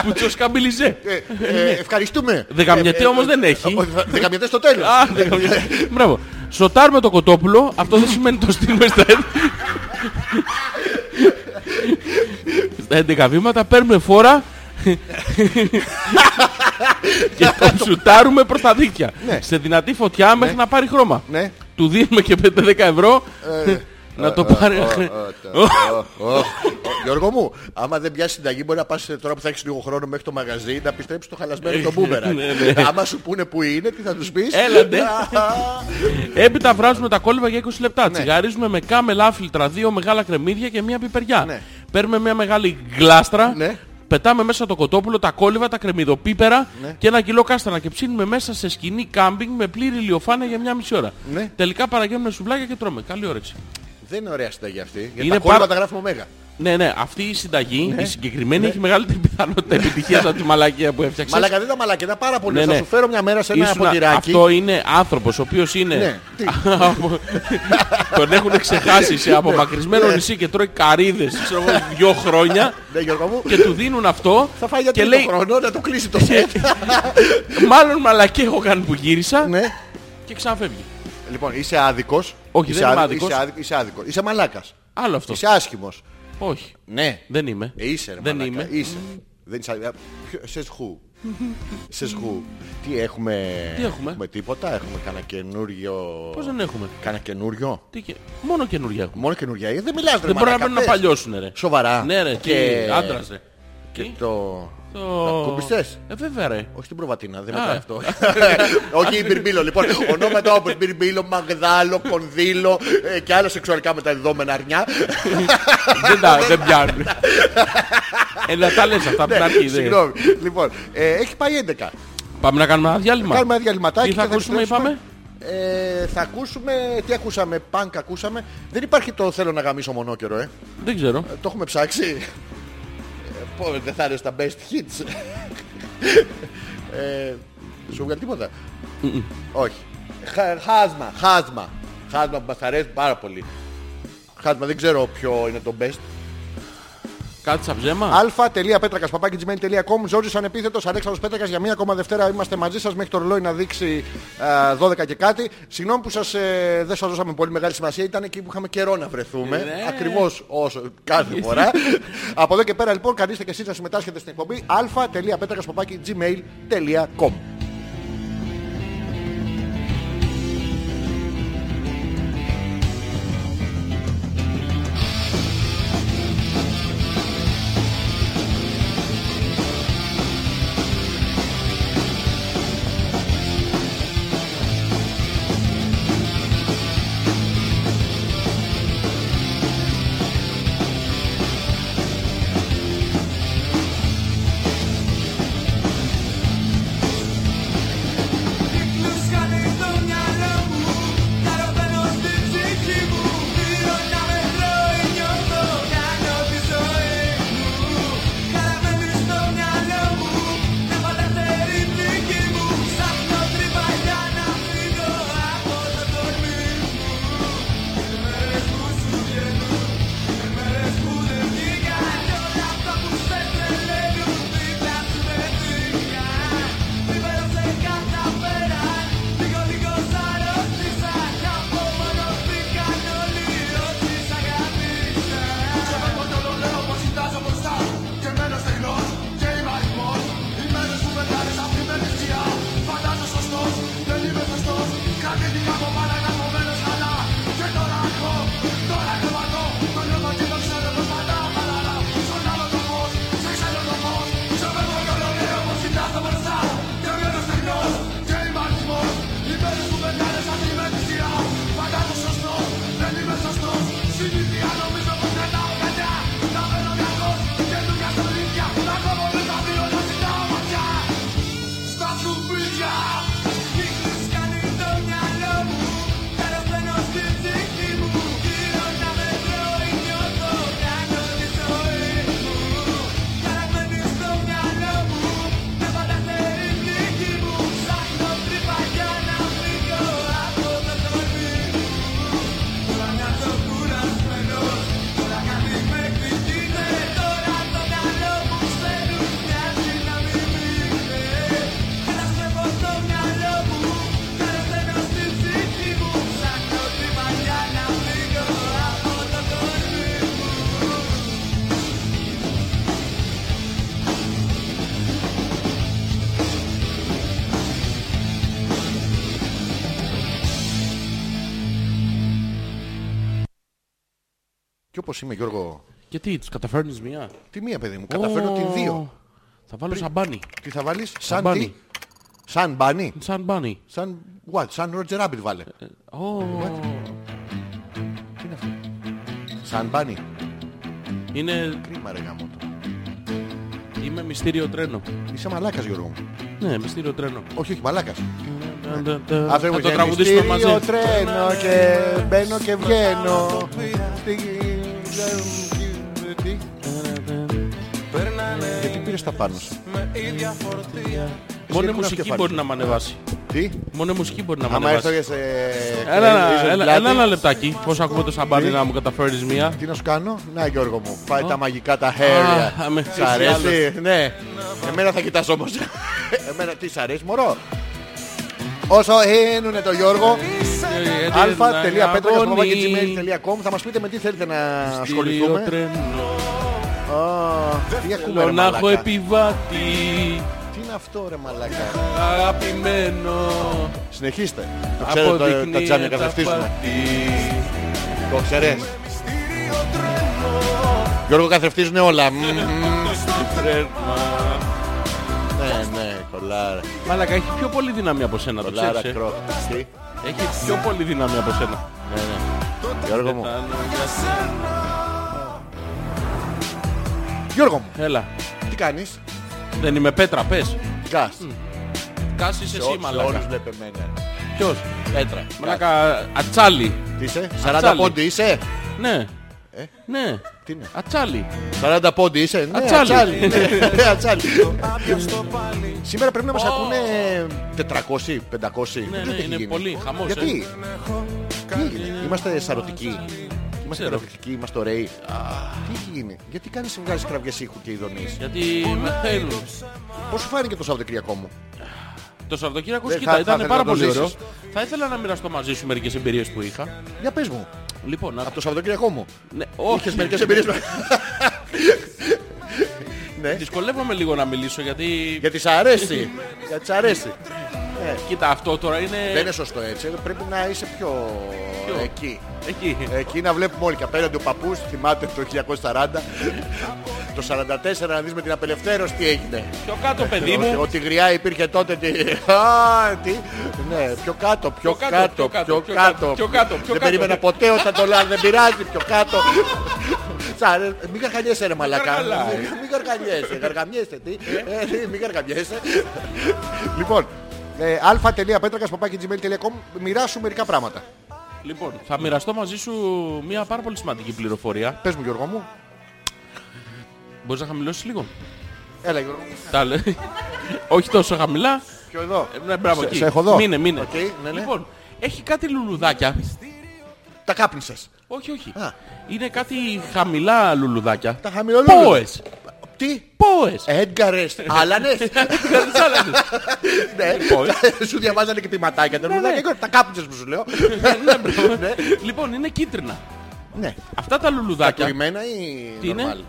που τσο καμπυλιζέ.
Ε, ε, Ευχαριστούμε.
Δεκαμιατέ όμως δεν έχει.
Ο- ο- Δεκαμιατέ στο τέλος.
Α, δεκαμιά- Μπράβο. Σοτάρουμε το κοτόπουλο, αυτό δεν σημαίνει το στείλουμε στα έντεκα. στα έντεκα βήματα, παίρνουμε φόρα και το σουτάρουμε προς τα δίκτυα.
Ναι.
Σε δυνατή φωτιά μέχρι να πάρει χρώμα.
Ναι. Ε,
Του δίνουμε και 5-10 ευρώ να το πάρει.
Ω, ω, Γιώργο μου, άμα δεν πιάσει συνταγή, μπορεί να πα τώρα που θα έχει λίγο χρόνο μέχρι το μαγαζί να πιστέψει το χαλασμένο
Ε,
το
ναι,
μπούμερα. Άμα σου πούνε που είναι, τι θα του πει.
Έλατε. Έπειτα βράζουμε τα κόλυβα για 20 λεπτά. Τσιγαρίζουμε με κάμελα φίλτρα, δύο μεγάλα κρεμμύδια και μία πιπεριά.
Ναι.
Παίρνουμε μία μεγάλη γλάστρα.
Ναι.
Πετάμε μέσα το κοτόπουλο, τα κόλυβα, τα κρεμμυδοπίπερα
Ναι.
και ένα κιλό κάστανα και ψήνουμε μέσα σε σκηνή κάμπινγκ με πλήρη ηλιοφάνεια για μια μισή ώρα.
Ναι.
Τελικά παραγγέλνουμε σουβλάκια και τρώμε. Καλή όρεξη.
Δεν είναι ωραία συνταγή αυτή. Γιατί
Είναι
τα κόλπα
πάρα-
τα γράφουμε ωμέγα.
Ναι, ναι, αυτή η συνταγή, η συγκεκριμένη, έχει μεγαλύτερη πιθανότητα επιτυχίας από τη μαλακία που έφτιαξες.
Μαλάκα δεν τα μαλάκια, τα πάρα πολύ.
Ναι,
θα
ναι.
σου φέρω μια μέρα σε ένα
Ήσουνα-
ποτηράκι.
Αυτό είναι άνθρωπος ο οποίος είναι...
Ναι, τι.
από- [LAUGHS] τον έχουν ξεχάσει σε απομακρυσμένο νησί και τρώει καρύδες ξέρω εγώ, δύο χρόνια
Ναι, Γιώργο μου.
και του δίνουν αυτό
Θα φάει για
και
τρίτο
λέει [LAUGHS]
χρόνο να το κλείσει το σετ.
μάλλον μαλακή έχω κάνει που γύρισα
ναι.
και ξαναφεύγει.
Λοιπόν, είσαι άδικος.
Όχι, δεν είμαι άδικος.
Είσαι άδικος. Είσαι, άδικος. είσαι μαλάκας.
Άλλο αυτό.
Είσαι άσχημος.
Όχι.
Ναι.
Δεν είμαι.
Ε, είσαι, ρε,
Δεν
μαλάκα.
είμαι.
Είσαι. Δεν είσαι άδικο. Σε
[LAUGHS]
σχού. σε σχού. Τι έχουμε.
Τι έχουμε?
τίποτα. Έχουμε κανένα καινούριο.
Πώς δεν έχουμε.
Κανένα καινούριο.
Τι και... Μόνο καινούργια έχουμε.
Μόνο καινούργια. Ε, Δεν μιλάς ρε
Δεν μπορεί να
μαλάκα,
παίρνουν να
πες.
παλιώσουν ρε.
Σοβαρά.
Ναι ρε,
Και-
τι άντρας ρε.
Και
Τι?
το.
Το...
Κουμπιστές.
Ε, βέβαια ρε.
Όχι την προβατίνα, δεν
Α.
μετράει αυτό. [LAUGHS] Όχι η Μπυρμπίλο, λοιπόν. Ονόματα όπως Μπυρμπίλο, Μαγδάλο, Κονδύλο ε, και άλλα σεξουαλικά μεταδιδόμενα αρνιά.
δεν τα δεν πιάνουν. ε, να τα λες αυτά από την αρχή. δεν-
Ναι, Συγγνώμη. Λοιπόν, ε, έχει πάει 11.
Πάμε να κάνουμε ένα διάλειμμα.
Κάνουμε ένα διαλυματάκι.
Τι θα
και
ακούσουμε,
επιστρέψουμε. Ε, θα ακούσουμε, τι ακούσαμε, πανκ ακούσαμε. Δεν υπάρχει το θέλω να γαμίσω μονόκερο, ε.
Δεν ξέρω.
Ε, Το έχουμε ψάξει. Ε, πω, δεν θα είναι στα best hits. ε, σου βγάλει τίποτα. Όχι. Χα- χάσμα, χάσμα. Χάσμα που μας αρέσει πάρα πολύ. Χάσμα, δεν ξέρω ποιο είναι το best.
Κάτι σαν ψέμα.
αλφα.πέτρακα παπάκι.gmail.com Ζόρι ανεπίθετος Αλέξανδρος Πέτρακας για μία ακόμα Δευτέρα είμαστε μαζί σας μέχρι το ρολόι να δείξει ε, 12 και κάτι. Συγγνώμη που σας, ε, δεν σας δώσαμε πολύ μεγάλη σημασία, ήταν εκεί που είχαμε καιρό να βρεθούμε.
Ναι.
Ακριβώς όσο κάθε
[LAUGHS]
φορά. Από εδώ και πέρα λοιπόν, καλείστε και εσείς να συμμετάσχετε στην εκπομπή αλφα.πέτρακα gmail.com Και όπως είμαι Γιώργο,
Γιατί, τους καταφέρνεις μία.
τι μία παιδί μου, καταφέρνω την
Ω,
δύο.
Θα βάλω σαμπάνι.
Τι θα βάλεις, σαν
μπάνι.
τι, σαν μπάνι,
Σαν μπάνι.
σαν what, σαν Roger Rabbit βάλε.
Ω,
Τι είναι αυτό, σαν μπάνι.
Είναι...
Κρίμα ρε γάμο το.
Είμαι μυστήριο τρένο.
Είσαι μαλάκας Γιώργο μου.
Ναι, μυστήριο τρένο.
Όχι, όχι, μαλάκας.
Θα
Αυτό
το
που είχε
τραγουδήσουμε μαζί.
μυστήριο τρένο και μπαίνω και βγαίνω. Στη- Τι? Γιατί πήρες τα πάνω σου.
Μόνο η
Σύρκουλα στο
μουσική
κεφάλι.
μπορεί να με ανεβάσει.
Τι?
Μόνο η μουσική μπορεί να με
Άμα
ανεβάσει.
έρθω και σε...
Έλα,
κρεμίζω
ένα-
την
έλα,
πλάτη,
έλα ένα λεπτάκι. Πώς ακούω το σαμπάνι
Τι?
να μου καταφέρεις μία.
Τι να σου κάνω, Να Γιώργο μου, φάει τα μαγικά τα χέρια.
Α, με
Σ' αρέσει, ναι. Εμένα θα κοιτάς
[LAUGHS]
όμως. Εμένα τι σ' αρέσει, μωρό. Όσο ένουνε το Γιώργο, αλφα.πέτρακα.gmail.com θα μας πείτε με τι θέλετε να ασχοληθούμε. Α, Τι ακούμε ρε
Θέλω να έχω
μαλάκα.
επιβάτη.
Τι είναι αυτό ρε μαλάκα.
Αγαπημένο.
Συνεχίστε. Το ξέρετε το- τα
Αποδεικνύεται
τζάμια καθρεφτίζουμε.
απατή.
Το ξέρεις. Γιώργο καθρεφτίζουνε όλα. Μμμ. Ναι, ναι, κολάρα.
Μαλάκα έχει πιο πολύ δύναμη από σένα, το
Κολάρα
ξέρεις. ε.
κρό. Τι.
Έχει πιο πολύ δύναμη από σένα.
Ναι, ναι. Γιώργο μου. Γιώργο μου,
Έλα.
τι κάνεις.
Δεν είμαι πέτρα, πες.
Γκάς.
Κάση εσύ,
Σε όλους
μαλάκα.
βλέπε εμένα.
Ποιος.
Πέτρα.
Μαλάκα, ατσάλι.
Τι είσαι,
Ατσάλι.
40 πόντι είσαι.
Ναι.
Ε?
Ναι.
Τι είναι.
Ατσάλι.
40 πόντι είσαι. Ναι,
Ατσάλι.
ατσάλι. Ναι, ατσάλι. Σήμερα πρέπει να μας ακούνε 400, 500.
Ναι,
Δεν
ναι,
έχει
είναι
γίνει.
πολύ χαμός. ε.
Γιατί. Τι έγινε. Είμαστε σαρωτικοί. Είμαστε
Ξέρω.
καταπληκτικοί, είμαστε ωραίοι. Τι έχει γίνει. Γιατί κάνεις βγάζεις κραυγές ήχου και ειδονείς.
Γιατί με θέλουν.
Πώς σου φάνηκε το Σαββατοκυριακό μου.
Το Σαββατοκύριακο,
Δεν θα-
κοίτα,
θα
ήταν
ήθελα
πάρα
να το
πολύ ωραίο.
ζήσεις.
Θα ήθελα να μοιραστώ μαζί σου μερικές εμπειρίες που είχα.
Για πες μου.
Λοιπόν, να...
Από το Σαββατοκυριακό μου.
ναι, όχι.
Είχες μερικές
[LAUGHS]
εμπειρίες. Ναι.
Δυσκολεύομαι λίγο να μιλήσω γιατί...
Γιατί σ' αρέσει. Γιατί σ' αρέσει.
Κοίτα, αυτό τώρα είναι...
Δεν είναι σωστό έτσι. Πρέπει να είσαι πιο
Ποιο?
εκεί.
Εκεί.
Εκεί να βλέπουμε όλοι και απέναντι ο παππούς, θυμάται το 1940, το 44 να δεις με την απελευθέρωση τι έγινε.
Πιο κάτω, παιδί
Ότι-
μου.
Ότι γριά υπήρχε τότε τι... Α, τι... Ναι, πιο κάτω, πιο
κάτω,
κάτω, πιο κάτω.
πιο κάτω, πιο
Δεν
κάτω.
περίμενα ποτέ όταν το λάδι, δεν πειράζει, πιο κάτω. Σα, ρε, Μην καρχανιέσαι ρε μαλακά.
καρχαλάει.
Μην καρχανιέσαι, καρχαμιέσαι. Τι, Ε, τι, μην καρχαμιέσαι. Λοιπόν, ε, α.πέτρακας.gmail.com Μοιράσου μερικά πράγματα.
Λοιπόν, θα μοιραστώ μαζί σου μια πάρα πολύ σημαντική πληροφορία.
Πες μου Γιώργο μου.
Μπορείς να χαμηλώσεις λίγο.
Ναι. Έλα Γιώργο μου.
Τα λέ-
[LAUGHS]
Όχι τόσο χαμηλά.
Ποιο εδώ.
Ε, Ναι, μπράβο,
Σε-
εκεί.
σε έχω εδώ.
Μείνε, μείνε.
Οκ, ναι, ναι.
Λοιπόν, έχει κάτι λουλουδάκια.
Τα κάπνισες.
Όχι, όχι.
Α.
Είναι κάτι χαμηλά λουλουδάκια.
Τα χαμηλολούλουδα.
Πόες.
Τι.
Πόες. [LAUGHS]
Έντγκαρες. Άλανες.
Κάτι άλλο.
[LAUGHS] Ναι.
Λοιπόν.
Σου διαβάζανε και ποιηματάκια. Τα
Ναι, ναι.
λουλουδάκια. Γιώργο, Τα κάπνισες που σου λέω. [LAUGHS]
Ναι, μπρο. Λοιπόν, είναι κίτρινα.
Ναι.
Αυτά τα λουλουδάκια.
Κατουρημένα ή
Τι είναι?
normal?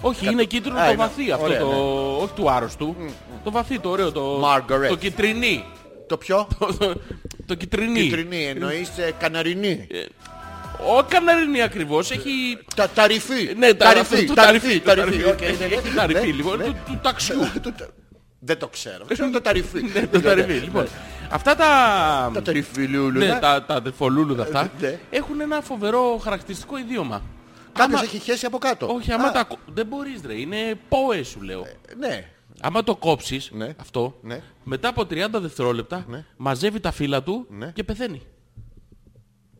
Όχι, είναι κίτρινο
Ε, Α,
το
είναι.
βαθύ αυτό.
Ωραία, ναι.
το... Όχι του άρρωστου. Το βαθύ, το ωραίο. Το,
Margaret.
το κιτρινί.
Το πιο
Το- [LAUGHS] το κιτρινί.
κίτρινη εννοείς ε, καναρινή.
Ο καναρινί ακριβώς έχει...
Τα ταρυφή.
Ναι, τα
ταρυφή.
το
Ταρυφή.
ταριφί.
Ταρυφή.
το
οκ,
ταριφί.
ναι,
Έχει
ναι.
ταριφί
Ναι,
λοιπόν
ναι.
του- του ταξιού.
Του τα- Δεν το ξέρω. Ξέρω το ταρυφή.
[LAUGHS] Ναι, Το ταριφί. Λοιπόν, αυτά τα...
Τα ταρυφή
Ναι,
λουλουδά.
τα, τα αδερφολούλουδα αυτά
Ναι.
έχουν ένα φοβερό χαρακτηριστικό ιδίωμα.
Κάποιος
Άμα-
έχει χέσει από κάτω.
Όχι, άμα
Α,
τα... κο- Δεν μπορείς ρε, είναι πόε σου λέω.
Ναι.
Άμα το κόψεις
Ναι.
αυτό,
Ναι.
μετά από 30 δευτερόλεπτα
Ναι.
μαζεύει τα φύλλα του
Ναι.
και πεθαίνει.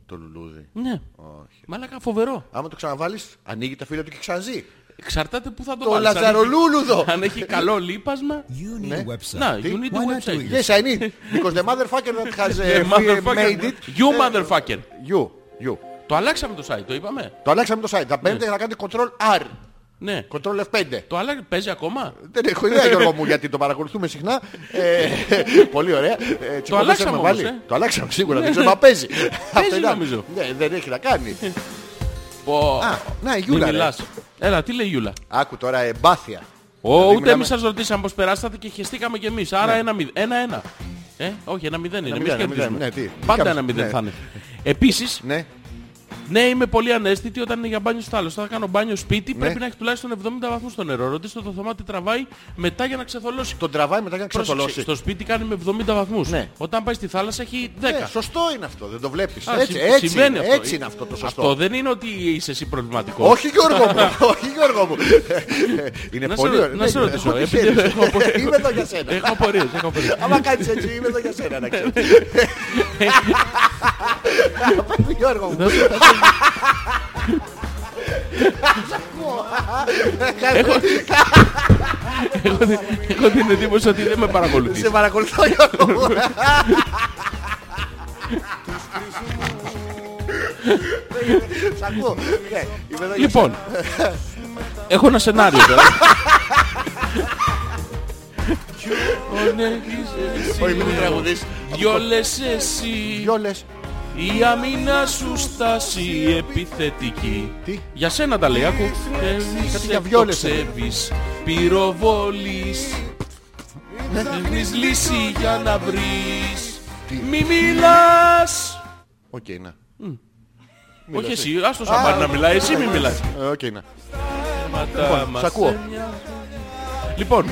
Το λουλούδι.
Ναι.
Όχι.
Μαλάκα φοβερό.
Άμα το ξαναβάλεις, ανοίγει τα φύλλα του και ξαναζεί.
Εξαρτάται που θα το,
Το
βάλεις. Αν έχει-
λαζαρολούλουδο.
Αν έχει καλό λίπασμα.
You need a website.
Να,
Τι?
you need
Why
a
not do
website.
[LAUGHS]
it?
Yes, I need. Because the motherfucker that [LAUGHS] has
Yeah,
uh, made
motherfucker.
it. Ε,
You motherfucker.
You. You.
Το αλλάξαμε το site, το είπαμε.
Το αλλάξαμε το site. Θα μπαίνετε και να κάνετε control R.
Ναι.
Control Ε, F5.
Το άλλαξε, παίζει ακόμα.
Δεν έχω ιδέα Γιώργο μου γιατί το παρακολουθούμε συχνά. Ε, [LAUGHS] πολύ ωραία. Ε, τσιμπολές
αλλάξαμε
έχουμε
όμως,
βάλει.
ε.
Το αλλάξαμε σίγουρα. Δεν ξέρω να [LAUGHS] παίζει. Αυτό είναι-
νομίζω.
Ναι, δεν έχει να κάνει.
Πω.
Α, να η
Μην
Γιούλα. ρε.
μιλάς. Έλα, τι λέει η Γιούλα.
Άκου τώρα εμπάθεια.
Ω,
Δηλαδή,
ούτε
μιλάμε- Ναι.
εμείς σας ρωτήσαμε πώς περάσατε και χεστήκαμε κι εμείς. Άρα ένα μηδ- ένα-ένα. Ε, όχι, ένα μηδέν
Ένα
είναι. Εμείς
μηδέν, ένα μηδέν,
κερδίζουμε.
ναι, τι.
Πάντα
Κάμισε-
ένα μηδέν
ναι.
θα είναι. Επίσης,
Ναι.
Ναι, είμαι πολύ ανέστητη όταν είναι για μπάνιο στο άλλο. Όταν κάνω μπάνιο σπίτι
Ναι.
πρέπει να έχει τουλάχιστον 70 βαθμούς στο νερό. Ρωτήστε το Θωμά τι τραβάει μετά για να ξεθολώσει.
Τον τραβάει μετά για να
Πρόσεξε,
ξεθολώσει.
Στο σπίτι κάνει με 70 βαθμούς.
Ναι.
Όταν πάει στη θάλασσα έχει 10.
Ναι, σωστό είναι αυτό, δεν το βλέπεις.
Α,
έτσι,
συ-
έτσι,
συμβαίνει
είναι,
αυτό.
έτσι είναι αυτό το σωστό.
Αυτό δεν είναι ότι είσαι εσύ προβληματικός.
Όχι Γιώργο
[LAUGHS]
μου, όχι Γιώργο μου. Ε, είναι
Να σε
πολύ
ρω-
ωραίο.
να σε
Ναι,
ρωτήσω,
έχω
επειδή
τυχαίνει.
έχω απορίες.
Είμαι εδώ για σένα.
Έχω απορίες, έχω απορίες.
Άμα κάνεις έτσι, είμαι εδώ για σένα να
[LAUGHS]
ξέρεις. Πάμε, Γιώργο μου.
Έχω την- Έχω την εντύπωση ότι δεν με παρακολουθείς.
Σε παρακολουθώ Γιώργο μου. Σ' ακούω. Ναι, είμαι εδώ για
Λοιπόν, έχω ένα σενάριο τώρα.
Όχι, μην το τραγουδείς.
Δυο λες εσύ,
Δυο λες.
η αμήνα σου στάση επιθετική.
Τι?
Για σένα τα λέει, άκου. Ε,
κάτι
Σε
για βιόλες έλεγε.
τοξεύεις, πυροβολείς.
Ναι.
Δείχνεις λύση για να βρεις. Μη μιλάς.
Οκ, να.
Όχι
ναι.
εσύ, άστο σαμπάρι να μιλάει, εσύ μη μιλάς.
Ε, Οκ, να.
Λοιπόν,
σ' ακούω.
Λοιπόν,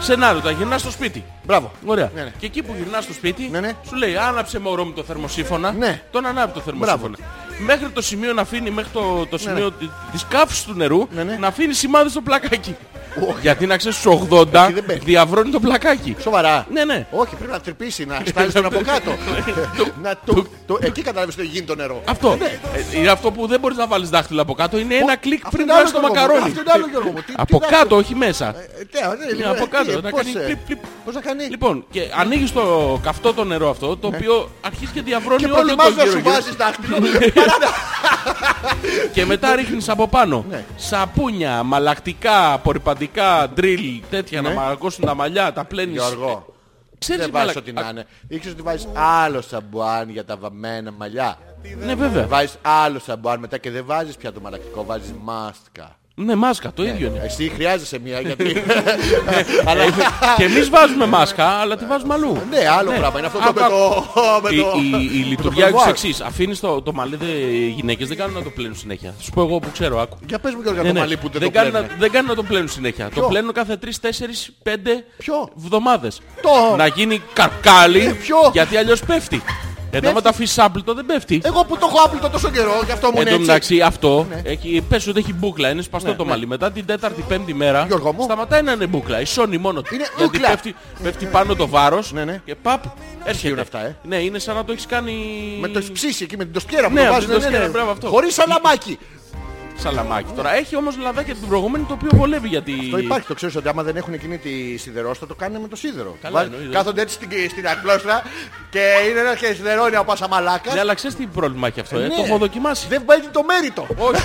σενάριο, τα γυρνάς στο σπίτι.
Μπράβο.
Ωραία.
Ναι, ναι.
Και εκεί που γυρνάς στο σπίτι,
Ναι, ναι.
σου λέει άναψε μωρό μου το θερμοσύφωνα.
Ναι.
Τον ανάβει το θερμοσύφωνα. Μέχρι το σημείο να αφήνει, μέχρι το, το σημείο τη- της καύσης του νερού,
Ναι, ναι.
να αφήνει σημάδι στο πλακάκι.
Όχι.
Γιατί να ξέρεις στους 80
Εκεί δεν παίζει.
διαβρώνει το πλακάκι.
Σοβαρά.
Ναι, ναι.
Όχι, πρέπει να τρυπήσει, να στάλεις τον από
[LAUGHS]
κάτω. να το, το, εκεί καταλάβεις ότι γίνει το νερό.
Αυτό. Ε, είναι αυτό που δεν μπορείς να βάλεις δάχτυλα από κάτω. Είναι ένα κλικ
Ναι. Αυτό
πριν
είναι άλλο,
βάλεις
Γιώργο
το
μου.
μακαρόνι.
Αυτό είναι άλλο, Γιώργο μου. Τι- τι
Από
δάχτυλα.
κάτω, όχι μέσα.
Ε, τέα, ναι, λοιπόν,
από κάτω,
ε,
να
πώς,
κάνει
ε,
πλυπ, πλυπ.
Πώς να κάνει.
Λοιπόν, και ανοίγεις το καυτό το νερό αυτό, το οποίο αρχίζει και διαβρώνει
Ναι. Και
όλο το
προτιμάς να
γύρο.
σου βάζεις δάχτυλο.
[LAUGHS]
παρά να-
Και μετά ρίχνεις από πάνω
Ναι.
σαπούνια, μαλακτικά, απορριπαντικά, ντριλ, τέτοια
Ναι.
να μαραγκώσουν τα μαλλιά, τα πλένεις.
Γιώργο,
Ξέρεις
δεν
τι
βάζεις
μαλακ-
ό,τι να είναι. Ήξερες ότι βάζεις άλλο σαμπουάν για τα βαμμένα μαλλιά.
Ναι, βέβαια.
Βάζεις άλλο σαμπουάν μετά και δεν βάζεις πια το μαλακτικό, βάζεις μάστικα.
Ναι, μάσκα, το ίδιο είναι.
Εσύ χρειάζεσαι μία
[LAUGHS]
γιατί...
Ε,
Αλλά-
και εμείς βάζουμε μάσκα, αλλά τη βάζουμε αλλού.
Ναι, άλλο πράγμα. Είναι αυτό το
Α,
με
α,
το... με
Η,
το-
η, η
με το
λειτουργία έχει
περβάρ.
εξής. Αφήνεις το, το μαλλί, δε, οι γυναίκες δεν κάνουν να το πλένουν συνέχεια. Θα Σου πω εγώ που ξέρω, άκου.
Για πες μου Γιώργο
Ναι,
το
ναι.
μαλλί που δεν το
δεν, κάνουν να,
πλένε.
δεν κάνουν να το πλένουν συνέχεια. Το πλένουν κάθε 3, 4, 5
Ποιο?
εβδομάδες.
Το. Ε,
Να γίνει καρκάλι.
ποιο?
Γιατί αλλιώς πέφτει. Ενώ άμα τα αφήσει άπλυτο δεν πέφτει.
Εγώ που το έχω άπλυτο τόσο καιρό και αυτό μου
Εν
είναι
τω
έτσι. Ναι.
μεταξύ αυτό έχει, πες ότι έχει μπουκλα, είναι σπαστό το μαλλί. Μετά την τέταρτη, πέμπτη μέρα
Γιώργο μου.
σταματάει να είναι μπουκλα, ισώνει μόνο του.
Είναι
Γιατί
ούκλα.
πέφτει, πέφτει πάνω το βάρος
Ναι, ναι.
και παπ έρχεται.
αυτά, ε.
Ναι, είναι σαν να το έχεις κάνει
Με το έχεις ψήσει εκεί με την τοστιέρα που
Ναι,
το
από
βάζουν.
την τοστιέρα, μπράβο αυτό.
Χωρίς σαλαμάκι.
σαλαμάκι. Τώρα έχει όμως λαδάκια την προηγούμενη το οποίο βολεύει γιατί...
Το υπάρχει, το ξέρεις ότι άμα δεν έχουν εκείνη τη σιδερόστα το κάνουν με το σίδερο.
Καλά,
Βάζ-
εννοείται.
Κάθονται έτσι στην, στην ακλόστρα και είναι ένα και σιδερώνει από πάσα μαλάκας.
Ναι, αλλά ξέρεις τι πρόβλημα έχει αυτό, ε,
Ναι.
το έχω δοκιμάσει.
Δεν πάει το μέρητο. [LAUGHS]
Όχι.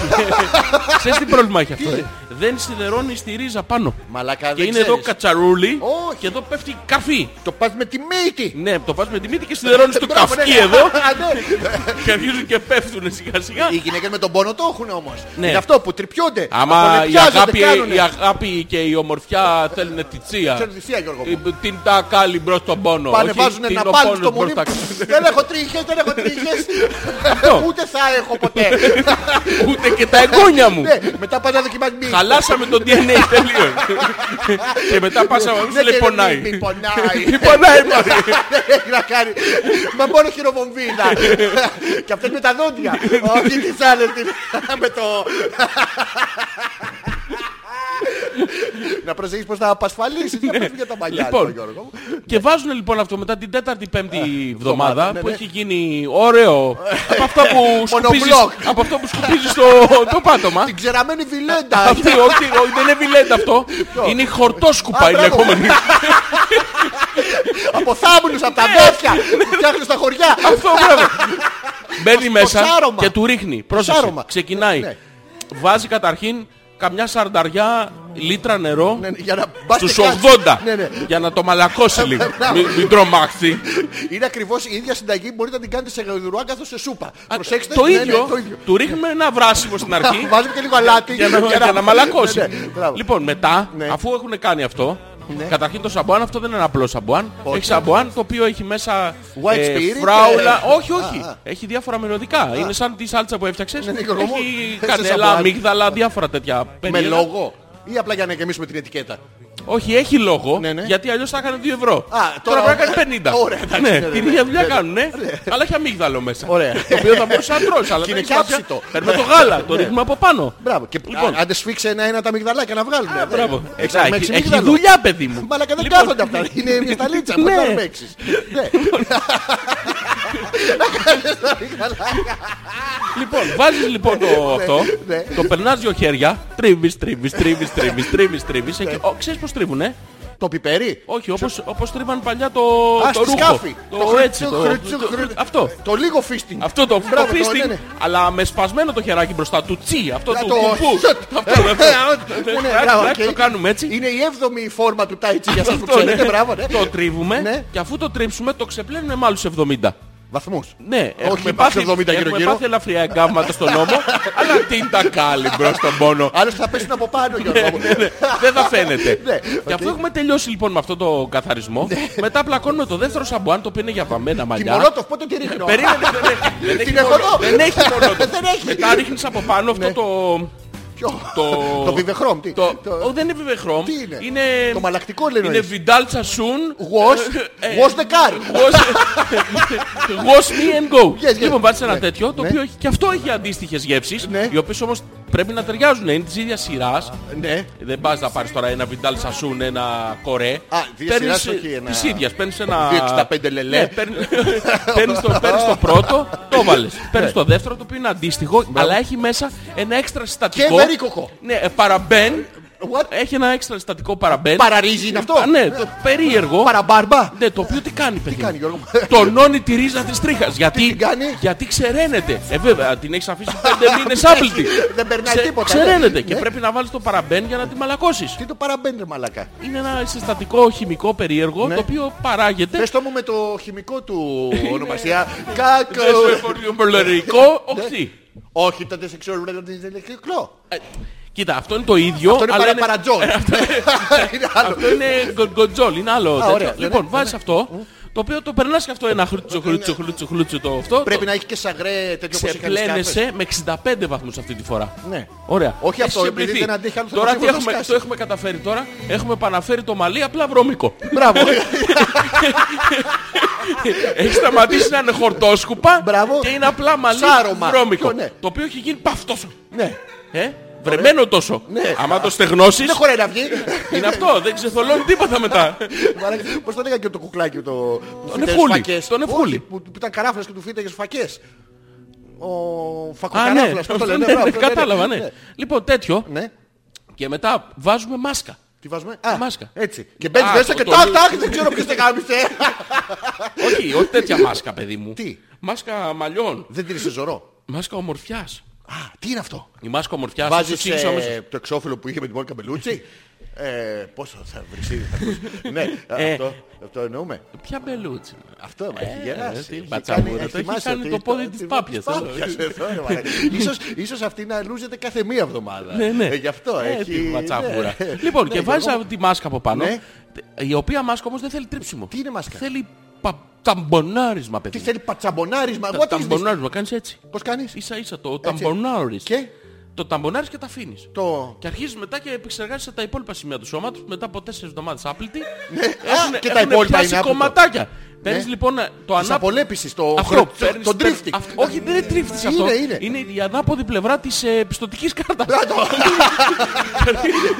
Ξέρεις τι πρόβλημα έχει αυτό.
Τι?
ε. Δεν σιδερώνει στη ρίζα πάνω.
Μαλάκα
Και
δεν
είναι εδώ
ξέρεις.
κατσαρούλι
Όχι.
και εδώ πέφτει καφί.
Το πας με τη μύτη.
Ναι, το πας με τη μύτη και σιδερώνεις το
Μπράβο, ναι.
καφί εδώ
[LAUGHS] Α, ναι.
[LAUGHS] και αρχίζουν και πέφτουν σιγά σιγά.
Οι γυναίκες με τον πόνο το έχουν όμως.
Ναι.
Είναι αυτό που τρυπιούνται.
Άμα η
απολεπιάζονται,
αγάπη,
κάνουνε.
η αγάπη και η ομορφιά θέλουν τη τσία.
Ξέρεις τη θεία, Γιώργο μου.
Ε, Την τα κάλλει μπρος στον πόνο.
Πάνε,
όχι
βάζουνε
την
να
ο
πάλι
πόνος
στο
μπρος
μουνί.
τα-
δεν έχω τρίχες, δεν έχω τρίχες. Ούτε θα έχω ποτέ.
Ούτε και
[LAUGHS]
τα εγγόνια μου.
Ναι, μετά πας να δοκιμάσεις μη.
Χαλάσαμε το DNA
[LAUGHS]
τελείως. Και μετά πάσαμε
Ναι,
να λέει
και
πονάει.
μη- μη πονάει.
[LAUGHS] Τι
[LAUGHS]
πονάει μωρέ.
Δεν έχει να κάνει. Μα μόνο χειροβομβίδα. Και αυτές με τα δόντια. Όχι τις άλλες. τις- Με το... Να προσέχεις πως θα απασφαλίσεις. Να πέφτουν και τα μαλλιά.
Λοιπόν.
Λοιπόν, Γιώργο μου.
Και βάζουν λοιπόν αυτό μετά την τέταρτη πέμπτη
Ε, εβδομάδα,
εβδομάδα
ναι,
που
ναι.
έχει γίνει ωραίο από αυτά που
[LAUGHS]
σκουπίζεις,
Μονομπλοκ.
από αυτό που σκουπίζεις το, το πάτωμα.
Την ξεραμένη βιλέντα.
Αυτή, όχι, όχι, δεν είναι βιλέντα αυτό. Είναι η χορτόσκουπα
Α,
η
μπράβο.
λεγόμενη.
[LAUGHS] Από θάμνους, από τα
Ε.
αδέρφια. που Φτιάχνουν στα χωριά.
Αυτό μπράβο. Μπαίνει μέσα
ψάρωμα.
και του ρίχνει. Πρόσεξε.
ψάρωμα.
Ξεκινάει.
Ναι.
Βάζει καταρχήν καμιά σαρνταριά λίτρα νερό
Ναι, ναι, Για να μπας
στους
και κάτσεις.
80
Ναι, ναι.
για να το μαλακώσει λίγο. Μην- Μην τρομάξει.
Είναι ακριβώς η ίδια συνταγή. Μπορείτε να την κάνετε σε γαϊδουρά καθώς σε σούπα. Προσέξτε.
Το
ναι, ναι,
ίδιο.
το ίδιο.
Του ρίχνουμε ένα βράσιμο στην
[LAUGHS]
αρχή
Βάζουμε και λίγο αλάτι.
για να, για να μαλακώσει.
Ναι, ναι, μπράβο.
Λοιπόν, μετά,
Ναι.
αφού έχουν κάνει αυτό, Καταρχήν το σαμπουάν αυτό δεν είναι ένα απλό σαμπουάν. Έχει σαμπουάν το οποίο έχει μέσα
White spirit,
φράουλα.
ε.
όχι, όχι.
Α, α.
Έχει διάφορα μυρωδικά. Είναι σαν τη σάλτσα που έφτιαξες.
Ναι, Γιώργο μου.
Έχει
Σε
κανέλα,
σαμπουάν.
αμύγδαλα, διάφορα τέτοια.
Με
περίεργα.
λόγο. Ή απλά για να γεμίσουμε την ετικέτα.
Όχι, έχει λόγο.
Ναι, ναι.
Γιατί αλλιώς θα έκανε 2 ευρώ.
τώρα-
τώρα πρέπει να κάνει 50.
Ωραία, εντάξει, ναι,
ναι,
ναι,
την
ναι,
ίδια δουλειά
ναι, ναι.
κάνουν, ναι. Αλλά έχει αμύγδαλο μέσα.
Ωραία.
Το οποίο θα μπορούσε να τρώσει. Αλλά
Και
δεν
είναι
έχει
και
σημασία.
άψητο.
Παίρνουμε το γάλα,
Ναι.
το ρίχνουμε από πάνω.
Μπράβο. Και
Λοιπόν.
αν δεν σφίξει ένα-ένα τα μυγδαλάκια να βγάλουμε. Ε, Δεν-
Ε, Μπράβο.
Έχεις
Εντάξει,
αρμέξει
Έχει
μυγδάλο.
δουλειά, παιδί μου.
Μαλάκα δεν
Λοιπόν,
κάθονται αυτά. Είναι η σταλίτσα. Πώς
Ναι.
θα αρμέξεις. Ναι.
[LAUGHS]
[LAUGHS]
Λοιπόν, βάζεις λοιπόν το αυτό,
ναι.
το περνάς δύο χέρια, τρίβει, τρίβει, τρίβει, τρίβει, τρίβει,
Ναι.
τρίβει. Ξέρεις πώς τρίβουνε.
Το πιπέρι.
ε? Όχι, όπως, όπως τρίβαν παλιά το,
Α,
το
στη
ρούχο.
σκάφη.
Το,
χρυτσού,
έτσι, το,
χρυτσού,
το-
χρυ-
αυτό.
Το λίγο φίστινγκ.
Αυτό το
Μπράβο,
το fisting,
ναι, ναι.
αλλά με σπασμένο το χεράκι μπροστά του τσι, αυτό
Α,
του
το-
κουμπού.
Ε,
Αυτό
ε,
αυτό.
ε, ναι,
Εντάξει,
μπράβο,
εντάξει,
οκ.
το κάνουμε έτσι.
Είναι η έβδομη φόρμα του Τάιτσι για σας που
Αυτό, ναι.
ξέρετε. Μπράβο, ναι.
Το τρίβουμε
Ναι.
και αφού το τρίψουμε το ξεπλένουμε με άλλους 70.
Βαθμούς.
Ναι, έχουμε
Όχι,
πάθει,
πάθει 70
έχουμε
γύρω-γύρω.
πάθει ελαφριά εγκάβματα στον
[LAUGHS]
νόμο, αλλά τι είναι τα κάλλη μπρο στον πόνο.
Άλλωστε θα πέσουν από πάνω,
Ναι,
Γιώργο. μου.
Δεν θα φαίνεται.
Ναι,
Γι' αυτό
οκ. Ναι.
έχουμε τελειώσει λοιπόν με αυτό το καθαρισμό. Μετά πλακώνουμε το δεύτερο σαμπουάν το οποίο είναι για βαμμένα
Τη
μαλλιά.
Μολότοφ πότε τη ρίχνω.
Περίμενε,
[LAUGHS]
δεν έχει- δεν έχει
Την έχω
μόνο-
εδώ.
Δεν έχει μόνο το.
Δεν έχει.
Μετά ρίχνεις από πάνω αυτό το...
Ποιο?
Το-
Το βιβεχρόμ. τι?
Το...
Το-
Ο, δεν είναι βιβεχρόμ.
Τι είναι?
είναι...
Το μαλακτικό λέει.
Είναι Vidal Sassoon.
Wash,
Ε, ε,
wash the car.
Wash, wash me and go.
Yes, yes.
Λοιπόν, βάζεις ένα
Ναι.
τέτοιο το
Ναι.
οποίο έχει και αυτό έχει αντίστοιχες γεύσεις.
Ναι.
Οι οποίες όμως πρέπει να ταιριάζουν. Είναι της ίδιας σειράς.
Ναι.
Δεν πας να πάρεις τώρα ένα βιντάλ σασούν, ένα κορέ. ε,
Α, δύο σειράς, όχι ένα-
Της ίδιας. Παίρνεις ένα.
2,65 λελέ.
Ναι, παίρνει παίρνεις [LAUGHS] το, παίρνεις το πρώτο, το βάλες.
Ναι.
Παίρνεις το δεύτερο, το οποίο είναι αντίστοιχο, αλλά έχει μέσα ένα έξτρα συστατικό.
βερίκοκο.
Ναι, ε, παραμπέν.
What?
Έχει ένα έξτρα συστατικό παραμπέν.
Παραρίζει είναι αυτό.
Α, Ναι, το περίεργο.
Παραμπάρμπα.
Ναι, το οποίο τι κάνει, παιδί. μου?
κάνει, Γιώργο μου?
Τονώνει τη ρίζα της τρίχας. Γιατί,
την κάνει?
γιατί ξεραίνεται. Ε, βέβαια, την έχεις αφήσει πέντε μήνες άπλητη.
[LAUGHS] Δεν περνάει τίποτα, ναι.
Ξεραίνεται και
Ναι.
πρέπει να βάλεις το παραμπέν για να τη μαλακώσεις.
Τι το παραμπέν, ρε μαλάκα.
Είναι ένα συστατικό χημικό περίεργο το οποίο παράγεται.
Ναι. Πες το μου με το χημικό του
Ναι.
ονομασία. Κάκο. Ναι.
Μεσοφοριομπολερικό οξύ.
Όχι, τότε σε ξέρω, ρε, δεν είναι κυκλό.
Ε, Κοίτα, αυτό είναι το ίδιο.
Αυτό είναι
αλλά
παρα-
[LAUGHS]
παρατζόλ. [LAUGHS] Είναι άλλο.
Αυτό είναι γκο- γκοτζόλ, είναι άλλο. τέτοιο.
ωραία, ναι,
λοιπόν,
ναι,
βάζεις αυτό, το οποίο το περνάς και αυτό ένα χρούτσο, χρούτσο, χρούτσο, χρούτσο το αυτό.
Πρέπει να έχεις και σαγρέ τέτοιο όπως είχαν οι σκάφες.
ξεπλένεσαι με 65 βαθμούς αυτή τη φορά.
Ναι.
Ωραία.
Όχι
Έχεις
αυτό, επειδή
ξεπληθεί.
δεν αντέχει, άλλο θα
Τώρα
το
τι
σίγουρα
έχουμε,
θα σκάσει.
το έχουμε καταφέρει τώρα. Έχουμε επαναφέρει το μαλλί απλά βρώμικο.
Μπράβο.
[LAUGHS] έχει σταματήσει να είναι χορτόσκουπα
Μπράβο.
και είναι απλά μαλλί
Ψάρωμα.
βρώμικο.
Ποιο, ναι.
Το οποίο έχει γίνει παυτόσο.
Ναι.
Ε, βρεμένο τόσο.
Ναι.
Άμα το στεγνώσεις
Δεν χωράει να βγει. [LAUGHS]
είναι αυτό. Δεν ξεθολώνει τίποτα μετά.
Μαλάκα, Πώς το λέγανε και το κουκλάκι το... που φύτεζε
νεφούλι,
φακές.
το νεφούλι.
Όχι, Που που ήταν καράφλας και του φύταγες φακές. Ο
Α, ναι.
φακοκαράφλας. πώς το λένε,
Ναι,
μπράβο,
ναι,
αυτό, ναι, ναι.
Κατάλαβα, ναι.
Ναι.
Λοιπόν, τέτοιο.
Ναι.
Και μετά βάζουμε
[LAUGHS]
μάσκα.
Τι βάζουμε. Α,
Μάσκα.
Έτσι. Και μπαίνεις
Α,
μέσα
το-
και
το
τάκ
λι-
τάκ δεν ξέρω ποιος δεν κάμισε.
όχι, όχι τέτοια μάσκα, παιδί μου.
Τι?
Μάσκα μαλλιών.
[LAUGHS] Δεν την είσαι ζωρό.
Μάσκα ομορφιάς.
Α, τι είναι αυτό.
Η μάσκα ομορφιάς.
Βάζεις
σου ψήφισε
ε,
όμως.
το εξώφυλλο που είχε με την Μόνικα Μπελούτσι. Ε, πόσο θα βρεις, θα
[LAUGHS]
ακούσει. ναι,
Ε.
αυτό, αυτό εννοούμε.
Ποια μπελούτσι. ρε.
Αυτό μα έχει
ε,
γεράσει.
τι
Έχει
μπατσαμούρα,
κάνει-
το έχει
θυμάσαι
κάνει
ότι-
το πόδι της πάπιας, εδώ.
πάπιας, εδώ, ρε
[LAUGHS]
μαλάκα. Ίσως- Ίσως αυτή να λούζεται κάθε μία εβδομάδα.
Ναι, ναι.
Ε, Γι' αυτό
Ε,
έχει...
τη ματσαβούρα.
ναι.
Λοιπόν,
Ναι,
και
Γιώργο
βάζει
μου,
τη μάσκα από πάνω.
Ναι.
Η οποία μάσκα όμως δεν θέλει τρίψιμο.
Τι είναι μάσκα?
Θέλει πα- ταμπονάρισμα, παιδί.
Τι
μου.
θέλει πατσαμπονάρισμα.
Τα-
What is this?
Ταμπονάρισμα, κάνεις έτσι.
Πώς κάνεις.
Ίσα ίσα το ταμπονάρις.
Και?
Το ταμπονάρις και τα αφήνεις.
Το...
Και αρχίζεις μετά και επεξεργάζεσαι τα υπόλοιπα σημεία του σώματος μετά από τέσσερις εβδομάδες άπλητη.
Ναι. Α, και τα υπόλοιπα
πιάσει
είναι άπλητο. Ναι.
κομματάκια. Παίρνεις λοιπόν το
Της
ανάποδο.
απολέπισης, το...
Αυτό
το-
παίρνεις-
Το
παίρνεις-
drifting.
αυτό- όχι, δεν είναι τρίφτη
Είναι,
αυτό.
είναι.
η ανάποδη πλευρά της ε, πιστοτικής κάρτας. [LAUGHS]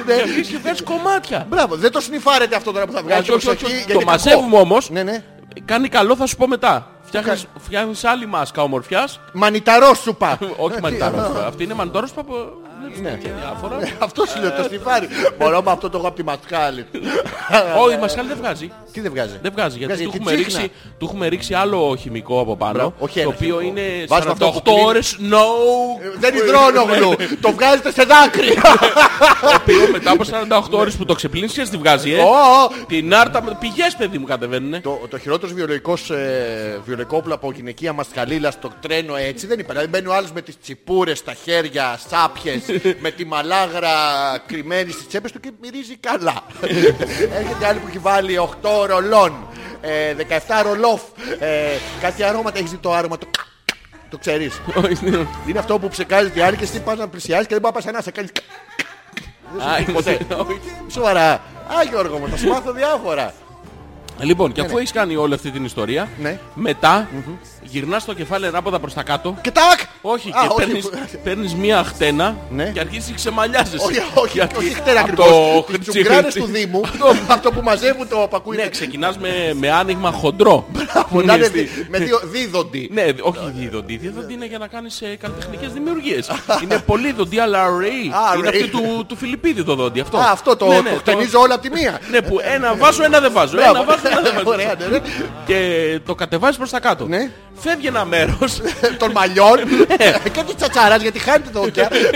Και αρχίζεις και παίρνεις κομμάτια.
Μπράβο, δεν το σνιφάρετε αυτό τώρα που θα βγάλει.
Όχι, όχι, όχι, όχι. Το μαζεύουμε
μαζεύουμε
όμως.
Ναι, ναι.
Κάνει καλό, θα σου πω μετά. Φτιάχνεις, φτιάχνεις άλλη μάσκα ομορφιάς.
Μανιταρός σούπα.
όχι
Ε, Ναι,
μανιτάροσπα. Αυτή είναι μανιτάροσπα που βλέπεις τέτοια διάφορα.
τι- Αυτό σου λέω, Ναι, το σνιφάρι. Μπορώ με αυτό το έχω από τη Μασκάλη.
Όχι, η μασχάλη δεν βγάζει.
Τι δεν ναι, βγάζει.
Δεν βγάζει γιατί του
την
έχουμε,
ψύχνα.
ρίξει, του έχουμε ρίξει άλλο χημικό από πάνω.
Μπράβο, όχι
το
ένα
οποίο
χημικό.
είναι
Βάζουμε
48
αυτό που κλείνει.
ώρες no.
Ε, Δεν
[LAUGHS]
υδρώνω
Ναι,
γλου. Το βγάζετε σε δάκρυ.
το οποίο ε, μετά από 48 ώρες που το ξεπλύνεις ξέρεις τι βγάζει. Ε.
Ω, ω.
Την άρτα με πηγές παιδί μου
[LAUGHS]
κατεβαίνουνε.
Το, το χειρότερο βιολογικός, ε, βιολογικό όπλο από γυναικεία μασκαλίλα στο τρένο έτσι δεν υπάρχει. Δηλαδή μπαίνει ο άλλος με τις τσιπούρες στα χέρια, σάπιες, με τη μαλάγρα κρυμμένη στις τσέπες του και μυρίζει καλά. Έρχεται άλλη που έχει βάλει 8 ρολών, ε, 17 ρολόφ, ε, κάτι αρώματα, έχεις δει το άρωμα το... Το ξέρεις. Είναι αυτό που ψεκάζεις τη άλλη και εσύ πας να πλησιάσεις και δεν πάει να πας ανά, σε [LAUGHS] κάνεις... ποτέ. Σοβαρά. Α, Γιώργο μου, θα σου μάθω διάφορα.
Λοιπόν, και αφού έχεις κάνει όλη αυτή την ιστορία,
Ναι.
μετά γυρνάς το κεφάλι ανάποδα προς τα κάτω.
Και τάκ!
Όχι,
Α,
και παίρνεις,
που-
παίρνεις μία αχτένα
Ναι.
και αρχίζεις και ξεμαλιάζεσαι.
Όχι, όχι,
Γιατί
όχι, χτέρα
απ'
ακριβώς.
το
Τις
χρυψί-
τσουγκράνες
χρυψί-
του Δήμου, [LAUGHS] αυτό που μαζεύουν το πακούι
[LAUGHS] Ναι, ξεκινάς με, με άνοιγμα χοντρό.
Μπράβο, να είναι
Ναι,
δι- με δύο δίδοντι.
Ναι, όχι δίδοντι. Δίδοντι είναι για να κάνεις ε, καλλιτεχνικές
[LAUGHS]
δημιουργίες. είναι πολύ δοντί, αλλά ρεϊ.
Α,
Είναι
ρεϊ.
αυτή του, του Φιλιππίδη το δόντι. Αυτό,
Α, αυτό το,
Ναι,
το
ναι,
χτενίζω όλα από τη μία.
Ναι, που ένα βάζω, ένα δεν βάζω. Ένα
Μπράβο.
βάζω, ένα δεν βάζω.
[LAUGHS] Ωραία, ναι, ναι.
Και το κατεβάζεις προς τα κάτω.
Ναι.
Φεύγει ένα μέρος.
Των μαλλιών
Ναι,
[LAUGHS] και της τσατσάρα γιατί χάνετε το
[LAUGHS]
δόντια. Είναι-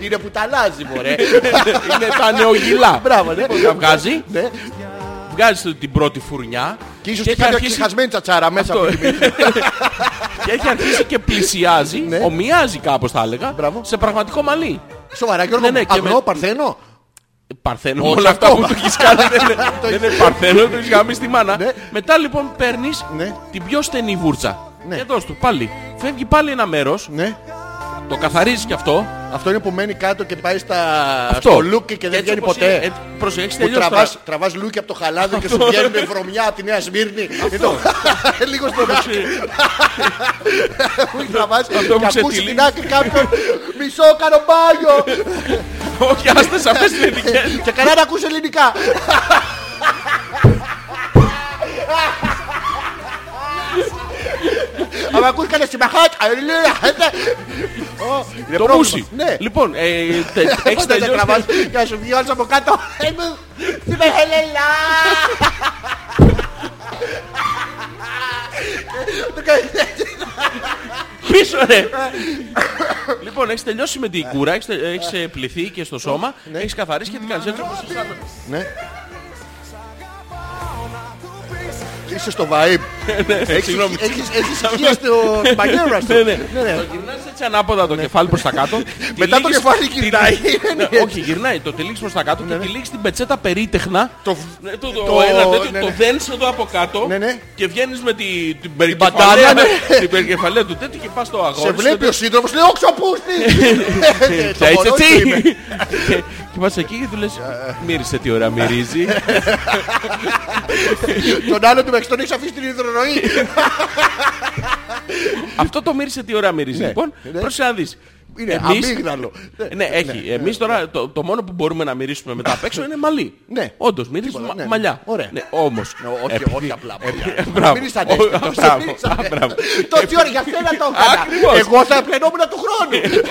Είναι που τα αλλάζει, μωρέ.
Ναι. είναι τα νεογυλά.
Μπράβο, ναι.
Τα βγάζει,
Ναι.
βγάζει την πρώτη φουρνιά.
Και ίσως
και
και
έχει
κάποια
αρχίσει-
ξεχασμένη τσατσάρα μέσα από
Αυτό.
τη μία.
[LAUGHS] Και έχει αρχίσει και πλησιάζει, ομοιάζει κάπως θα έλεγα,
Μπράβο.
σε πραγματικό μαλλί.
Σοβαρά, Γιώργο.
Ναι, ναι, και
Αγνό,
με-
παρθένο.
Παρθένο, όλα αυτά που του έχεις κάνει δεν
[LAUGHS]
είναι- δεν είναι παρθένο, του έχεις γαμίσει τη μάνα.
Ναι.
Μετά λοιπόν παίρνεις
Ναι.
την πιο στενή βούρτσα.
Ναι.
Και δώσ' του πάλι. Φεύγει πάλι ένα μέρος,
Ναι.
το καθαρίζεις κι αυτό.
Αυτό είναι που μένει κάτω και πάει στα...
Αυτό.
στο λούκι και δεν
Έτσι
βγαίνει
όπως είναι,
ποτέ.
έτσι, Πρόσεχε, έχεις
Που
τελειώσει τώρα.
τραβάς, τραβάς λούκι από το χαλάδι και σου βγαίνουν βρωμιά από τη Νέα Σμύρνη. Είναι το- [LAUGHS] Λίγο στο
Το ξε-
που τραβάς και
Αυτό μου
ακούσει
ξετυλίγει.
την άκρη κάποιον μισό κάνω μπάνιο
Όχι, άστε σε αυτές τις ειδικές.
και κανένα να ακούσει ελληνικά. Αν ακούς κανένα συμμαχάτ,
Το μουσι.
Ναι.
Λοιπόν, ε,
[LAUGHS]
τε- έχεις
Έχετε
τελειώσει.
τραβάς και να σου βγει ο άλλος από κάτω. Ε, μου, Τι με χελελά. Το κάνεις έτσι.
Πίσω ρε! λοιπόν, έχεις τελειώσει με την κούρα, έχεις πληθεί και στο σώμα,
Ναι.
έχεις καθαρίσει και την κάνει έτσι
[LAUGHS]
όπως είσαι σαν-
Είσαι στο vibe. Έχεις-
συγγνώμη.
έχεις- Έχεις ησυχία στο μπαγέρα σου.
[LAUGHS] Ναι, ναι.
Ναι, ναι.
Το γυρνάς έτσι ανάποδα το κεφάλι προς τα κάτω.
[LAUGHS] Μετά το
τυλίγεις-
κεφάλι κοιτάει. [LAUGHS]
Ναι, Όχι, γυρνάει, το τυλίγεις προς τα
Ναι,
κάτω και τυλίγεις την πετσέτα περίτεχνα.
Το-
Ναι, Το
το-
το ένα
ναι,
τέτοιο, το
ναι.
δένεις εδώ από κάτω
Ναι, ναι.
και βγαίνεις με τη- την
μπατάνα,
περικεφαλαία
ναι.
την περικεφαλαία του τέτοιου και πας στο αγόρι.
Σε
στο
βλέπει ο σύντροφος, λέει όξο πούστη.
[LAUGHS] Και έτσι έτσι. Και- Και πας εκεί και του λες
Ε,
μύρισε τι ώρα μυρίζει.
Ναι. Τον άλλο του μέχρι τον έχεις αφήσει την υδρονοή.
Αυτό το μύρισε τι ώρα μυρίζει. Λοιπόν,
ναι.
πρόσεχε να δεις.
Είναι
Εμείς-
αμύγδαλο.
Ναι, έχει. Εμείς τώρα το, το μόνο που μπορούμε να μυρίσουμε μετά απ' έξω είναι μαλλί.
Ναι.
Όντως, μυρίζεις
Τίποτα,
μα-
ναι.
μαλλιά.
Ωραία.
Ναι, όμως.
Ναι, όχι-
επειδή-
όχι απλά μαλλιά.
επειδή- [LAUGHS] Μπράβο.
Μην είσαι ανέστητος,
Α,
μην
μπράβο.
είσαι
Α, μπράβο.
Τόση ώρα για σένα το έκανα.
Ακριβώς.
Εγώ θα πλενόμουν του χρόνου.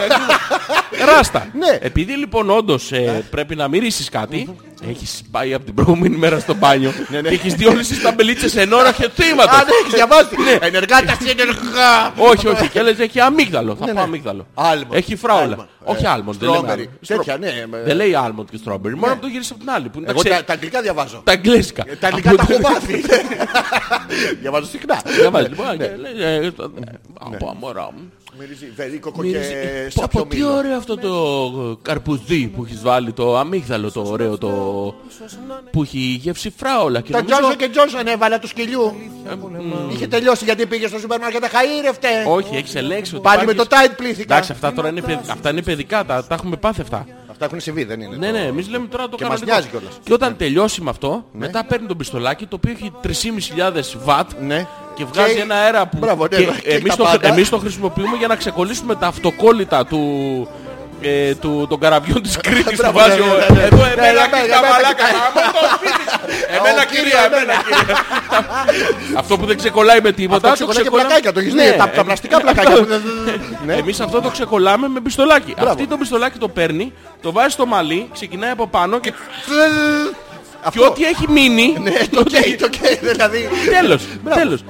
[LAUGHS] Ράστα.
Ναι.
Επειδή λοιπόν όντως ε, πρέπει να μυρίσεις κάτι, έχεις πάει από την προηγούμενη μέρα στο μπάνιο
Ναι,
και έχεις δει όλες τις ταμπελίτσες εν ώρα χετήματος.
Αν ναι, έχεις διαβάσει. Ε, Ενεργά τα συνεργά.
Όχι, όχι. Και λες έχει αμύγδαλο. Θα πάω
ναι.
αμύγδαλο.
Άλμοντ.
Έχει φράουλα.
Άλμοντ.
Όχι
Ε,
άλμοντ. δεν λέμε
strawberry.
άλμοντ.
Τέτοια,
Stro-
ναι, με-
Δεν λέει άλμοντ και strawberry. Μόνο που το γύρισε από την άλλη. Που είναι τα
Ναι. Εγώ
ξέ-
τα τα αγγλικά διαβάζω.
τα αγγλικά.
Τα αγγλικά
Από
τα
το-
έχω
[LAUGHS]
μάθει. Διαβάζω συχνά.
Διαβάζει, λοιπόν,
Ναι.
και λέει, ε, το- Από αμόρα μου.
Μυρίζει βερίκοκο
Μυρίζει-
και
Πω, πω, τι
σαπιομήλο.
ωραίο αυτό το καρπουζί που έχεις βάλει, το αμύγδαλο το ωραίο, το που έχει γεύση φράουλα. Και
Το
νομίζω-
Ε,
Ε,
Τζόνσον και Τζόνσον έβαλα του σκυλιού. Είχε τελειώσει γιατί πήγε στο σούπερ μάρκετ χαΐρευτε.
Όχι, έχεις ελέγξει ότι
Πάλι με το
υπάρχεις-
Tide πλήθηκα.
Εντάξει, αυτά τώρα είναι, παιδι- αυτά είναι παιδικά, τα, τα έχουμε πάθει αυτά.
Αυτά έχουν συμβεί, δεν είναι.
Ναι, ναι, εμείς λέμε τώρα το
Και μας
κανονικό.
νοιάζει κιόλας.
Και όταν τελειώσει με αυτό, μετά παίρνει το πιστολάκι το οποίο έχει 3.500 βατ
Ναι.
και βγάζει
Και-
ένα αέρα που
Μπράβο, ναι,
και
και
εμείς,
τα
το,
πάντα.
εμείς το χρησιμοποιούμε για να ξεκολλήσουμε τα αυτοκόλλητα του, ε, του, των καραβιών της Κρήτης που
Μπράβο,
βάζει
ναι,
ο-
ναι, ναι.
Εδώ
Ναι,
εμένα
ναι,
κοίτα
ναι,
μαλάκα,
ναι.
γαμώ το
[LAUGHS]
σπίτι σου. Εμένα
Ο, ναι,
κύριε,
κύριε,
εμένα κύριε. Αυτό που δεν ξεκολλάει με τίποτα
ναι. Αυτό
το
ξεκολλάει και
ξεκολλά-
πλακάκια, το έχεις
Ναι,
δει. Τα- Τα
εμείς-
πλαστικά
[LAUGHS]
πλακάκια. Ναι.
Εμείς αυτό το ξεκολλάμε με πιστολάκι. Αυτή το πιστολάκι το παίρνει, το βάζει στο μαλλί, ξεκινάει από πάνω και Και
Αυτό.
ό,τι έχει μείνει.
Ναι, το καίει, το καίει. Δηλαδή.
Τέλος,
Μπράβο.
τέλος.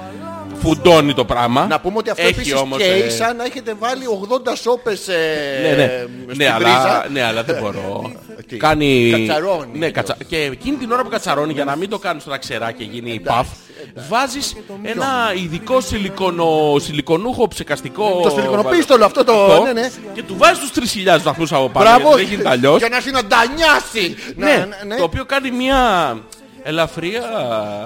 Φουντώνει το πράγμα.
Να πούμε ότι αυτό
Έχει
επίσης
όμως, ε,
καίει σαν να έχετε βάλει 80 σόπες ε,
Ναι, ναι.
στην
Ναι, αλλά,
πρίζα.
ναι, αλλά δεν μπορώ.
[LAUGHS] Τι,
Κάνει...
κατσαρώνει.
Ναι, κατσα... Και εκείνη την ώρα που κατσαρώνει, για να μην το κάνεις τώρα ξερά και γίνει παφ, βάζεις ένα ειδικό σιλικονο, σιλικονούχο ψεκαστικό...
Το σιλικονοπίστολο αυτό το.
αυτό
Ναι, ναι.
Και του βάζεις τους 3.000 βαθμούς από πάνω.
Μπράβο.
γιατί Δεν γίνεται αλλιώς.
Για να έρθει να ντανιάσει. Να-
Ναι,
ναι.
το οποίο κάνει μια ελαφριά...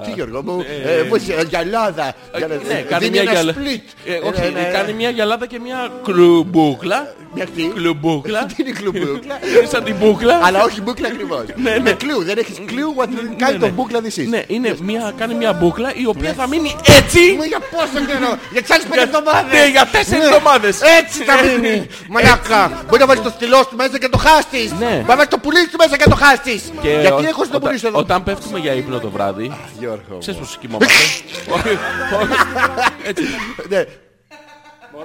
Τι Γιώργο μου, ε, μου είσαι γυαλάδα. Για να-
Ναι, κάνει
δίνει
μια
ένα
γυαλα-
σπλιτ.
Ε,
Ένα-
όχι,
ένα-
κάνει μια γυαλάδα και μια κλουμπούκλα.
Μια τι?
Κλουμπούκλα.
[LAUGHS] Τι είναι η κλουμπούκλα.
Είναι σαν την μπούκλα.
Αλλά όχι μπουκλα ακριβώς.
ναι.
Με κλου, δεν έχεις κλου, what
Ναι,
kind
ναι.
of μπουκλα this is.
Ναι, είναι μια, κάνει μια μπούκλα η οποία θα μείνει έτσι
Μου Ναι. για πόσο καιρό, για τις πέντε εβδομάδες.
Ναι, για τέσσερις
Ναι.
εβδομάδες. Ναι,
Έτσι θα μείνει. Μαλάκα. Μπορεί να βάλεις το στυλό σου μέσα και το χάσεις.
Ναι.
Μπορεί να βάλεις το πουλί σου μέσα και το χάσεις.
Και
Γιατί
ο-
έχω στο
όταν-
πουλί σου εδώ.
Όταν πέφτουμε για ύπνο το βράδυ,
Γιώργο μου.
ξέρεις πως
[LAUGHS]
κοιμόμαστε. Όχι, όχι. Έτσι,
Ναι.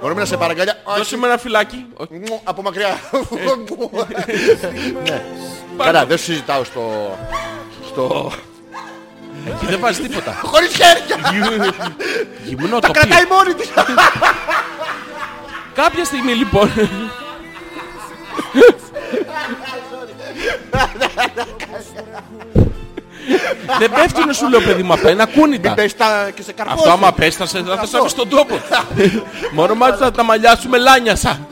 Μπορούμε να σε παραγκαλιά.
Δώσε με ένα φυλάκι. Όχι,
Μου, Από μακριά. Ναι.
πάνω.
Καλά, δεν συζητάω στο... Στο...
Εκεί δεν βάζεις τίποτα.
Χωρίς χέρια.
Γυμνό
Τα
το
κρατάει μόνη
[LAUGHS]
της.
Κάποια στιγμή
[LAUGHS]
λοιπόν. Δεν πέφτουνε σου λέω παιδί μου απ' ένα κούνητα.
Πες τα και σε καρφώσεις.
Αυτό άμα πέστασε θα θέσαμε στον
[LAUGHS]
τόπο. Μόνο μάλιστα τα μαλλιά σου μελάνιασα.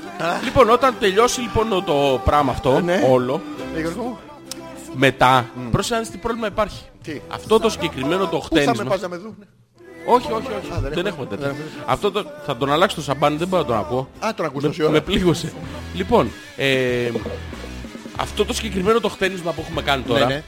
Λοιπόν, όταν τελειώσει λοιπόν το πράγμα αυτό,
Ναι.
όλο,
Ε, Γιώργο μου,
μετά, πρόσεχε να δεις τι πρόβλημα υπάρχει.
Τι?
Αυτό το συγκεκριμένο το
Πού θα με
χτένισμα.
πας να με δουν.
Όχι, όχι, όχι.
δεν
Δεν
έχουμε.
έχουμε τέτοιο. Αυτό το... θα τον αλλάξω το σαμπάνι, δεν μπορώ να τον ακούω.
Α, τον ακούς
Με-
τόση ώρα.
Με πλήγωσε. Λοιπόν, ε, αυτό το συγκεκριμένο το χτένισμα που έχουμε κάνει
Ναι,
τώρα
ναι.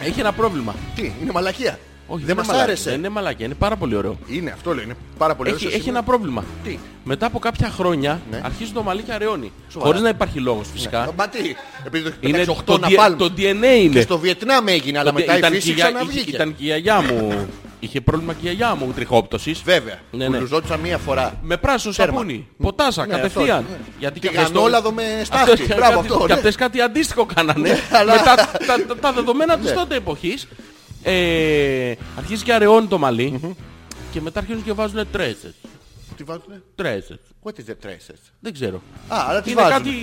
έχει ένα πρόβλημα.
Τι, είναι μαλακία. δεν
Όχι, είναι
μας
μαλακία,
άρεσε.
Δεν είναι μαλακία, είναι πάρα πολύ ωραίο.
Είναι, αυτό λέει. Είναι πάρα πολύ
Έχει,
ωραίο
έχει
σήμερα.
ένα πρόβλημα.
Τι?
Μετά από κάποια χρόνια
Ναι.
αρχίζει το μαλλί και αραιώνει. Χωρίς να υπάρχει λόγος φυσικά.
Μα τι, επειδή το
Είναι
είναι
το,
8 να
D-
πάλουν.
το DNA είναι.
Στο Βιετνάμ έγινε, αλλά μετά η
ήταν,
φύση
και η γιά-
ξαναβγήκε.
ήταν και η γιαγιά μου. Είχε πρόβλημα και η γιαγιά μου τριχόπτωσης.
Βέβαια,
Ναι,
ναι,
ναι.
μία φορά.
Με πράσινο
Τέρμα.
σαπούνι. Ποτάσα
Ναι,
κατευθείαν.
αυτό, ναι.
Γιατί
Και
και αυτές το-
γανόλαδο με στάχτη.
αυτές-
Μπράβο,
κάτι-
αυτό,
Και
ναι.
αυτές κάτι αντίστοιχο κάνανε.
αλλά-
Με τα, τα, τα, τα δεδομένα της
Ναι.
τότε εποχής. Ε, αρχίζει και αραιώνει το μαλλι Και μετά αρχίζουν και βάζουν τρέτσες.
Τι βάζουνε,
Τρέτσες.
what is the traces.
Δεν ξέρω.
Α, αλλά τι
είναι
βάζουνε.
κάτι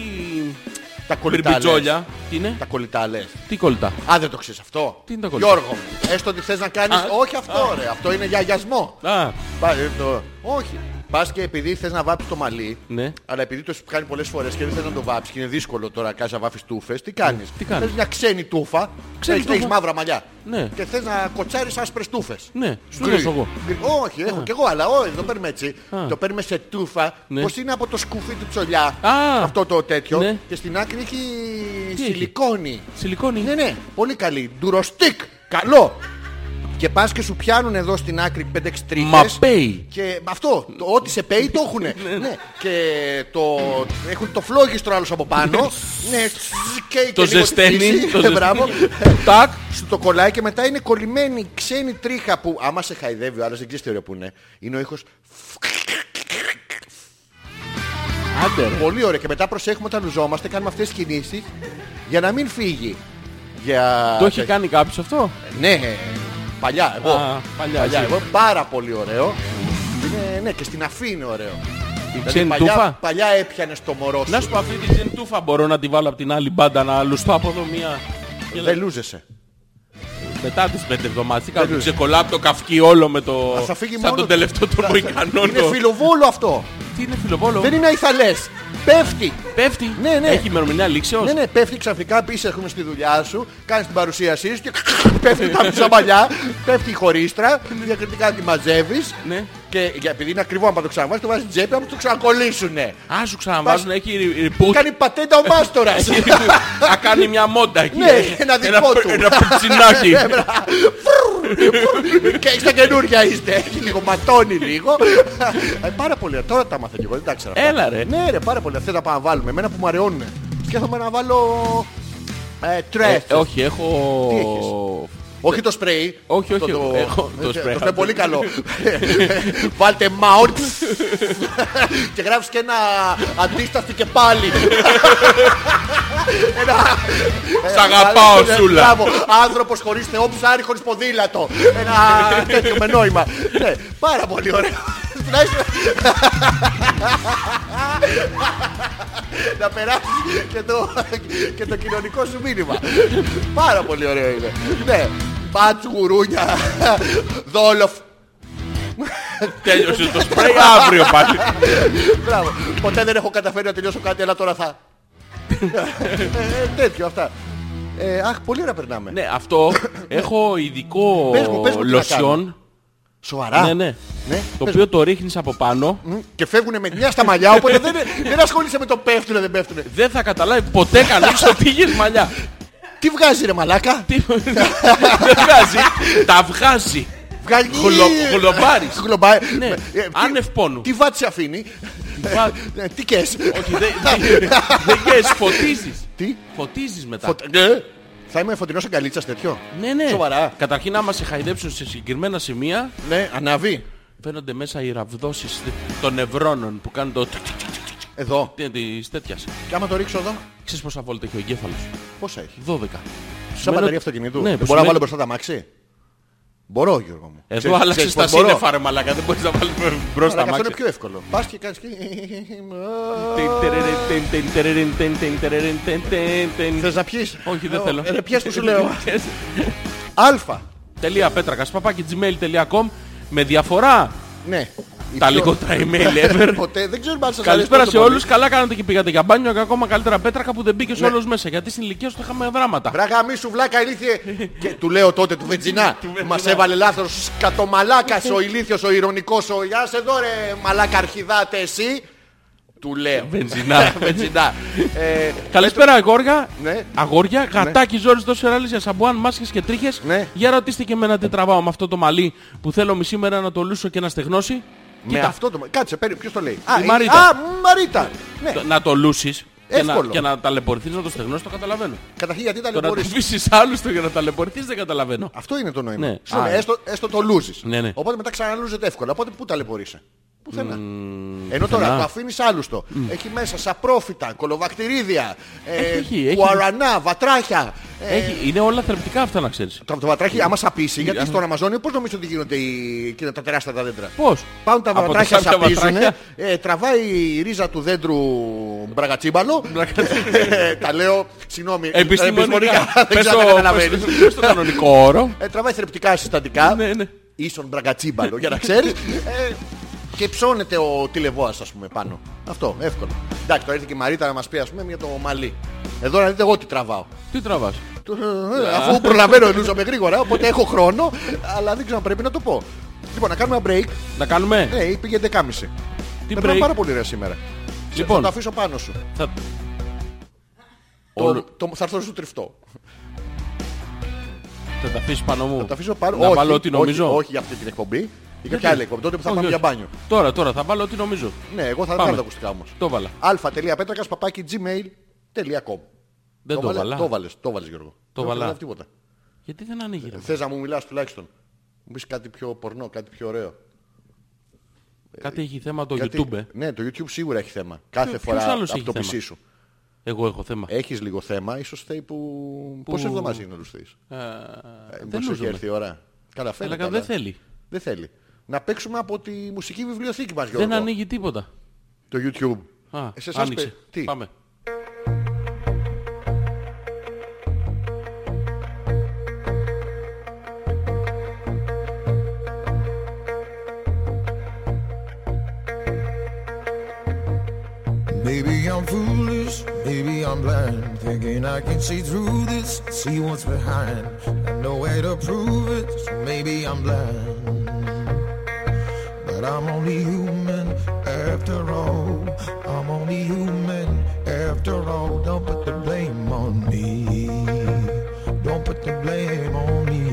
Τα κολλητά λες.
μπριμπιτζόλια. Τι είναι.
Τα κολλητά λες.
Τι κολλητά.
Α, δεν το ξέρεις αυτό.
Τι είναι τα κολλητά?
Γιώργο, μου, έστω ότι θες να κάνεις...
Α.
Όχι αυτό ρε, αυτό είναι για αγιασμό.
Α,
Πα- ε, το- Όχι. Πας και επειδή θες να βάψεις το μαλλί,
ναι.
αλλά επειδή το σου κάνει πολλές φορές και δεν θες να το βάψεις και είναι δύσκολο τώρα να κάνεις να βάφεις τούφες, τι κάνεις.
Τι κάνεις?
Θες μια ξένη τούφα,
Ξένη
έχεις,
τούφα.
έχεις μαύρα μαλλιά.
Ναι.
Και θες να κοτσάρεις άσπρες τούφες.
Ναι, σου
Γκρι.
δώσω εγώ.
Γκρι. Όχι, έχω κι εγώ, αλλά όχι, δεν το παίρνουμε έτσι. Το παίρνουμε σε τούφα,
Ναι.
πως είναι από το σκουφί του ψωλιά.
Α.
Αυτό το τέτοιο.
Ναι.
Και στην άκρη έχει
έχει?
σιλικόνη.
Σιλικόνη.
Ναι, ναι, πολύ καλή. Ντουροστίκ, καλό. Και πας και σου πιάνουν εδώ στην άκρη 5-6 τρίχες.
Μα πέει.
Και αυτό, το, ό,τι σε πέει το έχουνε. ναι. Και το, έχουν το φλόγιστρο άλλος από πάνω. ναι, και, και
Το
λίγο τη
ζεσταίνει,
φύση. Ναι,
το
Μπράβο.
Τάκ.
Σου το κολλάει και μετά είναι κολλημένη ξένη τρίχα που άμα σε χαϊδεύει ο άλλος δεν ξέρεις τι ωραίο που είναι. Είναι ο ήχος
Άντε ρε.
πολύ ωραίο και μετά προσέχουμε όταν λουζόμαστε κάνουμε αυτές τις κινήσεις για να μην φύγει. Για...
Το έχει κάνει κάποιος αυτό.
Ναι, παλιά εγώ.
Α, παλιά, εσύ.
εγώ πάρα πολύ ωραίο. Είναι, ναι, και στην αφή είναι ωραίο. Δηλαδή,
ξένη
παλιά,
τούφα?
παλιά έπιανε το μωρό σου.
Να σου πω αυτή τη τζεντούφα μπορώ να τη βάλω από την άλλη μπάντα να λουστώ από εδώ μία. Και
Δεν
λέω,
λούζεσαι.
Μετά τις πέντε εβδομάδες. Τι κάνω, ξεκολλάω από το καυκί όλο με το...
θα φύγει
Σαν
μόνο
τον
του.
τελευταίο το βοηκανό.
Είναι φιλοβόλο αυτό.
Τι είναι φιλοβόλο.
Δεν είναι αϊθαλές. Πέφτει.
Πέφτει.
Ναι, ναι.
Έχει ημερομηνία λήξεως.
Ναι, ναι, πέφτει ξαφνικά, πεις έρχομαι στη δουλειά σου, κάνεις την παρουσίασή σου και [LAUGHS] πέφτει τα ψαμαλιά, πέφτει η χωρίστρα, διακριτικά τη μαζεύεις
Ναι.
και για- επειδή είναι ακριβό άμα το ξαναβάζεις, το βάζεις τσέπη να το ξανακολλήσουνε.
Α, Ναι. σου ξαναβάζουν, έχει ρι- ριπούτ.
Κάνει πατέντα ο
[LAUGHS]
μάστορας.
Θα κάνει μια μόντα εκεί.
Ναι, ένα δικό του.
Ένα πιτσινάκι.
[LAUGHS] και στα καινούργια είστε. Έχει λίγο ματώνει λίγο. Ε, πάρα πολύ. ωραία. Τώρα τα μάθα και εγώ, δεν τα ξέρα.
Έλα, ρε.
Ναι, ρε, πάρα πολύ. Αυτά τα πάμε να βάλουμε. Εμένα που μου αραιώνουν. Σκέφτομαι να βάλω. Ε, τρες.
Ε, όχι, έχω...
Τι Όχι το σπρέι.
Όχι, όχι,
Το,
εγώ-
ε,
το σπρέι.
Το σπρέι πολύ καλό. Ε, Βάλτε μάουν.
[LAUGHS]
και γράφεις και ένα αντίσταση και πάλι.
Σ' αγαπάω,
Ε,
Σούλα.
Μπράβο. Άνθρωπος χωρίς θεό, ψάρι χωρίς ποδήλατο. Ένα τέτοιο με νόημα. Ναι, πάρα πολύ ωραίο. Τουλάχιστον- Να περάσεις και το, και το κοινωνικό σου μήνυμα. Πάρα πολύ ωραίο είναι. Ναι. Πατς γουρούνια. Δόλοφ.
Τέλειωσε το σπρέι αύριο πάλι.
Μπράβο. Ποτέ δεν έχω καταφέρει να τελειώσω κάτι, αλλά τώρα θα. Ε, Τέτοιο αυτά. Ε, Αχ, πολύ ωραία περνάμε.
Ναι, αυτό έχω ειδικό
Πες μου, πες μου τι να
λοσιόν.
Σοβαρά.
Ναι, ναι.
Ναι,
Το
πες
οποίο το ρίχνεις από πάνω.
μου. Και φεύγουνε με μια στα μαλλιά, οπότε δεν, δεν ασχολείσαι με το πέφτουνε, δεν πέφτουνε.
Δεν θα καταλάβει ποτέ κανείς ότι είχες μαλλιά.
Τι βγάζει ρε μαλάκα.
Τι- Δεν βγάζει. Τα βγάζει.
Βγάζει.
Χολο- χολομπάρεις.
Χολομπάρι.
Ναι,
Ε, τι-
άνευ πόνου.
Τι βάτσι αφήνει.
βα-
Ε, Τι κες.
Όχι, δεν δεν- δεν γες, φωτίζεις.
Τι.
Φωτίζεις μετά.
Φωτε- ναι. Θα είμαι φωτεινός αγκαλίτσας τέτοιο.
Ναι, ναι.
Σοβαρά.
Καταρχήν άμα σε χαϊδέψουν σε συγκεκριμένα σημεία,
Ναι, ανάβει.
φαίνονται μέσα οι ραβδόσεις των νευρώνων που κάνουν το...
Εδώ.
Της τέτοιας.
Και άμα το ρίξω εδώ,
Ξέρεις πόσα βόλτα έχει ο εγκέφαλος.
πόσα έχει.
12.
Σαν
Σημαίνει
μπαταρία
ότι-
αυτοκινήτου.
Ναι,
Δεν
που
μπορώ να
σημαίνει-
βάλω μπροστά τα μάξι. Μπορώ, Γιώργο μου.
Εδώ
Ξέρεις-
άλλαξες
ξέρεις
τα
πως μπορώ.
σύννεφα ρε μαλακά, δεν μπορείς να βάλεις μπροστά
Αλλά αυτό
μάξι.
είναι πιο εύκολο. Πας και κάνεις και... Θες να πιείς.
Όχι, δεν θέλω.
Ε, Ρε πιες που σου
[LAUGHS]
λέω. Αλφα.
Τελεία πέτρακας, παπάκι gmail.com με διαφορά
Ναι. Η
τα
πιο-
λιγότερα email ever.
[LAUGHS] Ποτέ δεν ξέρουμε αν σας αρέσει
Καλησπέρα
τόσο
σε
πολύ.
όλους, Καλά κάνατε και πήγατε για μπάνιο. Και ακόμα καλύτερα πέτρακα που δεν
Ναι.
μπήκε όλος μέσα. Γιατί στην ηλικία σου το είχαμε δράματα.
Βράγα μη σου βλάκα ηλίθιε. και του λέω τότε του
[LAUGHS]
Βετζινά. Μας έβαλε λάθος κατομαλάκας ο ηλίθιος, ο ηρωνικός, ο Γεια σε εδώ ρε μαλάκα αρχιδάτε εσύ. Του λέω. [LAUGHS]
[LAUGHS] Βενζινά.
Βετζινά. Ε,
Καλησπέρα, αγόρια.
Ναι.
Αγόρια, γατάκι, ζόρι, τόσο ράλι για σαμπουάν, μάσκες και τρίχες
Ναι.
Για ρωτήστε και εμένα τι τραβάω με αυτό το μαλλί που θέλω μη σήμερα να το λούσω και να
Ναι.
στεγνώσει.
Με
Κοίτα,
αυτό το. Κάτσε, παίρνει. Ποιος το λέει. Α, η-
Μαρίτα.
Α, Μαρίτα. Ναι.
το- να το λούσεις και να,
Εύκολο.
και να ταλαιπωρηθείς, να το στεγνώσεις, το καταλαβαίνω.
Καταρχήν γιατί λοιπόν τα
Το να το
λεμπορείς.
αφήσεις άλλους το για να ταλαιπωρηθείς δεν καταλαβαίνω.
Αυτό είναι το νόημα.
Ναι.
Σου λέει,
Α,
έστω, έστω το λούζεις.
Ναι, ναι.
Οπότε μετά ξαναλούζεται εύκολα. Οπότε πού ταλαιπωρείσαι. Πουθενά. Ενώ τώρα το αφήνεις άλλους το. Έχει μέσα σαπρόφυτα, κολοβακτηρίδια, ε,
Έχει, έχει.
κουαρανά, βατράχια. Ε,
Έχει, είναι όλα θρεπτικά αυτά να ξέρεις.
το, το βατράχι άμα
ε,
σαπίσει, γιατί στον Αμαζόνιο πώς νομίζεις ότι γίνονται οι, και τα τεράστια τα δέντρα.
Πώς.
Πάνω τα
Από τα
βατράχια
σάπια
σαπίζουν,
βατράχια.
ε, τραβάει η ρίζα του δέντρου μπραγατσίμπαλο. Ε, τα λέω, συγγνώμη,
Επιστημονικά.
δεν
Πες
ξέρω
το-
αν καταλαβαίνεις.
πες το- πες το κανονικό όρο.
Ε, τραβάει θρεπτικά συστατικά.
Ναι, ναι.
Ίσον μπραγκατσίμπαλο, για να
[LAUGHS]
ξέρεις. και ψώνεται ο τηλεβόας, ας πούμε, πάνω. Αυτό, εύκολο. Εντάξει, τώρα ήρθε και η Μαρίτα να μας πει, ας πούμε, για το μαλλί. Εδώ να δείτε εγώ τι τραβάω.
Τι τραβάς.
Του-
Ναι.
ε, Αφού προλαβαίνω, ελούζομαι γρήγορα, οπότε έχω χρόνο, αλλά δεν ξέρω αν πρέπει να το πω. Λοιπόν, να κάνουμε ένα break.
Να κάνουμε.
Ναι, πήγε 11.30.
Τι
Περνάμε
break.
πάρα πολύ ωραία σήμερα.
Λοιπόν.
θα το αφήσω πάνω σου.
Θα-
Το,
Όλο-
το, θα έρθω στο τριφτό.
Θα τα αφήσεις πάνω μου.
Θα το αφήσω πάνω.
Να
όχι,
βάλω ό,τι
όχι,
νομίζω.
Όχι, για αυτή την εκπομπή. Για κάποια
Γιατί?
άλλη εκπομπή. Τότε που θα
Όχι,
πάμε για
όχι.
μπάνιο.
Τώρα, τώρα, θα βάλω ό,τι νομίζω.
Ναι, εγώ θα
Πάμε.
βάλω τα ακουστικά όμως.
Το βάλα.
αλφα.πέτρακας παπάκι gmail.com
Δεν το
βάλε-
βάλα.
Το έβαλες, το έβαλες Γιώργο. Δεν
βάλα.
καταλάβει τίποτα.
Γιατί δεν ανοίγει. ρε.
Θες να μου μιλάς τουλάχιστον. Μου πεις κάτι πιο πορνό, κάτι πιο ωραίο.
Κάτι έχει θέμα το
Κάτι-
YouTube. ε.
Ναι, το YouTube σίγουρα έχει θέμα. Κάθε
ποιος
φορά
άλλος
από
έχει
το
θέμα?
PC σου.
Εγώ έχω θέμα.
Έχεις λίγο θέμα, ίσως θέλει που... Πόσες εβδομάδες έχει να λουστείς.
Ε, δεν
Μήπως έχει
λούζομαι.
έρθει η ώρα. Καλά, φαίνεται.
Μαλάκα,
αλλά
δεν θέλει.
Δεν θέλει. Να παίξουμε από τη μουσική βιβλιοθήκη μας Γιώργο.
Δεν ανοίγει τίποτα.
Το YouTube.
Α,
Ε, σε εσάς
άνοιξε.
παι- Τι.
Πάμε.
Maybe I'm foolish, maybe I'm blind, thinking I can see through this, see what's behind. I no way to prove it, so maybe I'm blind. But I'm only human after all. I'm only human after all. Don't put the blame on me. Don't put the blame on me.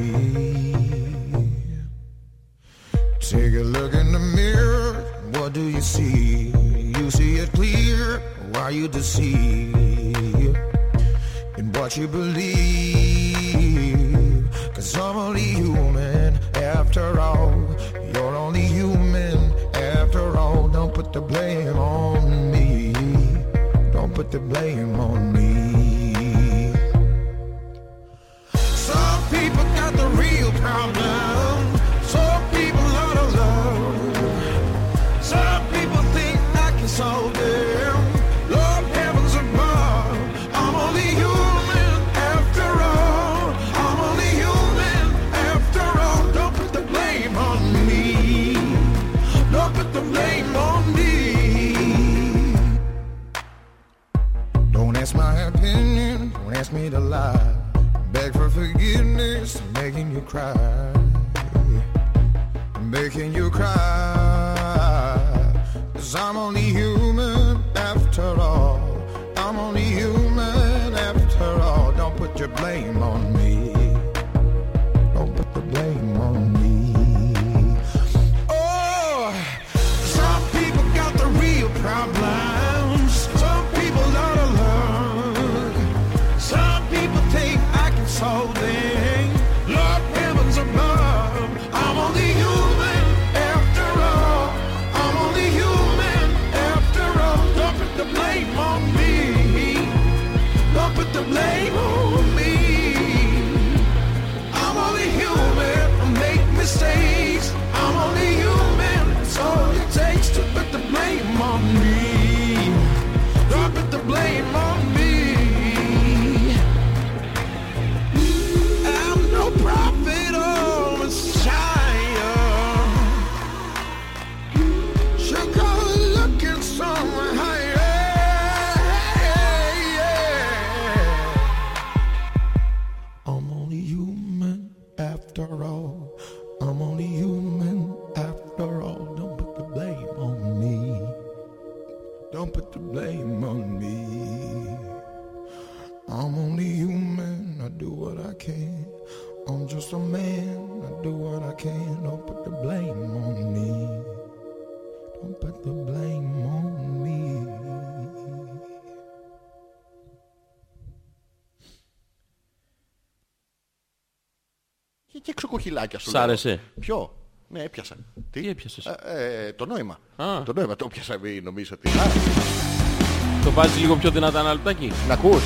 Take a look in the mirror. What do you see? You see it clear. Why you deceive in what you believe? Cause I'm only human after all. You're only human after all. Don't put the blame on me. Don't put the blame on me. Some people got the real problem. Some people out of love. Some people think I can solve them. Lord heavens above. I'm only human after all. I'm only human asked me to lie. Beg for forgiveness, making you cry. Making you cry. Cause I'm only human after all. I'm only human after all. Don't put your blame on me. Don't put the blame on me. Oh, some people got the real problems. Some people out of luck. Some people think I can solve them. Lord, heavens above. I'm only human after all. I'm only human after all. Don't put the blame on me. Don't put the blame on me. I'm only human, I make mistakes. I'm only human, that's all it takes to put the blame on me. Don't put the blame on me. I'm no prophet or messiah. Should go looking somewhere higher. I'm only human after all. I'm only human after all. Don't put the blame on me. Don't put the blame on me. I'm only human. I do what I can. I'm just a man. I do what I can. Don't put the blame on me. Don't put the blame on me.
Και, και ξοκοχυλάκια σου.
Σ'
λέω.
άρεσε?
Ποιο. Ναι, έπιασα.
Τι έπιασες?
Ε, ε, το νόημα.
Α.
Το νόημα το έπιασα, μην νομίζω ότι. Α,
Το βάζεις λίγο πιο δυνατά ένα λεπτάκι.
να ακούς.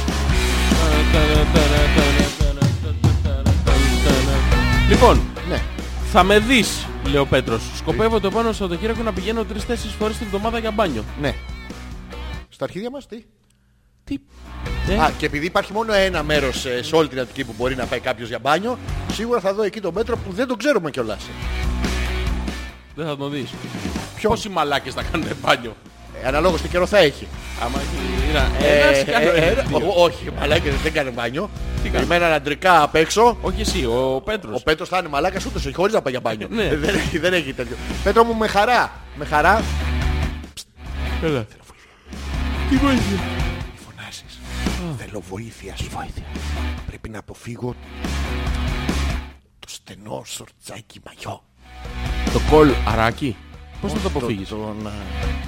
Λοιπόν,
Ναι.
θα με δεις, λέει ο Πέτρος. Σκοπεύω το επόμενο Σαββατοκύριακο να πηγαίνω 3-4 φορές την εβδομάδα για μπάνιο.
Ναι. Στα αρχίδια μας τι.
Τι. Ε,
Α, και επειδή υπάρχει μόνο ένα μέρος ε, σε όλη την Αττική που μπορεί να πάει κάποιος για μπάνιο, σίγουρα θα δω εκεί τον μέτρο που δεν τον ξέρουμε κιόλας.
δεν θα τον δεις.
Ποιο.
Πόσοι μαλάκες θα κάνουν μπάνιο.
Ε, αναλόγως τι καιρό θα έχει.
Άμα έχει ένα,
Ε,
ένας,
ε,
κάνω
ε,
ένα,
ε,
δύο.
ο- Όχι, μαλάκες δεν κάνει μπάνιο.
Τι κάνει.
Με έναν αντρικά απ' έξω.
Όχι εσύ, ο
Ο
Πέτρος.
Πέτρος θα είναι μαλάκας ούτως ή χωρίς να πάει για μπάνιο.
Ναι.
δεν, έχει, δεν έχει τέτοιο. Πέτρο μου με χαρά. Με χαρά.
Έλα. Τι βοήθεια.
Φωνάζεις. Θέλω βοήθεια σου. Πρέπει να αποφύγω το στενό σορτσάκι μαγιό.
Το κολ αράκι. Πώς θα το
Το-
αποφύγεις.
τον, α,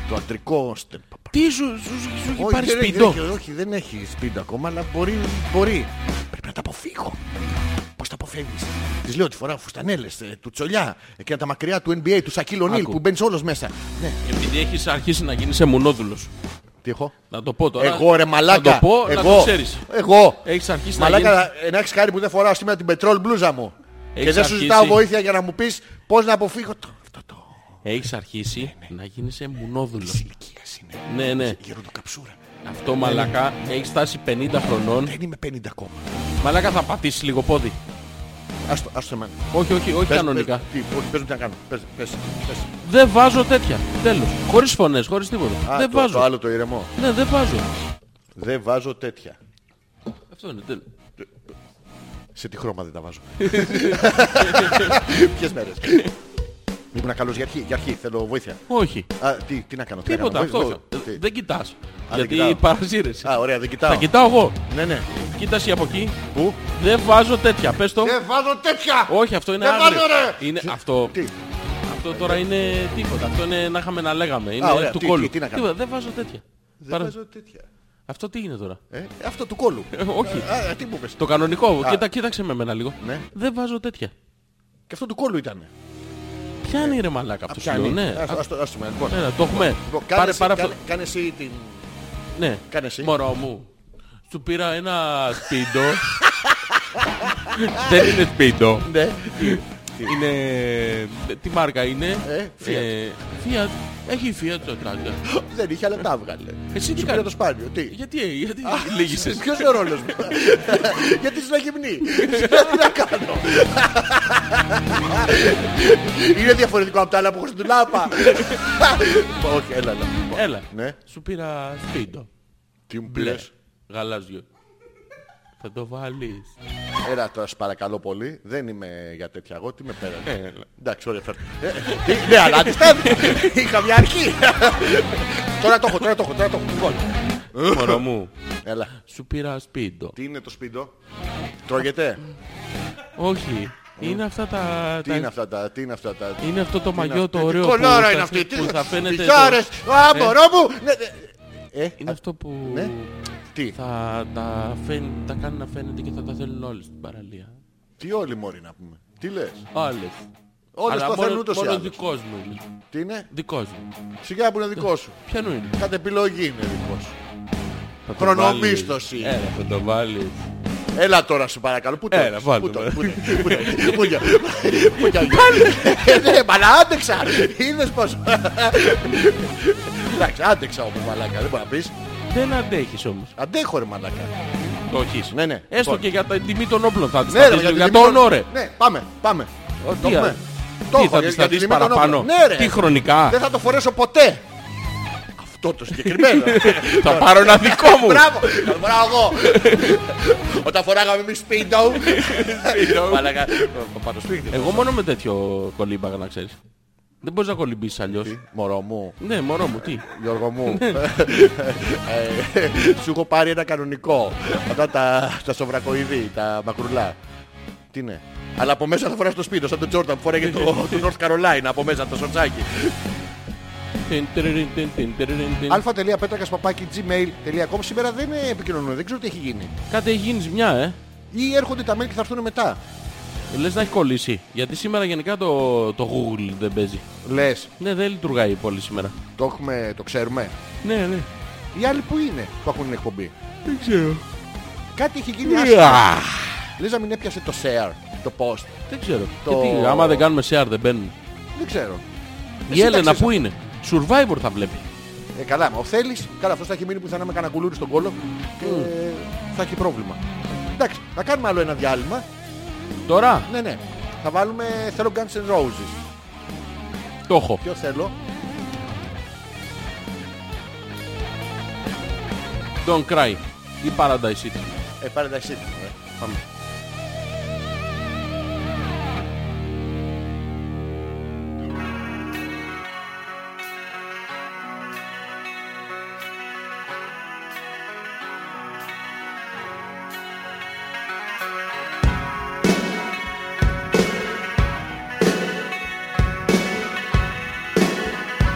Το αντρικό στεν.
Τι σου, σου, σου, σου έχει
Όχι,
πάρει
δεν έχει,
σπίτι.
δεν έχει, όχι, δεν έχει σπίτι ακόμα, αλλά μπορεί. μπορεί. Πρέπει να τα αποφύγω. Πώς τα αποφεύγεις. Της λέω ότι φοράω φουστανέλε του Τσολιά και τα μακριά του NBA, του Σακύλο Νίλ
Άκου.
που μπαίνεις όλος μέσα. Ναι,
Επειδή έχεις αρχίσει να γίνεις εμουνόδουλος.
τι έχω.
Να το πω τώρα.
Εγώ ρε μαλάκα.
Να το πω,
εγώ,
να το ξέρεις.
Εγώ.
Έχεις αρχίσει
μαλάκα,
να
να, έχεις χάρη που δεν φοράω σήμερα την πετρόλ μπλούζα μου. και
Έχεις
δεν σου ζητάω
αρχίσει.
βοήθεια για να μου πεις πώς να αποφύγω. Το, αυτό το,
γίνεις... Έχεις αρχίσει να γίνεις εμουνόδουλος.
της ηλικίας είναι.
Ναι, ναι.
Γεροντοκαψούρα.
Αυτό μαλακά έχεις φτάσει 50 χρονών.
Δεν είμαι 50 ακόμα.
Μαλακά θα πατήσεις λίγο πόδι.
Ας το, ας το εμένα.
Όχι, όχι, όχι
Πες-
κανονικά.
πες- Τι, όχι, πες μου τι να κάνω. Πες, πες, πες.
Δεν βάζω τέτοια. Τέλος. Χωρίς φωνές, χωρίς τίποτα.
Α,
δεν
το,
βάζω.
το άλλο το ηρεμό.
Ναι, δεν βάζω.
Δεν βάζω τέτοια.
Αυτό είναι. τέλος.
Σε τι χρώμα δεν τα
[LAUGHS]
βάζω. Ποιες μέρες. Ήμουν καλός για αρχή. Για αρχή θέλω βοήθεια.
Όχι.
Α, τι, τι να κάνω. τι να
Τίποτα
κάνω, βοήθεια,
αυτό.
βοήθεια.
Δεν κοιτάς.
δεν κοιτάω.
Γιατί παρασύρεσαι.
Α, ωραία, δεν
Τα
κοιτάω.
κοιτάω εγώ.
Ναι, ναι.
Κοίταση από εκεί.
Πού?
Δεν βάζω τέτοια. Πες το.
Δεν βάζω τέτοια.
Όχι, αυτό είναι
Δεν
άγριο.
βάζω, ρε.
Είναι αυτό.
Τι.
Αυτό τώρα είναι τίποτα. Αυτό είναι να είχαμε να λέγαμε. Είναι
ωραία.
του
Τι-
κόλλου.
τι- τι να κάνω.
Τίποτα, δεν βάζω τέτοια.
Δεν
Παρα-
βάζω τέτοια.
Αυτό τι είναι τώρα. [LAUGHS]
Ε, αυτό του κόλου.
Ε, όχι.
Α, τι μου πες.
Το κανονικό.
Α.
Κοίτα, κοίταξε με εμένα λίγο.
Ναι.
Δεν βάζω τέτοια.
Και αυτό του κόλου ήταν.
Πιάνει ρε μαλάκα αυτό σου λέω. Ναι.
Ας ας το ας το με. Λοιπόν,
Ναι, ναι, το έχουμε.
λοιπόν, κάνε
Πάρε
εσύ-
πάρε αυτό.
κάνε- Κάνε εσύ την...
Ναι.
κάνε εσύ.
Μωρό μου. Σου πήρα ένα σπίτι. Δεν είναι σπίτι.
Ναι.
Είναι... Τι μάρκα είναι.
Ε, Fiat.
Ε, Fiat. Έχει Fiat το τράγκα.
[LAUGHS] Δεν είχε, αλλά τα έβγαλε.
Εσύ τι
Σου πήρε
κάνεις.
το σπάνιο. Τι.
Γιατί, ε, γιατί λύγησες.
Ποιος είναι ο ρόλος
[LAUGHS]
μου. Γιατί είσαι γυμνή. Τι να κάνω. Είναι διαφορετικό από τα άλλα που έχω στην
[LAUGHS]
τουλάπα. Όχι, έλα, έλα.
Έλα.
Ναι.
Σου πήρα σπίτι.
Τι μου
Μπλε.
πήρες.
Γαλάζιο. Θα το βάλεις.
Έλα τώρα, σε παρακαλώ πολύ. Δεν είμαι για τέτοια εγώ. Τι με
Ε,
πέρανε. Εντάξει, ωραία, φέρτε. Ε, τι- Ναι, αλλά αντιστάθηκα. Είχα μια αρχή. Τώρα το έχω, τώρα το έχω, τώρα το έχω. Λοιπόν,
Μωρό μου,
Έλα.
σου πήρα σπίτι.
Τι είναι το σπίτι, Τρώγεται.
Όχι. Είναι αυτά τα.
Τι είναι αυτά τα, τι είναι αυτά τα. τι
είναι αυτό το μαγιό το
Τι
ωραίο που,
κολόρα
θα-
είναι αυτή.
που
Τι
θα φαίνεται. το- Ε.
πιτσάρες. Α, μωρό μου. Ναι, ναι. Ε,
Είναι αυτό που
ναι. Τι,
θα τα, φαίν- τα κάνει να φαίνεται και θα τα θέλουν όλες στην παραλία.
τι όλοι μωροί να πούμε. Τι λες.
Όλες.
Όλες
Αλλά
το θέλουν
μόνο,
ούτως ή
μόνο
άλλως.
δικός μου είναι.
Τι είναι.
Δικός μου.
Σιγά που είναι δικό σου.
Ποιανού είναι.
Κατ' επιλογή είναι δικός σου.
Θα το
Χρονομίστοση.
βάλεις. Έλα, θα το βάλεις.
Έλα τώρα σε παρακαλώ. Πού το
Έλα,
έχεις,
βάλτε
Πού το
με.
Πού το- πού το- πού το- Πού το Ναι, μα να άντεξα. Είδες πως. Εντάξει, άντεξα όμως μαλάκα. Δεν μπορεί να πεις.
Δεν αντέχεις όμως.
Αντέχω ρε μαλάκα.
Το έχεις.
Ναι, ναι.
Έστω
Λοιπόν.
και για τα- την τιμή των όπλων θα τις
Ναι, ρε,
ταπείς,
τη
για
τιμή
τον
των-
ωρε.
Ναι, πάμε, πάμε.
τι,
Το έχουμε.
α,
Το
Τι
έχω,
θα
για- για
τις
τη
ταπείς
τιμή των όπλων.
παραπάνω.
Ναι, ρε.
Τι χρονικά.
Δεν θα το φορέσω ποτέ. Αυτό το συγκεκριμένο.
Θα πάρω ένα δικό μου.
Μπράβο, μπράβο. Όταν φοράγαμε εμείς σπίντο. Μαλάκα, πάνω σπίτι.
Εγώ μόνο με τέτοιο κολύμπαγα να ξέρεις. Δεν μπορείς να κολυμπήσεις αλλιώς.
Μωρό μου,
Ναι, μωρό μου, τι.
Γιώργο [LAUGHS] μου, ε, σου έχω πάρει ένα κανονικό. Αυτά τα, τα σοβρακοειδή, τα μακρουλά. Τι είναι. Αλλά από μέσα θα φοράς το σπίτι, σαν τον Τζόρνταν που φοράγε [LAUGHS] το, το North Carolina από μέσα το σορτσάκι. αλφα.πέτρακα παπάκι gmail.com Σήμερα δεν ε, επικοινωνούν, δεν ξέρω τι έχει γίνει.
Κάτι έχει γίνει μια, ε.
Ή έρχονται τα mail και θα έρθουν μετά.
Λες να έχει κολλήσει. Γιατί σήμερα γενικά το, το Google δεν παίζει.
Λες,
Ναι, δεν λειτουργάει πολύ σήμερα.
το, έχουμε, το ξέρουμε.
Ναι, ναι.
Οι άλλοι που είναι που ακούν την εκπομπή.
Δεν ξέρω.
Κάτι έχει γίνει άσχημα. Λες να μην έπιασε το share, το post.
Δεν ξέρω.
Το-
Γιατί, άμα δεν κάνουμε share δεν μπαίνουν.
Δεν ξέρω.
Η
Εσύ τα
Έλενα
ξέρεις.
που είναι. Survivor θα βλέπει.
Ε, καλά, μα ο Θέλης, καλά, αυτός θα έχει μείνει που θα είναι με κανένα κουλούρι στον κόλο και θα έχει πρόβλημα. Εντάξει, θα κάνουμε άλλο ένα διάλειμμα.
Τώρα
Ναι, ναι. Θα βάλουμε, θέλω Guns N' Roses.
το έχω.
Ποιο θέλω.
Don't cry. Ή Paradise City.
Ε, πάρε τα εσύ. Ε. Πάμε.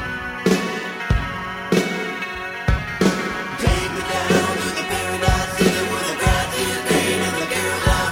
Take me down to the paradise city where the grass is green and the girls are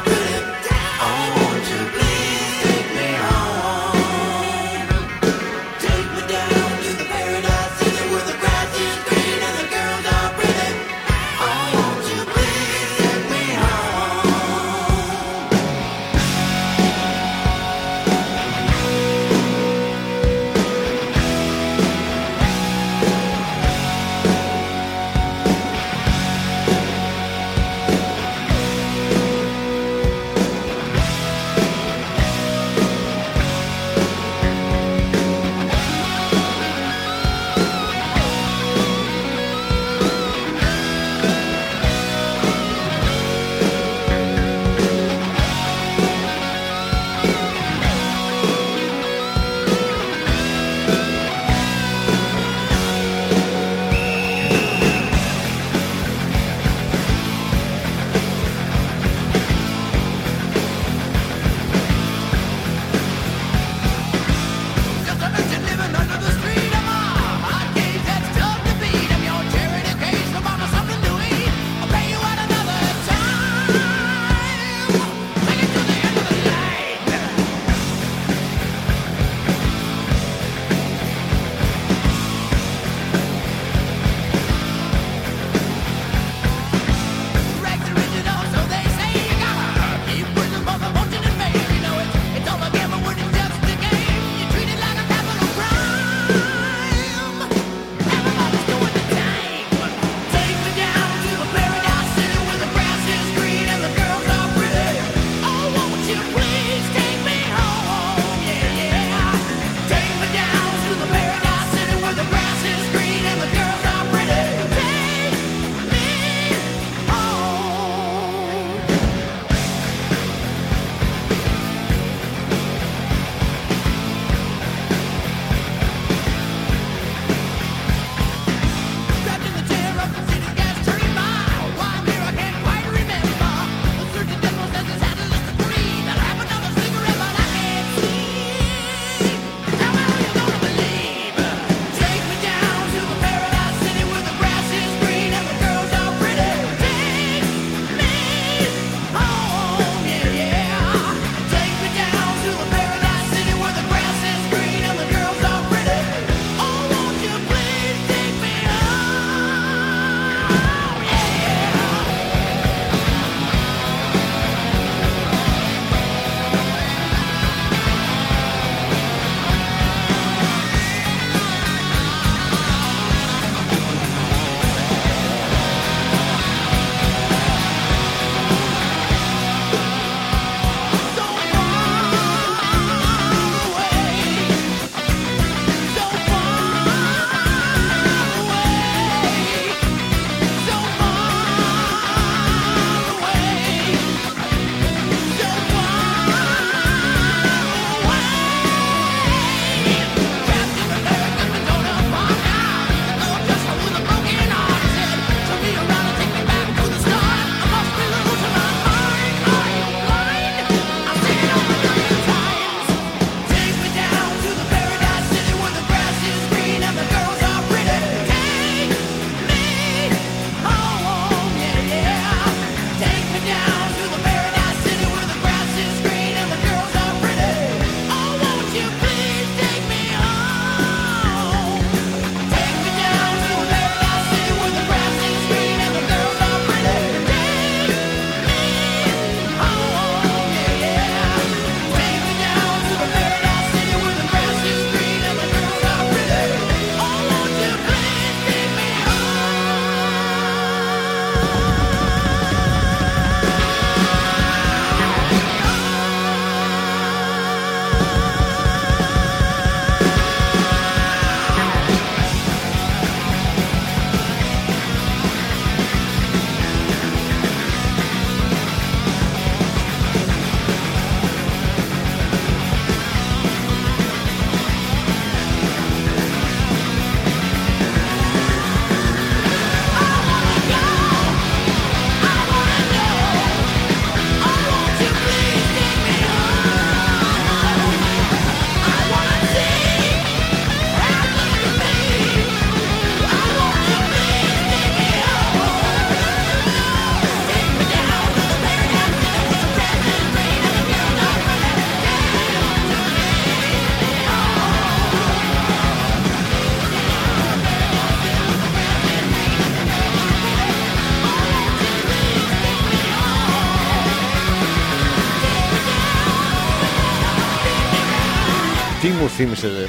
Τι μου θύμισες, δε.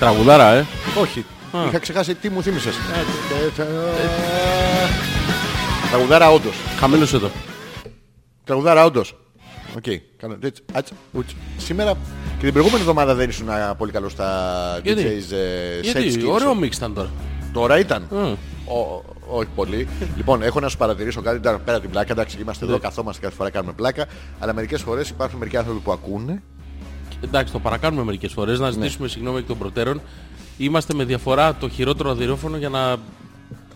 Τραγουδάρα, ε.
Όχι. Είχα ξεχάσει τι μου θύμισες. Τραγουδάρα όντως.
Χαμήλωσε εδώ.
Τραγουδάρα όντως. Οκ. Κάνω έτσι. άτσα, ούτς. Σήμερα και την προηγούμενη εβδομάδα δεν ήσουν α, πολύ καλός στα DJs
Γιατί?
ε, sets
Γιατί,
και
ωραίο μίξ ήταν τώρα.
Τώρα ήταν. Ο- όχι πολύ. λοιπόν, έχω να σου παρατηρήσω κάτι τώρα πέρα την πλάκα. Εντάξει, είμαστε
Ναι.
εδώ, καθόμαστε κάθε φορά κάνουμε πλάκα. Αλλά μερικές φορές υπάρχουν μερικοί άνθρωποι που ακούνε.
Εντάξει, το παρακάνουμε μερικές φορές,
Ναι.
να ζητήσουμε συγγνώμη εκ των προτέρων. Είμαστε με διαφορά το χειρότερο ραδιόφωνο για να...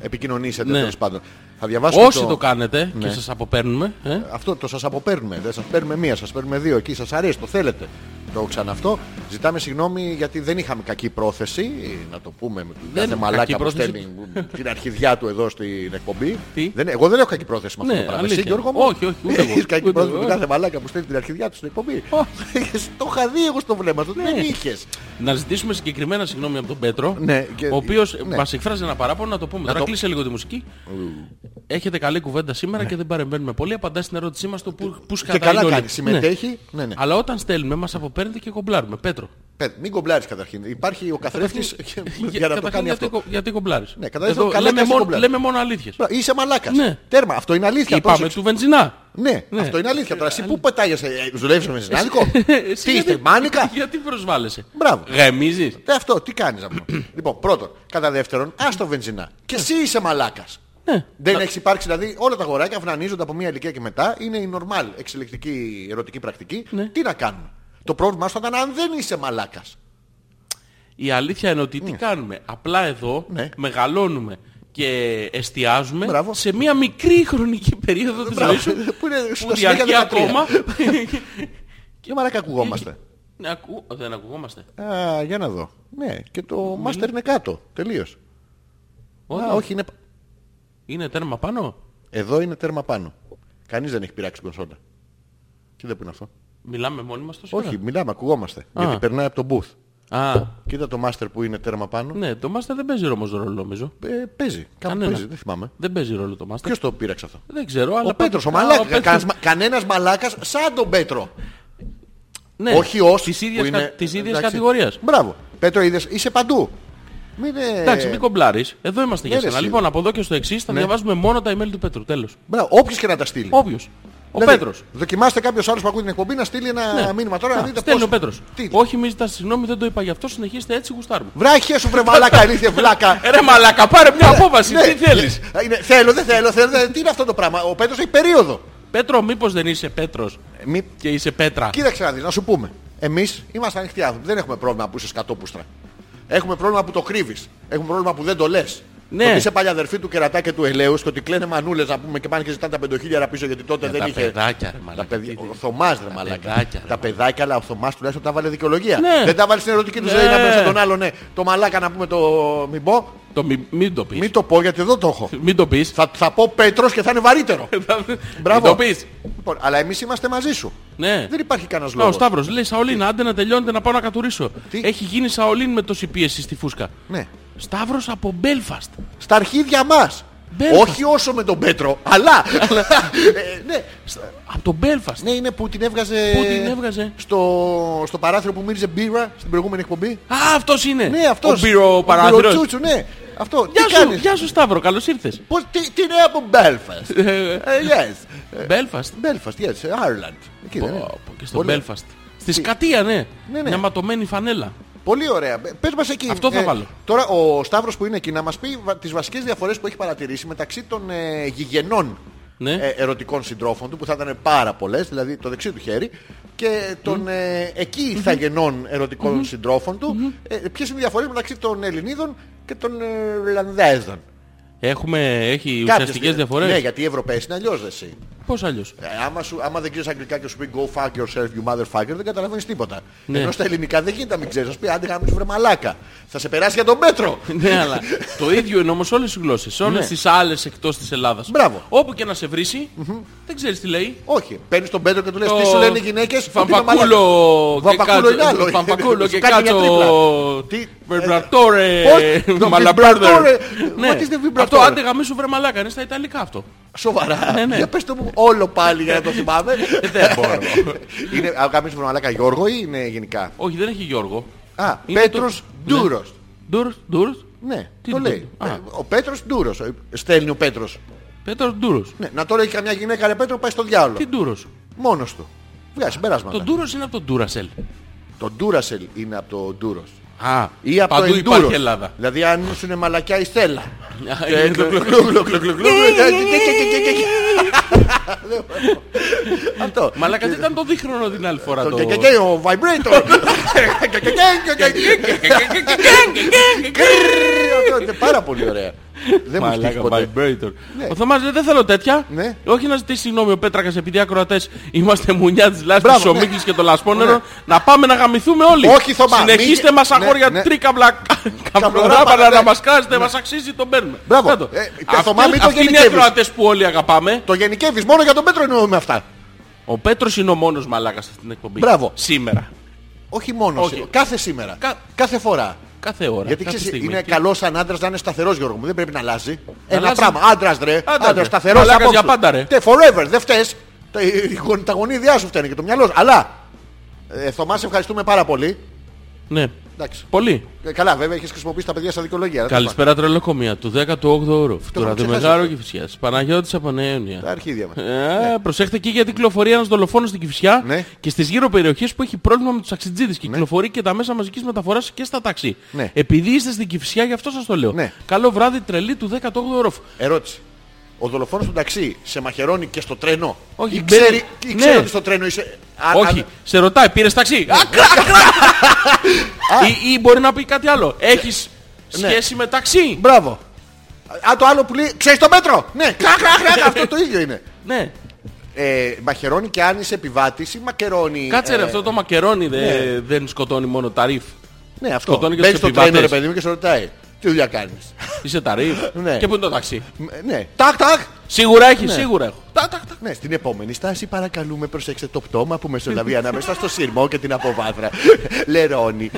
Επικοινωνήσετε
Ναι.
τέλος πάντων. Θα διαβάσω.
Όσοι το κάνετε και
Ναι.
σας αποπαίρνουμε, ε,
Αυτό το σας αποπαίρνουμε. Δεν σας παίρνουμε μία, σας παίρνουμε δύο. Εκεί σας αρέσει, το θέλετε. Το ξανά αυτό. Ζητάμε συγγνώμη γιατί δεν είχαμε κακή πρόθεση. Να το πούμε με
Δεν
κάθε
είναι
μαλάκα
κακή
που
πρόθεση.
στέλνει την αρχιδιά του εδώ στην εκπομπή.
Τι?
Δεν, εγώ δεν έχω κακή πρόθεση με αυτό
Ναι,
το πράγμα. Εσύ,
αλήθεια.
Γιώργο, μου?
Όχι, όχι, ούτε εγώ.
Έχεις κακή
Ούτε
πρόθεση
εγώ, ε.
με
όχι.
κάθε μαλάκα που στέλνει την αρχιδιά του στην εκπομπή.
Ω.
[LAUGHS] Έχεις- το είχα δει εγώ στο βλέμμα του.
Ναι.
Δεν είχες.
να ζητήσουμε συγκεκριμένα συγγνώμη από τον Πέτρο,
Ναι, και-
ο οποίος
ναι.
μας εκφράζει ένα παράπονο, να το πούμε. Τώρα
το-
κλείσε λίγο τη μουσική. Έχετε καλή κουβέντα σήμερα και δεν παρεμβαίνουμε πολύ. Απαντά στην ερώτησή μας το που, που σκατά
Και καλά
είναι όλοι.
κάνει. Συμμετέχει. Ναι, ναι.
Αλλά όταν στέλνουμε, μας αποπαίρνετε και κομπλάρουμε. Πέτρο.
Παι, Μην κομπλάρεις καταρχήν. Υπάρχει ο καθρέφτης [LAUGHS] για να το
καταρχήν,
κάνει
γιατί
αυτό.
κο- Γιατί κομπλάρεις.
Ναι, καταρχήν,
Εδώ
καλά
λέμε,
κάνεις
μόνο,
κομπλάρεις.
λέμε μόνο αλήθειες.
Μπρα- Είσαι μαλάκας.
Ναι.
Τέρμα, αυτό είναι αλήθεια.
Είπαμε
πρόσεξε.
του βενζινά.
Ναι,
Ναι. ε,
αυτό είναι αλήθεια. Τώρα εσύ πού πετάγεσαι, ε, δουλεύεις με
[LAUGHS]
συνάδελφο.
Εσύ
Τι είστε,
γιατί-
μάνικα.
Γιατί προσβάλλεσαι.
Μπράβο.
Γεμίζεις.
Ε, Αυτό, [CLEARS THROAT] τι κάνεις από Λοιπόν, πρώτον. Κατά δεύτερον, άστο βενζινά. Και εσύ είσαι μαλάκας.
Ναι.
Δεν έχεις υπάρξει, δηλαδή όλα τα αγοράκια φρανίζονται από μια ηλικία και μετά. Είναι η normal εξελικτική ερωτική πρακτική.
Ναι.
Τι να κάνουμε. Το πρόβλημά σου θα ήταν αν δεν είσαι μαλάκας.
Η αλήθεια είναι ότι τι κάνουμε. Απλά εδώ
Ναι.
μεγαλώνουμε και εστιάζουμε
Μπράβο.
σε μια μικρή χρονική περίοδο της
Μπράβο. [LAUGHS]
ζωής σου
Που είναι στα
που
συνέχεια
διαρκεί
13.
ακόμα.
Και μαλάκα ακουγόμαστε.
[LAUGHS] Ναι, ακού- Δεν ακουγόμαστε.
Α, για να δω. Ναι, και το master είναι κάτω. Τελείως. Α, όχι, είναι...
Είναι τέρμα πάνω.
Εδώ είναι τέρμα πάνω. Κανείς δεν έχει πειράξει την κονσόλα. Τι δεν που είναι αυτό.
Μιλάμε μόνοι μας τόσο
Όχι, μιλάμε, ακουγόμαστε. Γιατί περνάει από το booth.
Α,
Κοίτα το master που είναι τέρμα πάνω.
ναι, το Master δεν παίζει όμως ρόλο νομίζω.
Ε, παίζει. Κάπου
Κανένα.
παίζει, δεν θυμάμαι.
Δεν παίζει ρόλο το Master.
Ποιος το πήραξε αυτό.
Δεν ξέρω, αλλά...
Ο Πέτρος, ο
πάντως- Α,
μαλάκας.
Πέτρος.
Κανένας- Κανένας μαλάκας σαν τον Πέτρο.
Ναι,
Όχι ως.
Της
που
ίδιας,
είναι-
κα... της ίδιας
εντάξει.
κατηγορίας.
Μπράβο. Πέτρο, είδες, είσαι παντού. Μην ε, είναι...
Εντάξει, μην κομπλάρεις. Εδώ είμαστε για
ναι, ρε,
σένα.
εσύ. Ναι.
Λοιπόν, από εδώ και στο εξής θα διαβάζουμε μόνο τα email του Πέτρου. Τέλος.
Μπράβο, όποιος και να τα στείλει.
Όποιος. Ο
Δηλαδή,
Πέτρος. Πέτρο.
Δοκιμάστε κάποιος άλλος που ακούει την εκπομπή να στείλει ένα μήνυμα τώρα να δείτε
Στέλνει
πώς-
ο Πέτρος.
Τι...
Όχι, μη ζητάς συγγνώμη, δεν το είπα γι' αυτό. Συνεχίστε έτσι, γουστάρουμε. Ε,
Βράχε σου βρε μαλάκα, αλήθεια βλάκα.
Ρε μαλακα, πάρε μια απόφαση.
Ναι.
Τι θέλεις.
Είναι, θέλω, δεν θέλω, θέλω, δεν- τι είναι αυτό το πράγμα. Ο Πέτρος έχει περίοδο.
Πέτρο, μήπως δεν είσαι Πέτρος
Ε, μη-
και είσαι Πέτρα.
Κοίταξε να δεις, να σου πούμε. Εμείς είμαστε ανοιχτοί άνθρωποι. Δεν έχουμε πρόβλημα που είσαι σκατόπουστρα. Έχουμε πρόβλημα που το κρύβεις. Έχουμε πρόβλημα που δεν το λες.
Ναι.
Το Ότι είσαι παλιαδερφή του κερατά και του ελέους και ότι κλαίνε μανούλες να πούμε και πάνε και ζητάνε τα πεντοχίλιαρα πίσω γιατί τότε
Για
δεν
Ε, τα
είχε.
παιδάκια, ρε
Τα
μαλακα.
παιδιά,
Τι-
ο Θωμάς ρε μαλάκα.
παιδάκια, ρε,
τα παιδάκια, αλλά ο Θωμάς τουλάχιστον τα βάλε δικαιολογία.
Ναι.
Δεν τα βάλει στην ερωτική του
Ναι.
ζωή να πει τον άλλο, ναι. Το μαλάκα να πούμε το μην πω.
Το μη- μην το πεις.
Μην το πω γιατί εδώ το
[LAUGHS]
έχω.
Μην το πεις.
Θα, θα πω Πέτρος και θα είναι βαρύτερο.
Μην
Μπράβο.
το πεις.
Λοιπόν, αλλά εμείς είμαστε μαζί σου.
Ναι.
Δεν υπάρχει κανένας
Μα ο
λόγος.
Σταύρος λέει Σαολίν, άντε να τελειώνετε να πάω να κατουρίσω.
Τι?
Έχει γίνει Σαολίν με τόση πίεση στη φούσκα.
Ναι.
Σταύρος από Μπέλφαστ.
Στα αρχίδια μας.
Μπέλφαστ.
Όχι όσο με τον Πέτρο, αλλά. Ε, ναι.
Από τον Μπέλφαστ.
ναι, είναι που την έβγαζε.
Πού την έβγαζε?
Στο, στο παράθυρο που μύριζε μπύρα στην προηγούμενη εκπομπή.
Α, αυτός είναι.
Ναι, αυτός.
Ο πύρο παράθυρος.
Τσούτσου, ναι. Αυτό.
Γεια
τι
σου,
κάνεις.
γεια σου Σταύρο, καλώς ήρθες.
Πώς, τι, τι είναι από
[LAUGHS]
Belfast. Ε, yes. Ε,
Belfast.
Belfast, yes. Ε, Ireland. Εκεί δεν είναι. ναι.
Πω, πω, Και στο
Πολύ-
Belfast. Στη Σκατία, ναι.
Ναι, ναι.
Μια ματωμένη φανέλα.
Πολύ ωραία. Ε, Πες μας εκεί.
Αυτό θα
Ε,
βάλω.
Τώρα ο Σταύρος που είναι εκεί να μας πει βα- τις βασικές διαφορές που έχει παρατηρήσει μεταξύ των ε, γηγενών
Ναι.
ε, ερωτικών συντρόφων του που θα ήταν πάρα πολλές, δηλαδή το δεξί του χέρι και των ε, εκεί θα γενών ερωτικών συντρόφων του. Ε, ποιες είναι οι διαφορές μεταξύ των Ελληνίδων και των ε, Ιρλανδέζων.
Έχουμε, έχει
Κάποιες
ουσιαστικές
δια-
διαφορές.
Ναι, γιατί οι Ευρωπαίοι είναι αλλιώς δε εσύ.
Πώς αλλιώς. [LAUGHS]
Ε, άμα, σου, άμα δεν ξέρεις αγγλικά και σου πει go fuck yourself you motherfucker δεν καταλαβαίνεις τίποτα.
Ναι.
Ενώ στα ελληνικά δεν γίνεται να μην ξέρεις. Θα σου πει άντε γάμι σου βρε μαλάκα. Θα σε περάσει για τον Πέτρο.
ναι, αλλά το ίδιο είναι όμως όλες οι γλώσσες. Σε όλες
Ναι.
τις άλλες εκτός της Ελλάδας.
Μπράβο.
Όπου και να σε βρει, δεν ξέρεις τι λέει.
Όχι. Παίρνεις τον Πέτρο και του λες τι
Το
σου λένε οι γυναίκες. ότι είμαι μαλάκας».
Φαμπακούλο
Βαμβακούλο
και κάτσο.
είναι άλλο. ε.
Φαμπακούλο
Σου
και
κάνει μια
κάτσο.
τρίπλα. Τι ε,
Βεμπρατόρε.
Πώς? Το
Μαλαμπράδερ.
vibratore.
Ναι.
What is the vibratore?
Αυτό άντε γαμίσου βρε μαλάκα. Είναι στα Ιταλικά αυτό.
Σοβαρά.
Ναι, ναι.
Για πες το μου όλο πάλι για να το θυμάμαι.
Δεν μπορώ.
[LAUGHS] είναι αγάπης μου μαλάκα Γιώργο ή είναι γενικά.
Όχι, δεν έχει Γιώργο.
Α,
Είναι
Πέτρος
το- ναι.
Ντούρος.
Ντούρος, Ντούρος.
Ναι,
Τι
το
είναι
λέει.
το- Α.
Ναι, Ο Πέτρος Ντούρος. ε, Στέλνει ο Πέτρος.
Πέτρος Ντούρος.
Ναι, να το λέει καμιά γυναίκα ρε Πέτρο πάει στο διάολο.
Τι Ντούρος.
Μόνος του. Βγάζει
Το
συμπεράσματα.
Ντούρος είναι από το Ντούρασελ.
Το Ντούρασελ είναι από το Ντούρος.
Α,
Ή από
παντού
το Enduro.
υπάρχει Ελλάδα.
Δηλαδή αν ήσουν μαλακιά η Στέλλα.
Α,
Ε,
είναι το-
κλου, κλου, κλου, κλου, κλου, κλου. Δεν μπορώ. Αυτό.
Μαλάκα δεν ήταν το δίχρονο την άλλη φορά
Το
το...
κεκεκέ, ο vibrator. Κεκεκέ, κεκεκέ. Κρρρρ, αυτό είναι Πάρα πολύ ωραία. Δεν μου στείλει
Μαλάκα,
ποτέ.
vibrator.
Ναι.
Ο Θωμάς λέει, δεν θέλω τέτοια.
Ναι.
Όχι να ζητήσει συγγνώμη ο Πέτρακας επειδή ακροατές είμαστε μουνιά της λάσπης,
Μπράβο,
ο
ναι.
Μίκλης και το Λασπόνερο. Να πάμε να γαμηθούμε όλοι.
Όχι, Θωμά,
Συνεχίστε
μη-
μας
ναι,
αγόρια
ναι.
τρίκαμπλα
Καπλοράπαρα,
καπλοράπαρα
ναι.
να μας κάζετε, μας αξίζει τον παίρνουμε.
Μπράβο.
Κάτω.
Ε, ε,
Αυτοί-
Θωμά, μην το
Αυτοί είναι οι
γενικεύεις.
ακροατές που όλοι αγαπάμε.
Το γενικεύεις μόνο για τον Πέτρο εννοούμε αυτά.
Ο Πέτρος είναι ο μόνος μαλάκας σε αυτήν την εκπομπή.
Μπράβο.
Σήμερα.
Όχι μόνος.
Όχι.
Κάθε σήμερα.
Κα-
Κάθε φορά.
Κάθε ώρα.
Γιατί
κάθε
ξέρεις,
στιγμή.
είναι
Τι-
καλός σαν άντρας να είναι σταθερός Γιώργο μου. Δεν πρέπει να αλλάζει. Ένα
αλλάζει.
πράγμα. Άντρας ρε.
Άντρας,
Άντρας
ρε.
σταθερός.
Μαλάκας για πάντα, ρε.
forever. Δεν φταίει. Τα, τα γονίδια σου φταίνε και το μυαλό σου. Αλλά. Ε, Θωμάς, σε ευχαριστούμε πάρα πολύ.
Ναι.
Εντάξει.
Πολύ.
Ε, Καλά, βέβαια, έχεις χρησιμοποιήσει τα παιδιά σαν δικαιολογία. δεν θα
Καλησπέρα τρελοκομεία του 18ου όρου.
έχω
Του
ξεχάσει
μεγάλο
αυτό.
και φυσιά. Παναγιώτης από Νέα
πάμε. Τα
Ιωνία.
αρχίδια μας.
Ε, Προσέχτε εκεί γιατί κυκλοφορεί ένας δολοφόνος στην Κυφσιά
Ναι.
και στις γύρω περιοχές που έχει πρόβλημα με τους αξιτζίδες. Και κυκλοφορεί και τα μέσα μαζικής μεταφοράς και στα ταξί.
Ναι.
Επειδή είστε στην Κυφσιά, γι' αυτό σας το λέω.
Ναι.
Καλό βράδυ, τρελή του 18ου όροφου.
Ερώτηση. Ο δολοφόνος του ταξί σε μαχαιρώνει και στο τρένο.
Όχι,
ή ξέρει,
μπαίνει-
ή ξέρει
ναι.
ότι στο τρένο είσαι. Α,
Όχι,
α, Ναι.
σε ρωτάει, πήρες ταξί. Ακρά, ακρά. Ή- Ή μπορεί να πει κάτι άλλο.
Ναι.
Έχει σχέση με ταξί.
Μπράβο. Α, το άλλο που λέει, ξέρεις το μέτρο. Ναι, κρακ, κρακ,
[LAUGHS]
κρακ, αυτό το ίδιο είναι.
Ναι.
Ε, μαχαιρώνει και αν είσαι επιβάτης ή μακερώνει.
Κάτσε ρε,
ε,
αυτό το μακερόνι δε- δεν σκοτώνει μόνο τα ριφ.
Ναι, αυτό.
Σκοτώνει και
Μπαίνεις
τους
στο τρένο, ρε
επιβάτες.
παιδί μου, και σε ρωτάει. Τι δουλειά κάνεις.
Είσαι τα ριφ.
Ναι.
Και πού είναι το ταξί.
ναι. Τάκ, τάκ.
Σίγουρα έχει, σίγουρα έχω. Τα, τα, τα.
Ναι, στην επόμενη στάση παρακαλούμε προσέξτε το πτώμα που
[LAUGHS]
μεσολαβεί ανάμεσα στο σειρμό και την αποβάθρα. Λερώνει.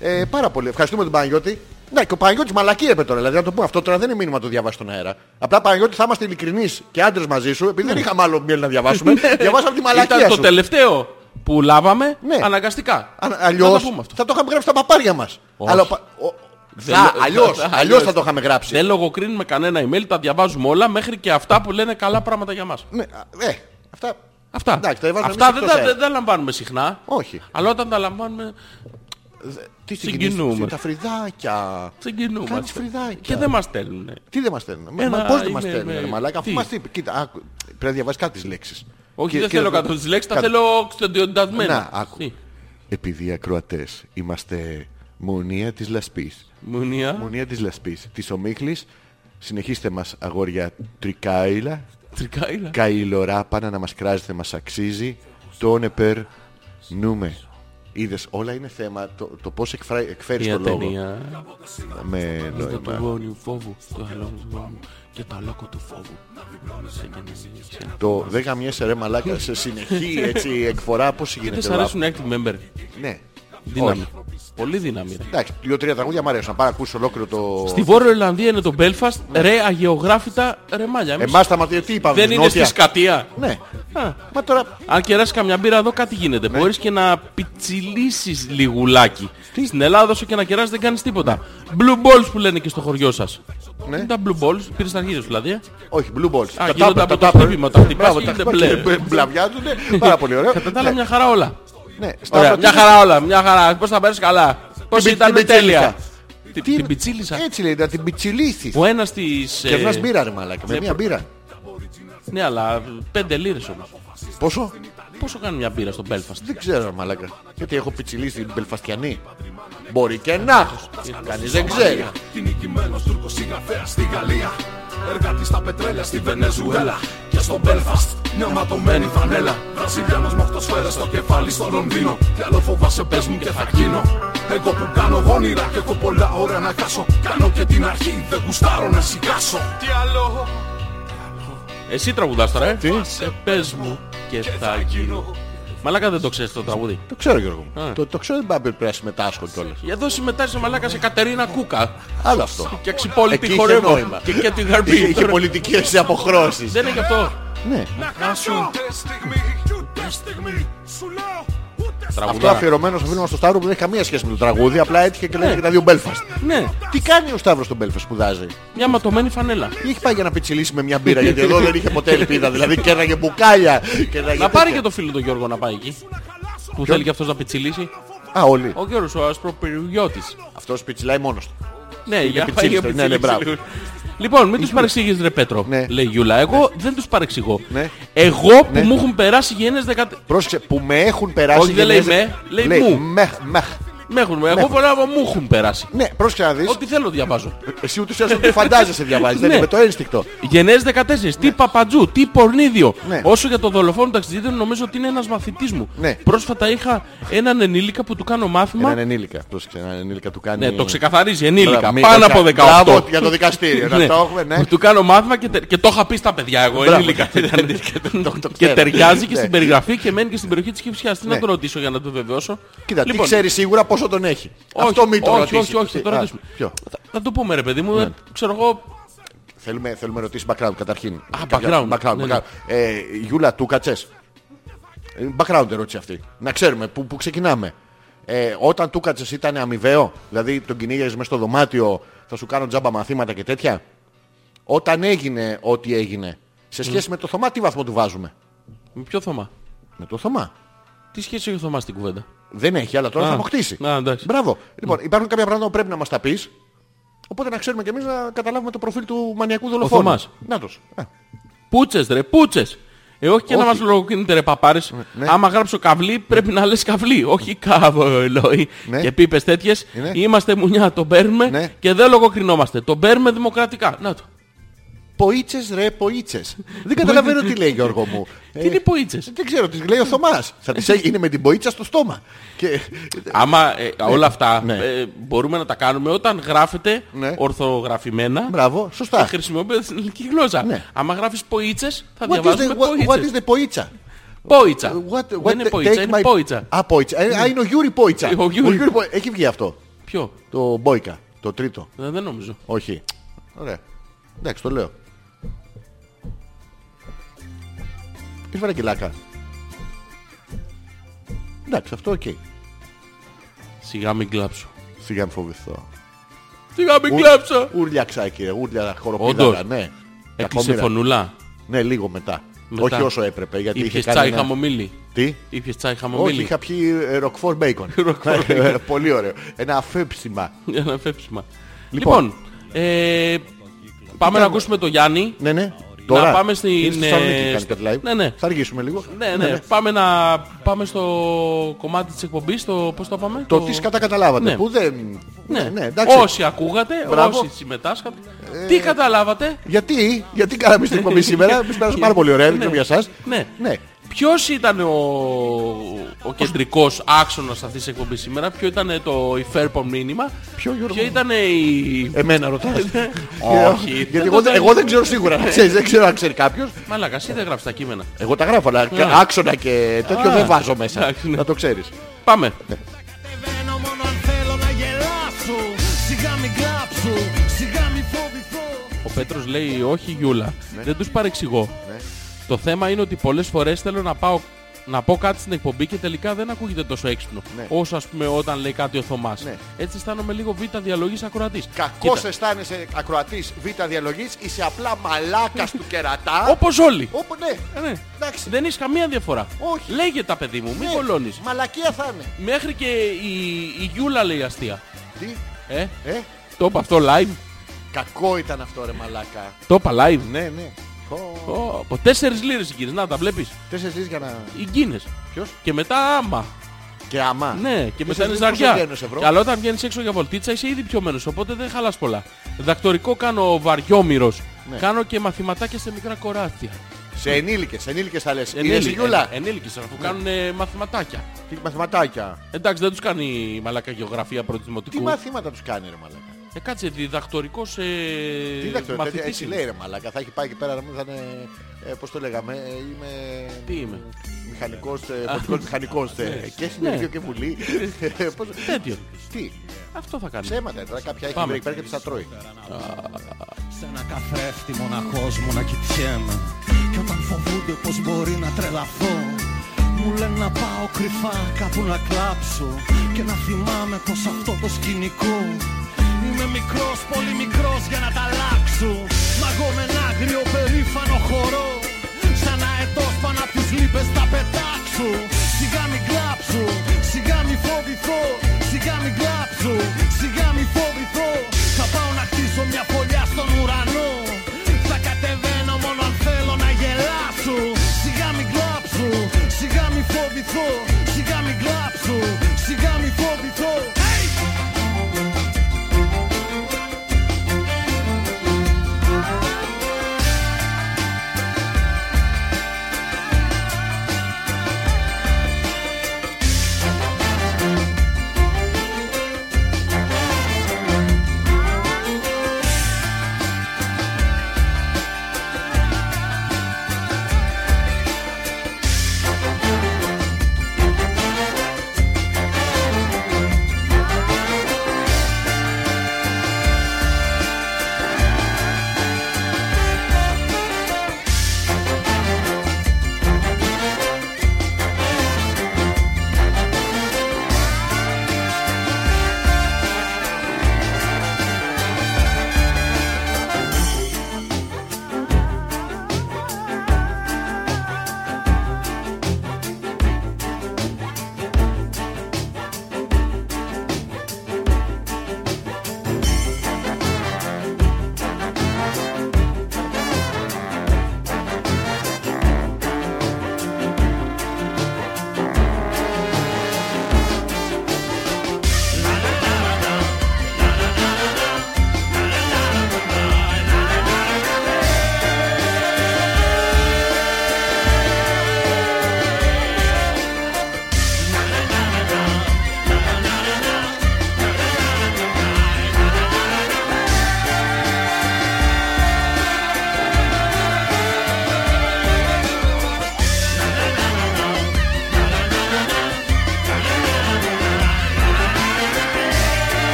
ε, πάρα πολύ. Ευχαριστούμε τον Παναγιώτη. Ναι, και ο Παναγιώτης μαλακή έπε τώρα. Δηλαδή να το πούμε αυτό τώρα δεν είναι μήνυμα να το διαβάσει στον αέρα. Απλά Παναγιώτη θα είμαστε ειλικρινείς και άντρες μαζί σου, επειδή δεν είχαμε άλλο μέλη να
[LAUGHS]
διαβάσουμε. διαβάσαμε τη μαλακία
Ναι. Ήταν το
σου.
τελευταίο που λάβαμε
Ναι.
αναγκαστικά.
Αν- αλλιώς
Να το πούμε αυτό.
θα το είχαμε γράψει στα παπάρια μας.
Όχι.
Αλλά ο πα- ο-
Δεν
θα,
λο-
αλλιώς,
θα-
αλλιώς θα το είχαμε γράψει.
Δεν λογοκρίνουμε κανένα email, τα διαβάζουμε όλα μέχρι και αυτά που λένε καλά πράγματα για μας.
Ναι, α, ε, αυτά.
Αυτά,
Εντάξει, τα έβαζαμε
αυτά
εμείς
δεν,
εκτός
τα,
αέρα.
δεν τα λαμβάνουμε συχνά.
Όχι.
Αλλά όταν τα λαμβάνουμε,
Τι
συγκινούμε.
συγκινούμε. Τα φρυδάκια.
συγκινούμαστε.
Κάνεις φρυδάκια.
Και δεν μας στέλνουν.
Τι δεν μας στέλνουν.
Ένα
Μα, πώς δεν μας
email,
στέλνουν, ρε
ε,
μαλάκα. Αφού
τι.
μας είπε. Κοίτα, άκου, πρέπει να διαβάσεις κάτι τις λέξεις.
Όχι,
Και-
δεν
και-
θέλω κάτω τις λέξεις, τα
Κάτω.
θέλω ξεντιοντασμένα.
Να, άκου. Επειδή οι ακροατές είμαστε μονία της λασπής.
Μουνία,
Μονία της λασπής. Της ομίχλης. Συνεχίστε μας αγόρια τρικάιλα.
τρικάιλα.
Καηλοράπανα να μας κράζετε μας αξίζει Τον επερ νούμε Είδες όλα είναι θέμα Το, το πώς εκφρα... εκφέρεις
Μια
το λόγο
ταινία.
Με
Το του
νόημα
γόνιου φόβου, το άλλο του γόνιου και το λόγο του φόβου. Σε γεννήσεις.
Το δεν γαμιέσαι ρε μαλάκα σε συνεχή έτσι, εκφορά Πώς
Δεν σ'
γίνεται
αρέσουν active member.
όλα. Ναι
Δύναμη.
Όχι.
Πολύ δύναμη. ρε.
Εντάξει, δύο-τρία τραγούδια μου αρέσουν. Να πάρω να ακούσω ολόκληρο το.
Στη Βόρεια Ιρλανδία είναι το Belfast, ρε αγεωγράφητα ρε μάλια. Εμείς
Εμάς τα μας. Τι είπαμε,
Δεν είναι στη
νότια.
σκατία.
Ε, Ναι.
Α,
Μα τώρα.
Αν κεράσει καμιά μπύρα εδώ κάτι γίνεται.
Ναι.
Μπορείς και να πιτσιλίσεις λιγουλάκι. Στην Ελλάδα όσο και να κεράσεις δεν κάνεις τίποτα. Blue balls που λένε και στο χωριό σας.
Ναι.
Είναι τα blue balls, πήρες τα αρχίδια σου δηλαδή. ε.
Όχι, Blue Balls.
Α, γίνονται από το χτύπημα, τα χτυπάς και γίνεται μπλε.
Μπλαβιάζονται. ναι. Πάρα πολύ ωραίο.
Κατά τα άλλα μια χαρά όλα.
Ναι,
Ωραία,
Σταύρο,
μια
τι-
χαρά όλα, μια χαρά. Πώς θα πέρασε καλά. Πώς
πι-
ήταν
την
τέλεια.
πιτσίλησα.
Τι-
Τι-
Την πιτσίλησα.
Έτσι λέει, να την πιτσιλήθη.
Ο ένας της... ε,
Κερνά μπύρα, ρε μαλάκα. Με
ναι,
μία μπύρα.
Ναι, αλλά πέντε λίρες όμως.
Πόσο?
Πόσο κάνει μια μπύρα στο Belfast.
Δεν ξέρω, ρε μαλάκα. Γιατί έχω πιτσιλίσει την Μπελφαστιανή. Μπορεί και να έχω. Κανεί δεν ξέρει.
Την νικημένο Τούρκο συγγραφέα στη Γαλλία. Εργάτη στα πετρέλαια στη Βενεζουέλα. Και στο Μπέλφαστ μια ματωμένη φανέλα. Βραζιλιάνος με 8 σφαίρες στο κεφάλι στο Λονδίνο. Κι άλλο φοβάσαι, πες μου και θα γίνω. Εγώ που κάνω γόνιρα και έχω πολλά ώρα να χάσω. Κάνω και την αρχή, δεν γουστάρω να σηκάσω. Τι άλλο
Εσύ τραγουδάς τώρα, ε. Τι. πες μου και θα γίνω. Μαλάκα δεν το ξέρεις το τραγούδι.
Το ξέρω Γιώργο μου.
Α.
Το, το ξέρω δεν πάει πρέπει να συμμετάσχω κιόλας.
Εδώ συμμετάσχει μαλάκα σε Κατερίνα Κούκα.
Άλλο αυτό.
Και αξιπόλυτη
Εκεί είχε
χορεύω.
νόημα.
Και και την
Είχε,
γαρμπή.
είχε πολιτικές αποχρώσεις.
Δεν έχει αυτό.
ναι. Αυτό
Τραγουδάρα.
αφιερωμένο στο φίλο μας στο Σταύρο που δεν έχει καμία σχέση με το τραγούδι, απλά έτυχε και λέει
Ναι.
και τα δύο Belfast.
Ναι,
Τι κάνει ο Σταύρος στον Belfast, σπουδάζει.
μια ματωμένη φανέλα.
Ή έχει πάει για να πιτσιλίσει με μια μπύρα, γιατί εδώ δεν είχε ποτέ ελπίδα. Δηλαδή κέρναγε μπουκάλια. κέρναγε
Να πάρει και
τέτοια.
το φίλο τον Γιώργο να πάει εκεί. Που θέλει και αυτός να πιτσιλίσει.
Α, όλοι.
Ο Γιώργος ο Ασπροπυριώτης.
Αυτός πιτσιλάει μόνος του.
Ναι, για να πάει
πιτσίλιστο,
για
ναι, ναι, μπράβο.
πιτσίλιστο. Λοιπόν, μην τους παρεξηγείς ρε Πέτρο,
Ναι.
λέει η Γιούλα. Εγώ δεν τους παρεξηγώ.
Ναι.
Εγώ που
Ναι.
μου έχουν περάσει γενές δεκα...
Πρόσεξε, που με έχουν περάσει.
Όχι, δεν λέει
γενναίες-
με, λέει μου.
μεχ, μεχ.
Με έχουν, εγώ φωνάω μου έχουν περάσει.
Ναι, πρόσεξε να δεις.
Ό,τι θέλω διαβάζω.
Εσύ ούτως ή άλλως ότι φαντάζεσαι διαβάζεις. δεν
Ναι.
είναι με το ένστικτο.
Γενναίες 14, τι παπατζού, τι πορνίδιο.
Ναι.
Όσο για το δολοφόνο ταξιδιώτη νομίζω ότι είναι ένας μαθητής μου.
Ναι.
Πρόσφατα είχα έναν ενήλικα που του κάνω μάθημα.
Έναν ενήλικα. Πρόσεξε, έναν ενήλικα του κάνει.
Ναι, το ξεκαθαρίζει ενήλικα.
Μπράβο, μη-
πάνω
όχι,
από 18.
Μπράβο για το δικαστήριο. να το έχουμε, ναι.
Που Του κάνω μάθημα και, τε- και το είχα πει στα παιδιά εγώ
Μπράβο.
ενήλικα. ήταν.
το
και
ξέρω.
ταιριάζει και
Ναι.
στην περιγραφή και μένει και στην περιοχή της Κυψιάς. Τι να
Ναι.
τον ρωτήσω για να το βεβαιώσω. Λοιπόν,
Κοίτα, τι ξέρεις σίγουρα πόσο τον έχει.
όχι,
Αυτό μην το
όχι,
ρωτήσεις.
όχι, όχι, θα το
Α,
ρωτήσουμε.
Ποιο. Ναι.
Θα, θα το πούμε ρε παιδί μου, ε, ξέρω εγώ
Θέλουμε, θέλουμε να ρωτήσεις background καταρχήν.
Α,
Κάποια-
background,
background,
ναι,
background. Ε, Γιούλα, του κατσές. Ε, Background ερώτηση αυτή. Να ξέρουμε πού, πού ξεκινάμε. Ε, όταν του κατσες ήταν αμοιβαίο, δηλαδή τον κυνήγες μέσα στο δωμάτιο, θα σου κάνω τζάμπα μαθήματα και τέτοια. Όταν έγινε ό,τι έγινε, σε σχέση με το Θωμά, τι βαθμό του βάζουμε.
με ποιο Θωμά.
Με το Θωμά.
Τι σχέση έχει ο Θωμάς στην κουβέντα.
Δεν έχει, αλλά τώρα
Α,
θα αποκτήσει.
α, εντάξει.
Μπράβο. Λοιπόν, υπάρχουν κάποια πράγματα που πρέπει να μας τα πεις. Οπότε να ξέρουμε και εμείς να καταλάβουμε το προφίλ του μανιακού δολοφόνου.
Θωμάς.
Νάτος. Α,
Πούτσες ρε, πούτσες. Ε, όχι και να
Όχι. Ναι,
μας λογοκινείτε ρε παπάρες. Άμα γράψω καβλή πρέπει να λες καβλή. Όχι καβολόι
Ναι.
και πίπες τέτοιες.
Ναι.
Είμαστε μουνιά, τον παίρνουμε
Ναι.
και δεν λογοκρινόμαστε. Τον παίρνουμε δημοκρατικά. Να το.
Ποίτσες ρε, ποίτσες. Δεν καταλαβαίνω τι λέει Γιώργο μου. Ε,
Τι είναι οι ποίτσες.
Δεν ξέρω, τις λέει ο Θωμάς. Θα τις έγινε με την ποίτσα στο στόμα. Και...
Άμα ε, όλα αυτά
Ναι.
ε, μπορούμε να τα κάνουμε όταν γράφετε
Ναι.
ορθογραφημένα
Μπράβο,
και
σωστά.
χρησιμοποιείτε την ελληνική γλώσσα.
Ναι.
Άμα γράφεις ποίτσες θα
What is the,
διαβάζουμε
what, what is
ποίτσες.
the ποίτσα?
Πόιτσα.
What, what
Δεν είναι
the-
ποίτσα,
take
είναι
my-
πόιτσα.
Α, ποίτσα. Ε, Α, είναι ο Γιούρι ποίτσα.
Ο Γιούρι.
ποίτσα. Έχει βγει αυτό.
Ποιο.
Το Μπόικα. Το τρίτο.
Ε, Δεν νομίζω.
Όχι. Ωραία. Εντάξει, το λέω. Ήφερα και λάκα. Εντάξει, αυτό οκ.
Σιγά μην κλάψω.
Σιγά μη φοβηθώ.
Σιγά μην κλάψω.
Ούρλιαξα κύριε, ούρλια
Όντως.
χοροπηδάρα, ναι.
Έκλεισε
Κακόμοιρα.
φωνούλα.
Ναι, λίγο μετά.
Μετά.
Όχι όσο έπρεπε, γιατί είχε
Ήπιες
κάνει
τσάι
ένα-
χαμομήλι.
Τι?
Ήπιες τσάι
Όχι,
χαμομήλι.
είχα πιει ε, ροκφόρ
[LAUGHS]
μπέικον.
Roquefort bacon.
Ε, Πολύ ωραίο. Ένα αφέψιμα.
Για να φέψουμε.
Λοιπόν.
Λοιπόν, ε, πάμε να ακούσουμε το Γιάννη.
Ναι, ναι. Τώρα.
πάμε στην,
Είναι στη Θεσσαλονίκη,
ε,
κάνει
στο-
κάτι live.
Ναι, ναι.
Θα αργήσουμε λίγο.
Ναι, ναι. Πάμε, να... πάμε στο κομμάτι της εκπομπής, το πώς το πάμε.
Το τι κατά καταλάβατε.
Ναι.
Που δεν.
Ναι,
ναι, εντάξει.
Όσοι ακούγατε,
Μπράβο. Ε.
όσοι συμμετάσχατε. Τι καταλάβατε.
Γιατί, γιατί κάναμε στην
[LAUGHS]
εκπομπή σήμερα. Εμείς πέρασαμε πάρα πολύ ωραία. Δεν ξέρω για εσάς.
Ναι.
Ναι.
Ποιος ήταν ο, ο κεντρικός άξονας αυτής της εκπομπής σήμερα, ποιο ήταν το υφέρπον μήνυμα,
Ποιο, Γιώργο
ποιο
μου?
ήταν η... Ναι.
Εμένα ρωτάς.
[LAUGHS] Όχι.
Ε, Γιατί εγώ, δεν- εγώ δεν ξέρω σίγουρα. να ξέρεις, δεν ξέρω αν ξέρει κάποιος.
Μαλάκα, εσύ δεν γράφεις τα κείμενα.
Εγώ τα γράφω, αλλά
Α.
άξονα και τέτοιο
Ναι. Α.
δεν βάζω μέσα.
Εντάξει, ναι.
Να το ξέρεις.
Πάμε.
Κατεβαίνω μόνο αν θέλω να γελάσω Σιγά μην κλάψω, σιγά μην φοβηθώ
Ο Πέτρος λέει όχι Γιούλα.
Ναι.
Δεν τους παρεξηγώ. Το θέμα είναι ότι πολλές φορές θέλω να πάω να πω κάτι στην εκπομπή και τελικά δεν ακούγεται τόσο έξυπνο.
Ναι.
Όσο ας πούμε όταν λέει κάτι ο Θωμάς.
Ναι.
Έτσι αισθάνομαι λίγο β' διαλογής ακροατής.
Κακό
Κοίτα,
αισθάνεσαι ακροατής β' διαλογής, είσαι απλά μαλάκας του
[LAUGHS]
κερατά.
Όπως όλοι.
Όπου ναι,
Ε, ναι.
εντάξει.
Δεν έχει καμία διαφορά.
Όχι.
Λέγε τα παιδί μου, μην
ναι,
κολώνεις.
Μαλακία θα είναι.
Μέχρι και η, η Γιούλα λέει αστεία.
Τι,
Ε,
ε,
το είπα αυτό live.
κακό ήταν αυτό ρε μαλάκα.
Το είπα live.
Ναι, ναι. Πω,
Ω, Από τέσσερις λίρες οι κύριες. Να τα βλέπεις.
Τέσσερις λίρες για να.
Οι γκίνες.
Ποιος?
Και μετά άμα.
Και άμα.
Ναι, και μετά είναι
λίρες πόσο
ζαριά.
βγαίνουν σε ευρώ?
Αλλά όταν βγαίνεις έξω για βολτίτσα είσαι ήδη πιωμένος, οπότε δεν χαλάς πολλά. Δακτορικό κάνω βαριόμυρος.
Ναι.
Κάνω και μαθηματάκια σε μικρά κοράτια.
Σε ενήλικες, σε ενήλικες θα λες. Είναι
Ενήλικες,
ζυγιούλα.
ε, ενήλικες, αφού
Ναι.
κάνουν ε, μαθηματάκια.
Τι μαθηματάκια.
Εντάξει, δεν τους κάνει η μαλακά γεωγραφία
Τι
πρωτοδημοτικού.
μαθήματα τους κάνει ρε μαλάκα.
Ε, κάτσε, διδακτορικός ε,
Τι διδακτορικό,
μαθητής
έτσι
είναι.
λέει ρε μαλάκα. Θα έχει πάει και πέρα να μην θα είναι ε, πώς το λέγαμε, ε, είμαι
Τι είμαι. Ναι.
μηχανικός, ε, πολιτικός μηχανικός ε, και συνεργείο και βουλή. Ε, πώς-
Τέτοιο.
Τι,
Αυτό θα κάνω.
ψέματα τώρα κάποια έχει
Πάμε.
βρει εκεί πέρα και τις θα τρώει.
Σ' ένα καθρέφτη μοναχός μου να κοιτιέμαι Κι όταν φοβούνται πως μπορεί να τρελαθώ Μου λένε να πάω κρυφά κάπου να κλάψω Και να θυμάμαι πως αυτό το σκηνικό Είμαι μικρός, πολύ μικρός για να τα αλλάξω Μαγώ με ένα άγριο περήφανο χορό Σαν αετός πάνω απ' τις λύπες θα πετάξω Σιγά μην κλάψω, σιγά μην φοβηθώ Σιγά μην κλάψω, σιγά μην φοβηθώ Θα πάω να χτίσω μια φωλιά στον ουρανό Θα κατεβαίνω μόνο αν θέλω να γελάσω Σιγά μην κλάψω, σιγά μην φοβηθώ Σιγά μην κλάψω, σιγά μην φοβηθώ Hey!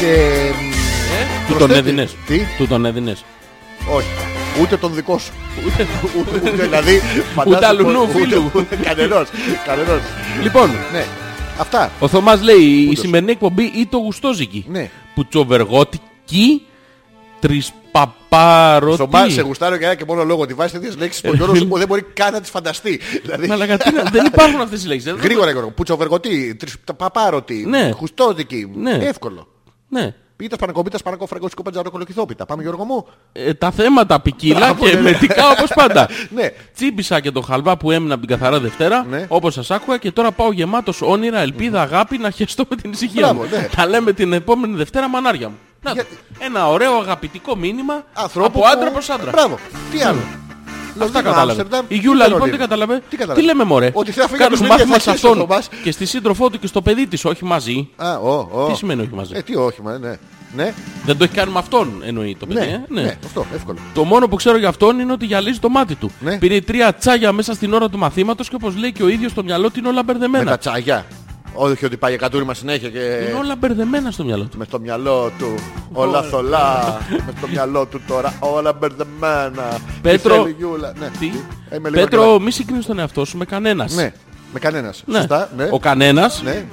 Και... μ,
Του τον
προσθέτει-
έδινες.
Τι?
Του τον έδινες.
Όχι. Ούτε τον δικό σου. Ούτε, ούτε δηλαδή. φαντάζομαι
αλλού
πως-
νου
ούτε-
φίλου.
ούτε Κανενός. Κανενός.
Λοιπόν,
Ναι. Αυτά.
ο Θωμάς λέει η σημερινή εκπομπή ή το γουστόζικη.
Ναι.
Πουτσοβεργότικη τρισπαπάρωτη.
Θωμά, σε γουστάρω για ένα και μόνο λόγο. Ότι βάζεις τέτοιες λέξεις που ο Γιώργος μου δεν μπορεί καν να τις φανταστεί. Δηλαδή,
Ε, Μαλάκα, τι Ναι, να- δεν υπάρχουν αυτές οι λέξεις.
γρήγορα Γιώργο. Πουτσοβεργωτή, τρισ- τα- παπάρωτη,
Ναι.
χουστόδικη.
Ναι.
Εύκολο.
Ναι.
Πίτα πανακοπίτας, πανακό φραγκόσικο παντζαροκολοκυθόπιτα. Πάμε Γιώργο μου.
Ε, τα θέματα ποικίλα
Μπράβο,
και
ναι, ναι.
μετικά όπως πάντα.
[LAUGHS] Ναι.
Τσίμπησα και το χαλβά που έμεινα από την καθαρά Δευτέρα,
Ναι.
όπως σας άκουγα και τώρα πάω γεμάτος όνειρα, ελπίδα, αγάπη να χεστώ με την ησυχία
Μπράβο,
μου.
ναι.
Τα λέμε την επόμενη Δευτέρα μανάρια μου. Να, το. Ένα ωραίο αγαπητικό μήνυμα
Ανθρώπου
από άντρα
που-
προς άντρα. Ναι.
Μπράβο. Τι άλλο.
Αυτά
Λονδίνο,
κατάλαβε.
Άμστερνταμ,
Η
τι
Γιούλα λοιπόν
Λονδίνο.
τι κατάλαβε.
Τι κατάλαβε.
Τι λέμε μωρέ.
Ότι θα φύγει από
Κάνουμε
την ίδια
μάθημα σε
θέση στο
αυτόν
Θωμάς.
και στη σύντροφό του και στο παιδί της, όχι μαζί.
Α, ο, ο.
Τι Ε, σημαίνει όχι μαζί.
Ε, τι όχι, μα, ναι. Ναι,
Δεν το έχει κάνει με αυτόν εννοεί το παιδί.
ναι,
ε.
ναι, αυτό, εύκολο.
Το μόνο που ξέρω για αυτόν είναι ότι γυαλίζει το μάτι του.
Ναι.
Πήρε τρία τσάγια μέσα στην ώρα του μαθήματος και όπως λέει και ο ίδιος στο μυαλό του είναι όλα
Με τα
μπερδεμένα.
τσάγια. Όχι ότι πάει για κατούριμα συνέχεια και...
Ε, Είναι όλα μπερδεμένα στο μυαλό του.
Με στο μυαλό του όλα θολά. με στο μυαλό του τώρα όλα μπερδεμένα.
Πέτρο-
Τι θέλει η Γιούλα. Ναι.
Τι?
Ε, Είμαι λίγο
Πέτρο, μη συγκρίνεις τον εαυτό σου με κανένας.
καλά. Ναι, με κανένας. Σωστά, ναι.
Ο κανένας.
Ναι.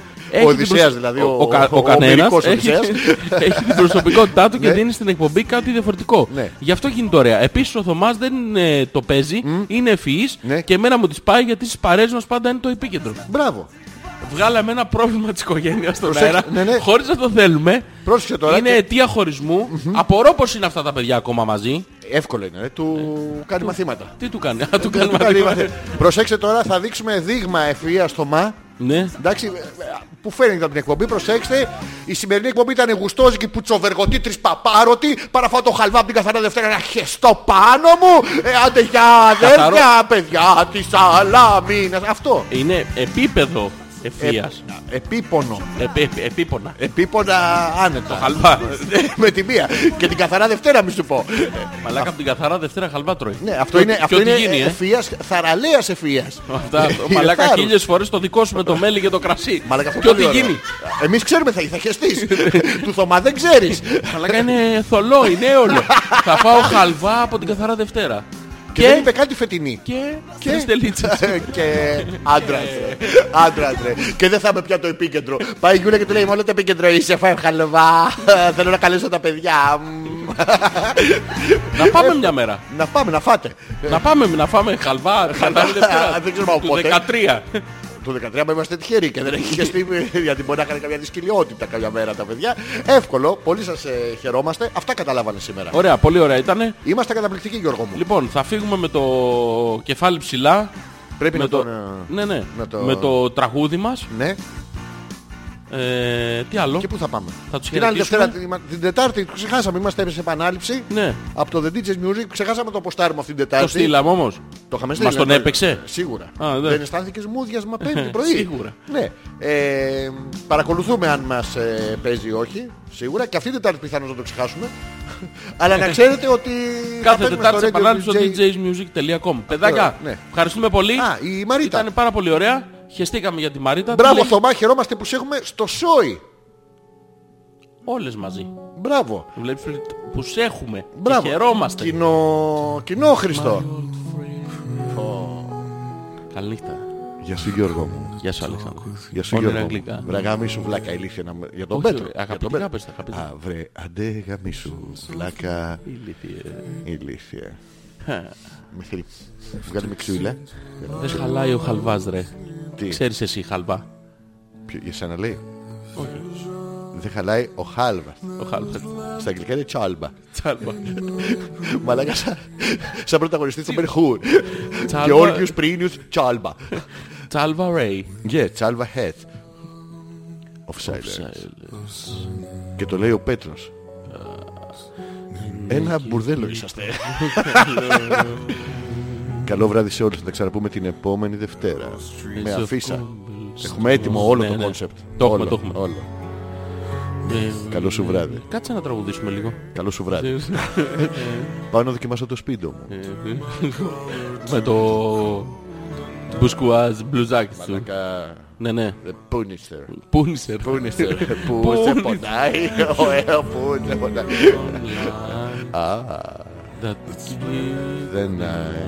Ο Οδυσσέας δηλαδή, ο-
κα-
ο- ο
κανένας
ομιλικός
έχει,
Οδυσσέας.
[LAUGHS] έχει την προσωπικότητά του και
Ναι.
δίνει στην εκπομπή κάτι διαφορετικό.
Ναι.
Γι' αυτό γίνεται ωραία. Επίσης ο Θωμάς δεν ε, το παίζει, είναι ευφυής
Ναι.
και εμένα μου τη πάει γιατί στις παρέες μας πάντα είναι το επίκεντρο.
Μπράβο.
Βγάλαμε ένα πρόβλημα της οικογένειας στον
Προσέξτε,
αέρα
ναι, ναι.
χωρίς να το θέλουμε.
Πρόσεξε τώρα
Είναι
και-
αιτία χωρισμού. Απορώ πως είναι αυτά τα παιδιά ακόμα μαζί.
Εύκολο είναι. ε. Του κάνει μαθήματα.
Τι Ναι. του κάνει, α, του
Του
[LAUGHS] κάνει
κάνει
μαθήματα.
μαθήματα. Προσέξτε τώρα, θα δείξουμε δείγμα ευφυΐας στο ΜΑ.
Ναι.
Εντάξει, ε, ε, που φαίνεται από την εκπομπή, προσέξτε. Η σημερινή εκπομπή ήταν γουστόζικη που τσοβεργωτή τρισπαπάρωτη. Παραφάω το χαλβά από την καθαρά Δευτέρα να χεστώ πάνω μου. Ε, άντε για αδέρφια, παιδιά της Σαλαμίνα. Αυτό.
Είναι επίπεδο ευθείας.
Ε, Επίπονο.
Επί- επί- Επίπονα.
Επίπονα άνετα.
Χαλβά.
[LAUGHS] Με τη μία. Και την καθαρά Δευτέρα, μη σου πω. Ε,
Μαλάκα από την καθαρά Δευτέρα χαλβά τρώει.
Ναι,
Και
αυτό
ό-
είναι,
και
αυτό
ό,τι
είναι
γίνει, ε.
ευφυΐας, θαραλέας ευφυΐας. [LAUGHS]
Αυτά,
Είναι
μαλάκα
θάρρος.
χίλιες φορές το δικό σου με το μέλι και το κρασί.
Μαλάκα αυτό
Και ό,τι
πολύ ωραίο.
γίνει.
Εμείς ξέρουμε θα, θα
[LAUGHS]
χεστείς. του Θωμά δεν ξέρεις.
Μαλάκα είναι θολό, είναι
[LAUGHS]
έολο. Θα φάω χαλβά από την καθαρά Δευτέρα.
και δεν
Και.
είπε κάτι φετινή. [LAUGHS]
Και.
Και-
Και. στελίτσες.
και άντρας ρε. Άντρας ρε. Και δεν θα είμαι πια το επίκεντρο. Πάει η Γιούλα και του λέει μόνο το επίκεντρο είσαι φάει χαλβά. Θέλω να καλέσω τα παιδιά. Μμμ.
Να πάμε μια μέρα.
να πάμε να φάτε.
Να πάμε να φάμε χαλβά. Καθαρή Δευτέρα.
[LAUGHS] Δεν ξέρουμε από
Του
πότε.
13.
Το 13 μα είμαστε τυχεροί και δεν έχει χεστεί γιατί μπορεί να κάνει καμιά δυσκολιότητα κάποια μέρα τα παιδιά. Εύκολο, πολύ σας ε, χαιρόμαστε. Αυτά καταλάβανε σήμερα.
Ωραία, πολύ ωραία ήτανε.
Είμαστε καταπληκτικοί Γιώργο μου.
Λοιπόν, θα φύγουμε με το κεφάλι ψηλά.
Πρέπει
με
να
το...
τον... ε,
Ναι, ναι.
με το-
Με το τραγούδι μας.
Ναι,
Ε, τι άλλο.
και πού θα πάμε.
Θα τους
Την άλλη
χαιρετήσουμε.
Δευτέρα, την, την Τετάρτη που ξεχάσαμε, είμαστε σε επανάληψη.
Ναι.
Από το The DJ's Music ξεχάσαμε το ποστάρουμε αυτή την Τετάρτη.
Το στείλαμε όμως.
Το είχαμε στείλει,
Μας τον
ναι.
έπαιξε?
Σίγουρα.
Α, δε.
δεν αισθάνθηκες μούδιασμα πέμπτη πρωί.
[LAUGHS] Σίγουρα.
Ναι. Ε, παρακολουθούμε αν μας ε, παίζει ή όχι. Σίγουρα. Και αυτή την Τετάρτη πιθανώς να το ξεχάσουμε. [LAUGHS] Αλλά
[LAUGHS]
να ξέρετε ότι. θα
Κάθε
παίζουμε
Τετάρτη σε
Radio
επανάληψη στο djsmusic.com. Παιδάκια,
ναι.
ευχαριστούμε πολύ.
Α, η Μαρίτα.
Ήταν πάρα πολύ ωραία. Χεστήκαμε για τη Μαρίτα.
Μπράβο,
Τη λέει-
Θωμά, χαιρόμαστε που σε έχουμε στο σόι.
Όλες μαζί.
Μπράβο.
Βλέπεις που- που σε έχουμε. και
Μπράβο.
χαιρόμαστε.
Κοινο... Κοινόχρηστο.
Καληνύχτα.
Γεια σου Γιώργο μου.
Γεια σου Αλέξανδρο.
Γεια σου
Όνειρα
Γιώργο
αγγλικά.
μου. Βρε γαμίσου βλάκα ηλίθεια να... με- για τον
Όχι,
Πέτρο.
ρε, αγαπητικά
Για τον
πες τα,
Πέτρο.
αγαπητικά.
Α, βρε, αντέ γαμίσου βλάκα
ε,
ηλίθεια. Με θέλει. Βγάλε με ξύλα.
Δεν χαλάει ο χαλβάς ρε.
Τι,
Ξέρεις εσύ χαλβά.
ποιο- για σένα λέει. Δεν χαλάει ο Χάλβα.
Ο χαλβάς.
Στα αγγλικά είναι τσάλμπα.
Τσάλβα.
Μαλάκα σαν, σαν πρωταγωνιστή του Μπερχούρ.
Τσάλμπα.
Γεώργιος Πρίνιους τσάλμπα.
Τσάλβα Ρέι.
Yeah, τσάλμπα head. Of silence. Και το λέει ο Πέτρος. Ένα μπουρδέλο είσαστε. Καλό βράδυ σε όλους. Θα τα ξαναπούμε την επόμενη Δευτέρα. Με αφίσα. Έχουμε έτοιμο όλο
Ναι,
το
ναι.
κόνσεπτ.
Το έχουμε, το έχουμε.
Όλο. Καλό σου βράδυ.
Ε, Κάτσε να τραγουδήσουμε λίγο. [LAUGHS]
Καλό σου βράδυ. Πάω να δοκιμάσω το σπίτι μου.
Ε, Με το... Μπουσκουάζ μπλουζάκι σου.
Μαλάκα,
Ναι, ναι.
ε, Πούνιστερ.
Πούνισερ.
Πούνιστερ. Πού
Πού
σε
είναι.
πονάει. Ο ε, πού σε πονάει.
That-
Δεν... ε,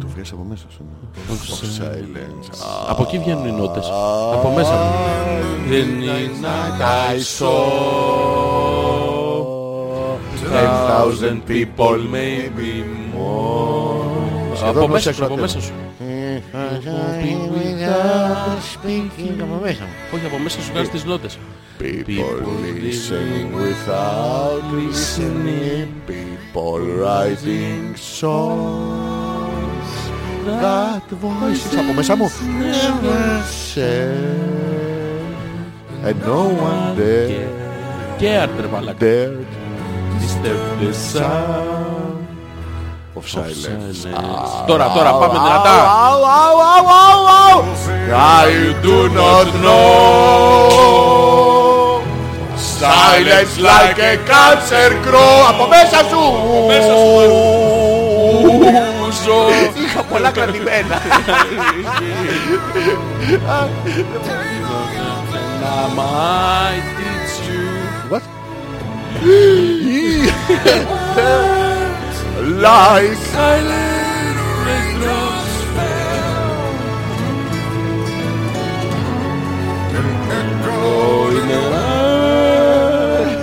Το βγες από μέσα σου. ναι. Of silence. Α,
Από εκεί βγαίνουν οι νότες. Από μέσα μου. Δεν είναι καίσω.
10,000 people
maybe
Σχεδόν
Από
όσοι
μέσα σου, από
ακροατές.
μέσα σου. Όχι, από μέσα σου κάνεις τις νότες.
People listening without listening. People writing songs. That voices από μέσα μου. Never said. And no one
Και-
dared.
Και άρτρε μαλάκα.
Dared
Disturb the sound
of
of
silence.
silence. Τώρα, τώρα, πάμε δυνατά.
Au, au, au, au, au. I do not know. Silence like a cancer crow. Από μέσα σου.
μέσα σου, Ζω.
Είχα πολλά κρατημένα.
I might teach you.
What? like
Silence that drops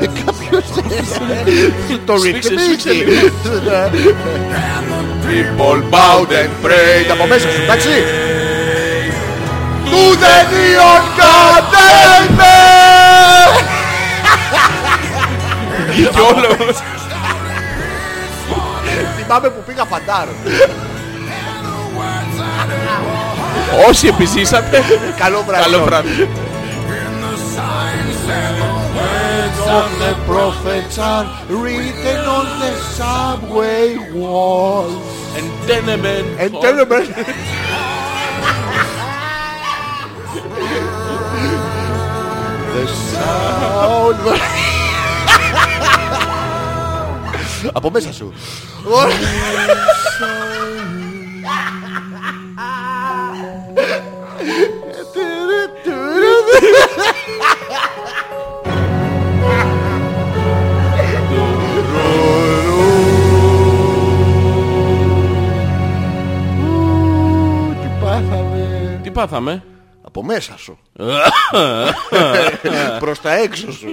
Ε, κάποιος το
Σφίξε, σφίξε
ρυθμίζει.
λίγο.
People bowed and prayed. Από μέσα σου, εντάξει. Του δεν ιον κατέλθε.
Όλο.
Θυμάμαι που πήγα φαντάρο.
Όσοι επιζήσατε,
Καλό βράδυ.
καλό βράδυ.
Of the prophets are written on the subway walls.
Εντένεμεν.
And tell them The sound Από μέσα σου. Τι πάθαμε.
Τι πάθαμε.
Από μέσα σου. Προς τα έξω σου.